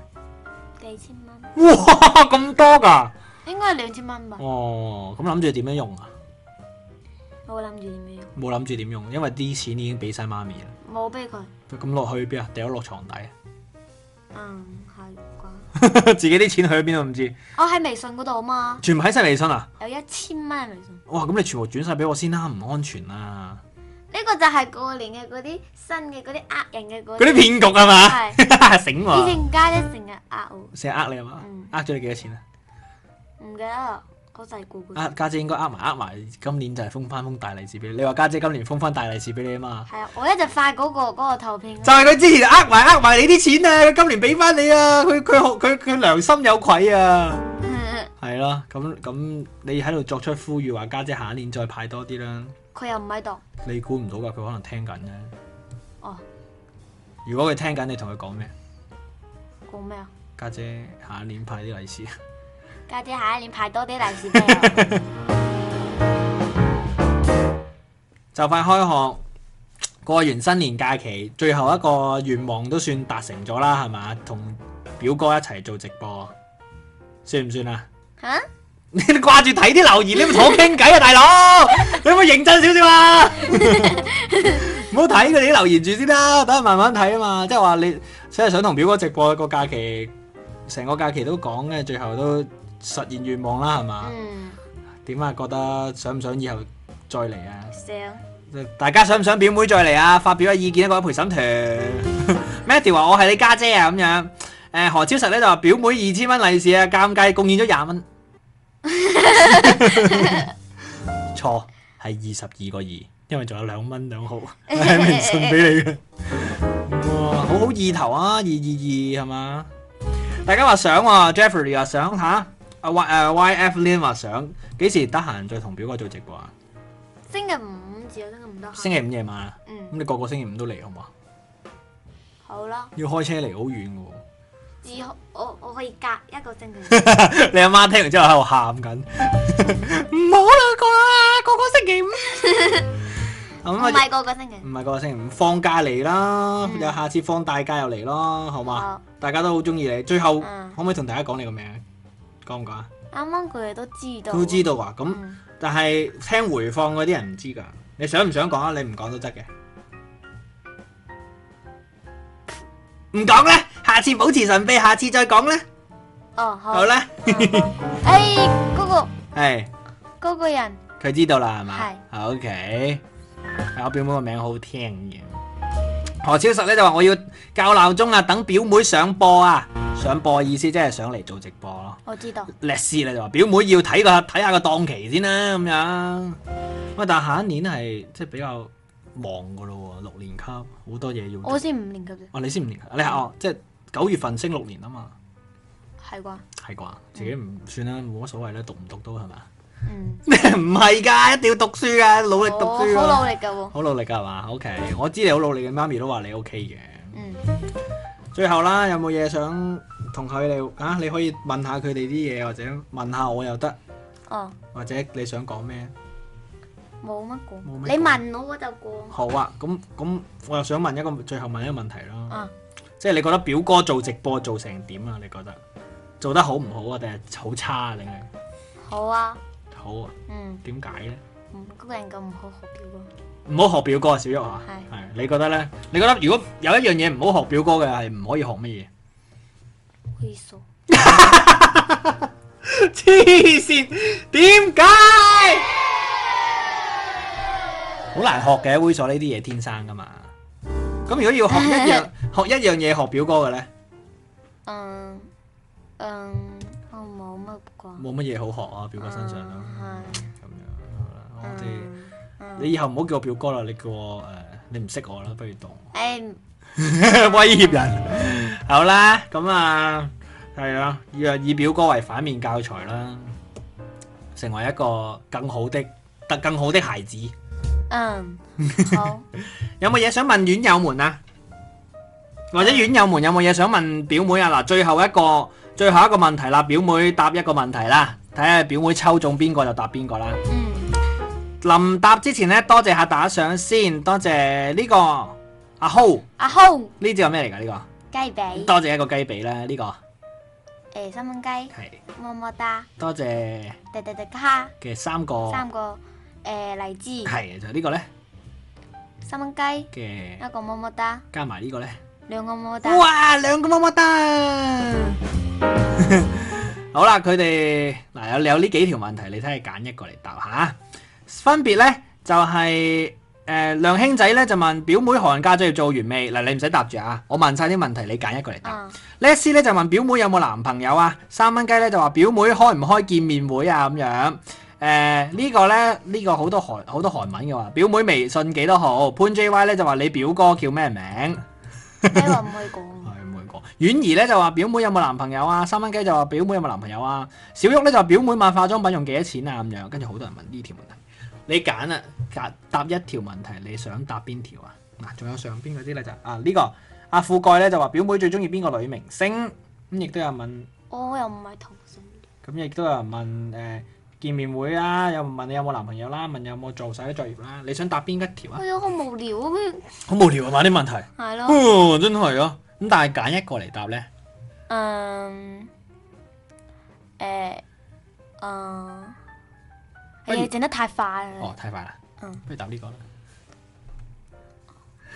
[SPEAKER 4] 幾千蚊，
[SPEAKER 3] 哇，咁多㗎！
[SPEAKER 4] 應該係兩千蚊吧。
[SPEAKER 3] 哦，咁諗住點樣用啊？
[SPEAKER 4] 我諗住點樣用，
[SPEAKER 3] 冇諗住點用，因為啲錢已經俾晒媽咪啦。
[SPEAKER 4] 冇俾佢。
[SPEAKER 3] 咁落去邊啊？掉咗落床底啊， [laughs]
[SPEAKER 4] 嗯，係啩？
[SPEAKER 3] 自己啲錢去咗邊都唔知，
[SPEAKER 4] 我喺微信嗰度啊嘛，
[SPEAKER 3] 全部喺晒微信啊！
[SPEAKER 4] 有一千蚊喺微信。
[SPEAKER 3] 哇，咁你全部轉晒俾我先啦，唔安全啊！
[SPEAKER 4] 呢個就係過年嘅嗰啲新嘅嗰啲呃人嘅嗰
[SPEAKER 3] 嗰啲騙局係 [laughs] 嘛？醒
[SPEAKER 4] 以
[SPEAKER 3] 喎，
[SPEAKER 4] 前家姐成日呃我，
[SPEAKER 3] 成日呃你係嘛
[SPEAKER 4] 嗯？
[SPEAKER 3] 呃咗你幾多錢啊？
[SPEAKER 4] 唔記得啦，好細個嗰
[SPEAKER 3] 呃
[SPEAKER 4] 陣。
[SPEAKER 3] 家姐應該呃埋呃埋，今年就係封翻封大利是俾你。你話家姐今年封翻大利是俾你啊嘛？
[SPEAKER 4] 係啊，我一直發嗰個嗰個圖片
[SPEAKER 3] 就。係佢之前呃埋呃埋你啲錢啊，佢今年俾翻你啊，佢佢好佢佢良心有愧啊，
[SPEAKER 4] 嗯
[SPEAKER 3] 係啦，咁咁你喺度作出呼籲話家姐下一年再派多啲啦，
[SPEAKER 4] 佢又唔喺度。
[SPEAKER 3] 你估唔到噶，佢可能聽緊啫。
[SPEAKER 4] 哦，
[SPEAKER 3] 如果佢聽緊，你同佢講咩？
[SPEAKER 4] 講咩啊？
[SPEAKER 3] 家姐下一年派啲利是，
[SPEAKER 4] 家姐下一年派多啲利是俾我。
[SPEAKER 3] 就快開學，過完新年假期，最後一個願望都算達成咗啦，係嘛？同表哥一齊做直播，算唔算啊？
[SPEAKER 4] 嚇？
[SPEAKER 3] 你掛住睇啲留言，你咪同我傾偈啊，大佬！ [laughs] 你可唔可以認真少少啊？ [laughs] 唔好睇佢哋啲留言住先啦，等下慢慢睇啊嘛。即係話你，即係想同表哥直播個假期，成個假期都講嘅，最後都實現願望啦，係嘛？
[SPEAKER 4] 嗯，
[SPEAKER 3] 點啊？覺得想唔想以後再嚟啊？
[SPEAKER 4] 想。
[SPEAKER 3] 大家想唔想表妹再嚟啊？發表下意見啊，各位陪審團。Matthew 話我係你家姐啊，咁樣。誒、何超實咧就話表妹二千蚊利是啊，尷尬貢獻咗廿 [laughs] 蚊。錯，係二十二個二，因為仲有兩蚊兩 [laughs] 毫喺微信俾你嘅。哇，好好意頭啊，二二二係嘛？大家話想喎、j e f f r e y 話想吓，啊啊 Y 誒 Y F Lin 話想幾時得閒再同表哥做直播啊？
[SPEAKER 4] 星期五至啊，星期五得閒。
[SPEAKER 3] 星期五夜晚啊，咁
[SPEAKER 4] 嗯，
[SPEAKER 3] 你個個星期五都嚟好啊嘛？
[SPEAKER 4] 好啦，
[SPEAKER 3] 要開車嚟好遠嘅喎。
[SPEAKER 4] 至好我我可以隔一個星期。
[SPEAKER 3] [laughs] 你阿媽聽完之後喺度喊
[SPEAKER 4] [laughs]
[SPEAKER 3] 緊，唔好啦個啦，個個星
[SPEAKER 4] [laughs]
[SPEAKER 3] 期五。
[SPEAKER 4] 唔
[SPEAKER 3] 咁啊，
[SPEAKER 4] 係個個星期
[SPEAKER 3] 唔係個個星期五放假嚟啦，
[SPEAKER 4] 嗯
[SPEAKER 3] 又下次放大假又嚟咯，好嘛
[SPEAKER 4] 好？
[SPEAKER 3] 大家都好中意你。最後
[SPEAKER 4] 嗯
[SPEAKER 3] 可唔可以同大家講你個名？講唔講啊？
[SPEAKER 4] 啱啱佢哋都知道，
[SPEAKER 3] 都知道啊。咁
[SPEAKER 4] 嗯，
[SPEAKER 3] 但係聽回放嗰啲人唔知㗎。你想唔想講啊？你唔講都得嘅。唔講啦，下次保持神秘，下次再講啦。
[SPEAKER 4] 哦好，
[SPEAKER 3] 好，啦，
[SPEAKER 4] 誒嗰個
[SPEAKER 3] 係。
[SPEAKER 4] 嗰個人
[SPEAKER 3] 佢知道啦，係嘛？
[SPEAKER 4] 係
[SPEAKER 3] 係。O K，我表妹個名好聽嘅。何超實咧就話我要校鬧鐘啊，等表妹上播啊。上播意思即係上嚟做直播咯。
[SPEAKER 4] 我知道，
[SPEAKER 3] 叻師咧就話表妹要睇個睇下個檔期先啦，咁樣。喂，但係下一年係即係比較忙噶咯喎，六年級好多嘢要做。
[SPEAKER 4] 我先五年級啫，
[SPEAKER 3] 哦，你先五年級，你係哦，即係九月份升六年啊嘛，
[SPEAKER 4] 係啩？
[SPEAKER 3] 係啩？自己唔算啦，冇乜所謂啦，讀唔讀都係嘛？
[SPEAKER 4] 嗯，
[SPEAKER 3] [laughs] 唔係㗎，一定要讀書㗎，努力
[SPEAKER 4] 我
[SPEAKER 3] 讀
[SPEAKER 4] 哦好
[SPEAKER 3] 書㗎。
[SPEAKER 4] 努力㗎喎，
[SPEAKER 3] 好努力噶係嘛？OK，我知你好努力嘅，媽咪都話你 OK 嘅。
[SPEAKER 4] 嗯，
[SPEAKER 3] 最後啦，有冇嘢想同佢哋啊？你可以問下佢哋啲嘢，或者問下我又得，
[SPEAKER 4] 哦，
[SPEAKER 3] 或者你想講咩？
[SPEAKER 4] 冇乜過，
[SPEAKER 3] 冇乜
[SPEAKER 4] 你問我我就過，
[SPEAKER 3] 好啊，咁咁我又想問一個最後問一個問題啦，
[SPEAKER 4] 啊，
[SPEAKER 3] 即係你覺得表哥做直播做成點啊？你覺得做得好唔好啊？定係好差啊？定係
[SPEAKER 4] 好啊，
[SPEAKER 3] 好啊？
[SPEAKER 4] 嗯，
[SPEAKER 3] 點解呢？
[SPEAKER 4] 嗯嗰個人咁唔好學表咯，
[SPEAKER 3] 唔好學表哥啊，小玉啊，
[SPEAKER 4] 係
[SPEAKER 3] 係你覺得呢？你覺得如果有一樣嘢唔好學表哥嘅係唔可以學乜嘢？
[SPEAKER 4] 猥瑣，
[SPEAKER 3] [laughs] 黐線，點解？好難學嘅猥瑣呢啲嘢天生噶嘛。咁如果要學一樣學一樣嘢學表哥嘅咧，
[SPEAKER 4] 嗯嗯，我冇乜啩，
[SPEAKER 3] 冇乜嘢好學啊，表哥身上咯。
[SPEAKER 4] 嗯
[SPEAKER 3] 咁樣好啦，我哋
[SPEAKER 4] 嗯嗯
[SPEAKER 3] 你以後唔好叫我表哥啦，你叫我誒、你唔識我啦，不如當我
[SPEAKER 4] 誒
[SPEAKER 3] 威脅人。好啦，咁啊，係啊，要以表哥為反面教材啦，成為一個更好的、得更好的孩子。
[SPEAKER 4] 嗯，好，
[SPEAKER 3] 有冇嘢想問院友們啊？或者院友們有冇嘢想問表妹啊？嗱，最後一個最後一個問題啦，表妹答一個問題啦，睇下表妹抽中邊個就答邊個啦。
[SPEAKER 4] 嗯，
[SPEAKER 3] 臨答之前呢，多謝下打賞先，多謝呢、個阿浩，
[SPEAKER 4] 阿浩雞
[SPEAKER 3] 呢招係咩嚟㗎？呢、個
[SPEAKER 4] 髀，
[SPEAKER 3] 多謝一個雞髀啦，呢、個
[SPEAKER 4] 誒三蚊雞，
[SPEAKER 3] 係
[SPEAKER 4] 么么哒。
[SPEAKER 3] 多謝
[SPEAKER 4] 滴滴滴卡
[SPEAKER 3] 嘅三個，
[SPEAKER 4] 三個誒荔枝
[SPEAKER 3] 係就呢個呢
[SPEAKER 4] 三蚊雞
[SPEAKER 3] 嘅
[SPEAKER 4] 一個麼麼哒
[SPEAKER 3] 加埋呢個呢。
[SPEAKER 4] 兩個麼么哒
[SPEAKER 3] 哇，兩個麼么哒！ [laughs] 好啦，佢哋嗱有有呢幾條問題，你睇下揀一個嚟答下。分別呢，就係、呃梁兄仔呢，就問表妹寒假作業做完未？嗱，你唔使答住啊，我問晒啲問題，你揀一個嚟答。
[SPEAKER 4] 啊
[SPEAKER 3] Les 呢就問表妹有冇男朋友啊？三蚊雞呢就話表妹開唔開見面會啊咁樣。誒、呢個呢，呢、個好多韓好多韓文嘅話，表妹微信幾多號？潘 JY 呢就話你表哥叫咩名？
[SPEAKER 4] 你話唔可以講
[SPEAKER 3] 係每個。婉兒咧就話表妹有冇男朋友啊？三蚊雞就話表妹有冇男朋友啊？小玉咧就話表妹買化妝品用幾多錢啊？咁樣，跟住好多人問呢條問題，你揀啦，揀答一條問題，你想答邊條啊？嗱，仲有上邊嗰啲咧就啊呢、個阿富蓋咧就話表妹最中意邊個女明星？咁亦都有人問，
[SPEAKER 4] 我又唔係同性
[SPEAKER 3] 咁亦都有人問誒、呃、見面會啦，有人問你有冇男朋友啦，問有冇做晒啲作業啦，你想答邊一條啊
[SPEAKER 4] 哎？呀好無聊啊佢
[SPEAKER 3] 好無聊啊嘛啲問題，
[SPEAKER 4] 係咯
[SPEAKER 3] 哦真係啊！咁但係揀一個嚟答咧。
[SPEAKER 4] 嗯誒嗯
[SPEAKER 3] 不如
[SPEAKER 4] 係啊整得太快啦
[SPEAKER 3] 哦，太快啦，
[SPEAKER 4] 嗯
[SPEAKER 3] 不如答呢個啦。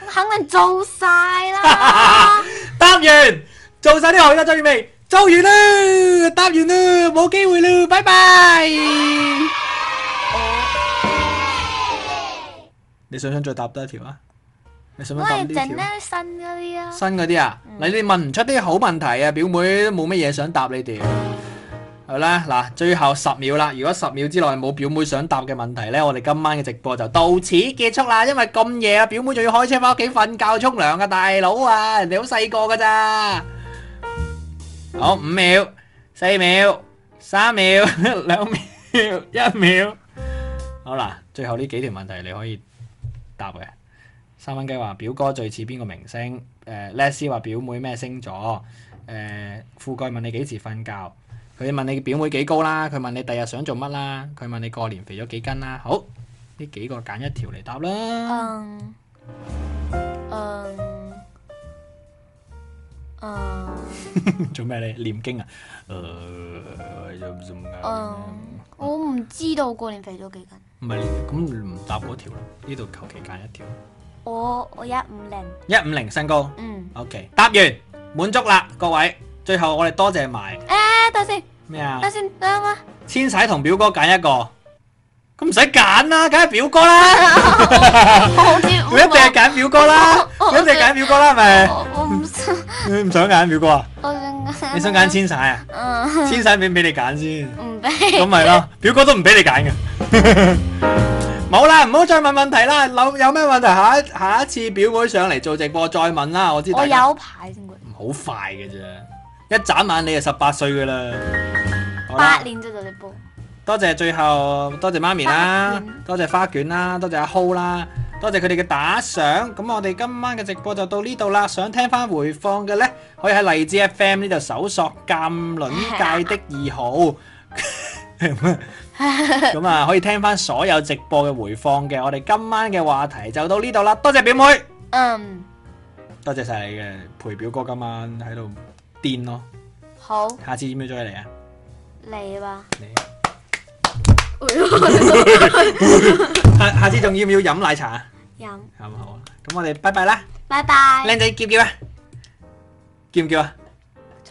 [SPEAKER 4] 肯定做晒啦
[SPEAKER 3] 答完，做晒啲學啦，做完未？做完啦，答完啦，冇機會啦，拜拜。你想唔想再答多一條啊？你想唔
[SPEAKER 4] 我
[SPEAKER 3] 想答
[SPEAKER 4] 係
[SPEAKER 3] 呢
[SPEAKER 4] 整
[SPEAKER 3] 條？
[SPEAKER 4] 得新嗰啲啊
[SPEAKER 3] 新嗰啲啊，嗱你哋問唔出啲好問題啊，表妹都冇乜嘢想答你哋。好啦，嗱，最後十秒啦，如果十秒之內冇表妹想答嘅問題呢，我哋今晚嘅直播就到此結束啦。因為咁夜啊，表妹仲要開車翻屋企瞓覺沖涼啊，大佬啊，人哋好細個噶咋。好，五秒、四秒、三秒、 [laughs] 兩秒、一秒。好啦，最後呢幾條問題你可以答嘅。三蚊雞話表哥最似邊個明星？誒、Les 話表妹咩星座？誒、富貴問你幾時瞓覺？佢問你表妹幾高啦，佢問你第日想做乜啦，佢問你過年肥咗幾斤啦。好，呢幾個揀一條嚟答啦。
[SPEAKER 4] 嗯嗯嗯
[SPEAKER 3] [laughs] 做咩你念經啊？誒、呃，有有冇啱
[SPEAKER 4] 嗯，我唔知道過年肥咗幾斤。
[SPEAKER 3] 唔係咁唔答嗰條啦，呢度求其揀一條。
[SPEAKER 4] 我我一五零，
[SPEAKER 3] 一五零身高
[SPEAKER 4] 嗯，
[SPEAKER 3] ，OK，答完滿足啦，各位。最後我哋多謝埋
[SPEAKER 4] 誒，等先，
[SPEAKER 3] 咩啊？
[SPEAKER 4] 等先，等下，
[SPEAKER 3] 千玺同表哥揀一個，咁唔使揀啦，梗係表哥啦，
[SPEAKER 4] [laughs] 我好似
[SPEAKER 3] 佢一定係揀表哥啦，佢一定係揀表哥啦，係咪？
[SPEAKER 4] 我我唔想，
[SPEAKER 3] 你唔想揀表哥啊？
[SPEAKER 4] 我想揀，
[SPEAKER 3] 你想揀千玺啊？
[SPEAKER 4] 嗯，
[SPEAKER 3] 千玺俾唔俾你揀先？
[SPEAKER 4] 唔俾，
[SPEAKER 3] 咁咪咯，表哥都唔俾你揀嘅。 [laughs] 冇啦，唔好再問問題啦。有有咩問題下一下一次表妹上嚟做直播再問啦。我知
[SPEAKER 4] 我
[SPEAKER 3] 大家
[SPEAKER 4] 有排先過，
[SPEAKER 3] 唔好快嘅啫，一眨眼你就十八歲噶啦。好啦
[SPEAKER 4] 八年之後就報，
[SPEAKER 3] 多謝最後多謝媽咪啦
[SPEAKER 4] 花卷，
[SPEAKER 3] 多謝花卷啦，多謝阿浩啦，多謝佢哋嘅打賞。咁我哋今晚嘅直播就到呢度啦。想聽翻回放嘅呢，可以喺荔枝 FM 呢度搜索《鑑論界的二號》。咁啊，可以聽翻所有直播嘅回放嘅。我哋今晚嘅話題就到呢度啦。多謝表妹，
[SPEAKER 4] [laughs] 嗯，
[SPEAKER 3] 多謝晒你嘅陪表哥今晚喺度癲咯。
[SPEAKER 4] 好，
[SPEAKER 3] 下次要唔要再嚟啊？
[SPEAKER 4] 嚟吧，
[SPEAKER 3] 你下下次仲要唔要飲奶茶啊？
[SPEAKER 4] 飲，
[SPEAKER 3] 好啊好啊，咁我哋拜拜啦，
[SPEAKER 4] 拜拜，
[SPEAKER 3] 靚仔叫唔叫啊？叫唔叫啊？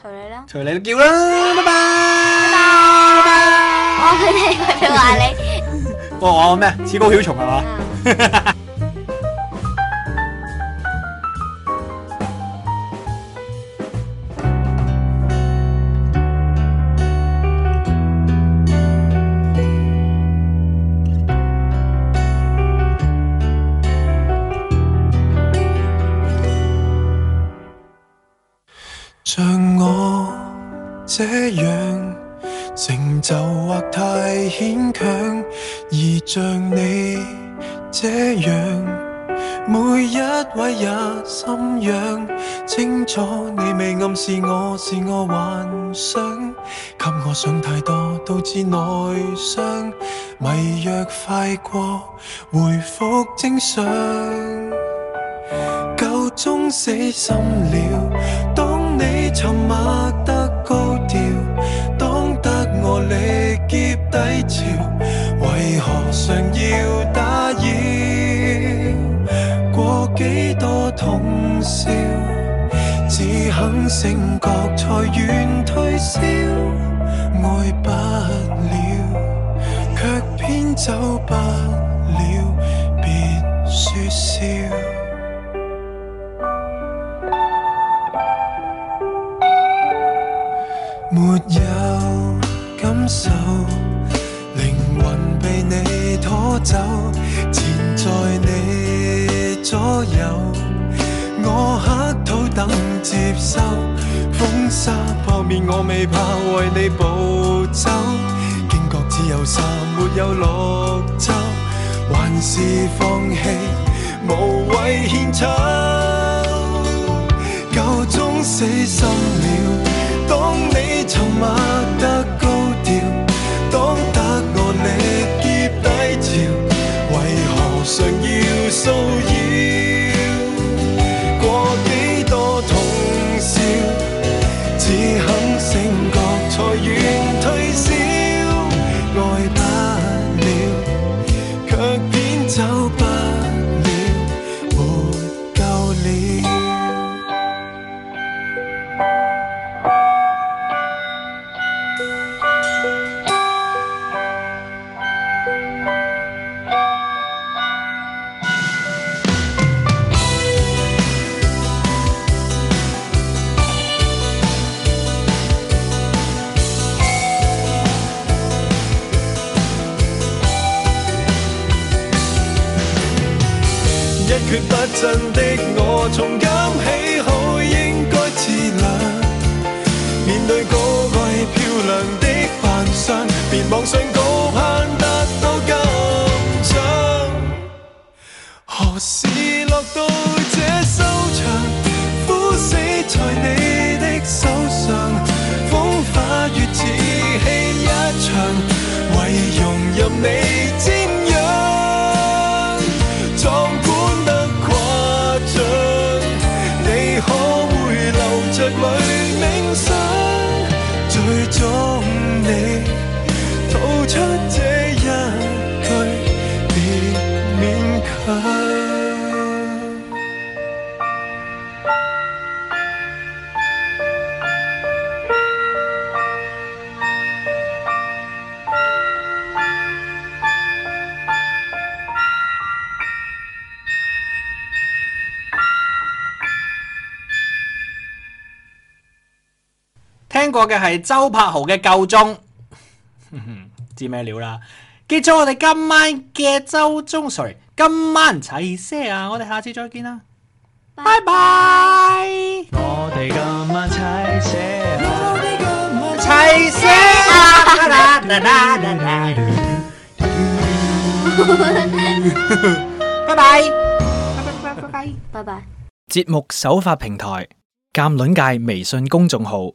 [SPEAKER 4] 隨你啦，
[SPEAKER 3] 隨你都叫啦，拜
[SPEAKER 4] 我
[SPEAKER 3] 拜。
[SPEAKER 4] 佢哋佢哋話你，
[SPEAKER 3] 我我咩？此高曉松係嘛？
[SPEAKER 4] 嗯。
[SPEAKER 5] 像我這樣成就或太牽強，而像你這樣，每一位也心痒。清楚你未暗示我是我幻想，給我想太多導致內傷，迷藥快過回復正常。夠鐘死心了。當你沉默得高調，當得我力竭低潮，為何常要打擾？過幾多通宵，只肯醒覺才願退燒，愛不了。卻偏走不了，別說笑。沒有感受，靈魂被你拖走，纏在你左右。我乞討等接收，風沙破面我未怕為你補酒，驚覺只有沙沒有綠洲，還是放棄，無謂獻醜。夠鐘死心了。當你沉默得高調，當得我力竭低潮，為何常要騷擾？過幾多通宵，只肯醒覺才願退燒，愛不了。卻偏走不了，沒救了。一蹶不振的我，從今起好應該自量。面對高貴漂亮的扮
[SPEAKER 3] 聽過嘅係周柏豪嘅夠鐘， [laughs] 知咩料啦？結束我哋今晚嘅周中 sorry，今晚齊些牙，我哋下次再見啦，拜拜，
[SPEAKER 1] 我哋今晚踩寫，我哋今晚
[SPEAKER 3] 齊些牙啦啦啦啦啦，拜拜，拜拜拜拜拜拜。
[SPEAKER 4] 拜拜。
[SPEAKER 1] 節目首發平台：鑑論界微信公眾號。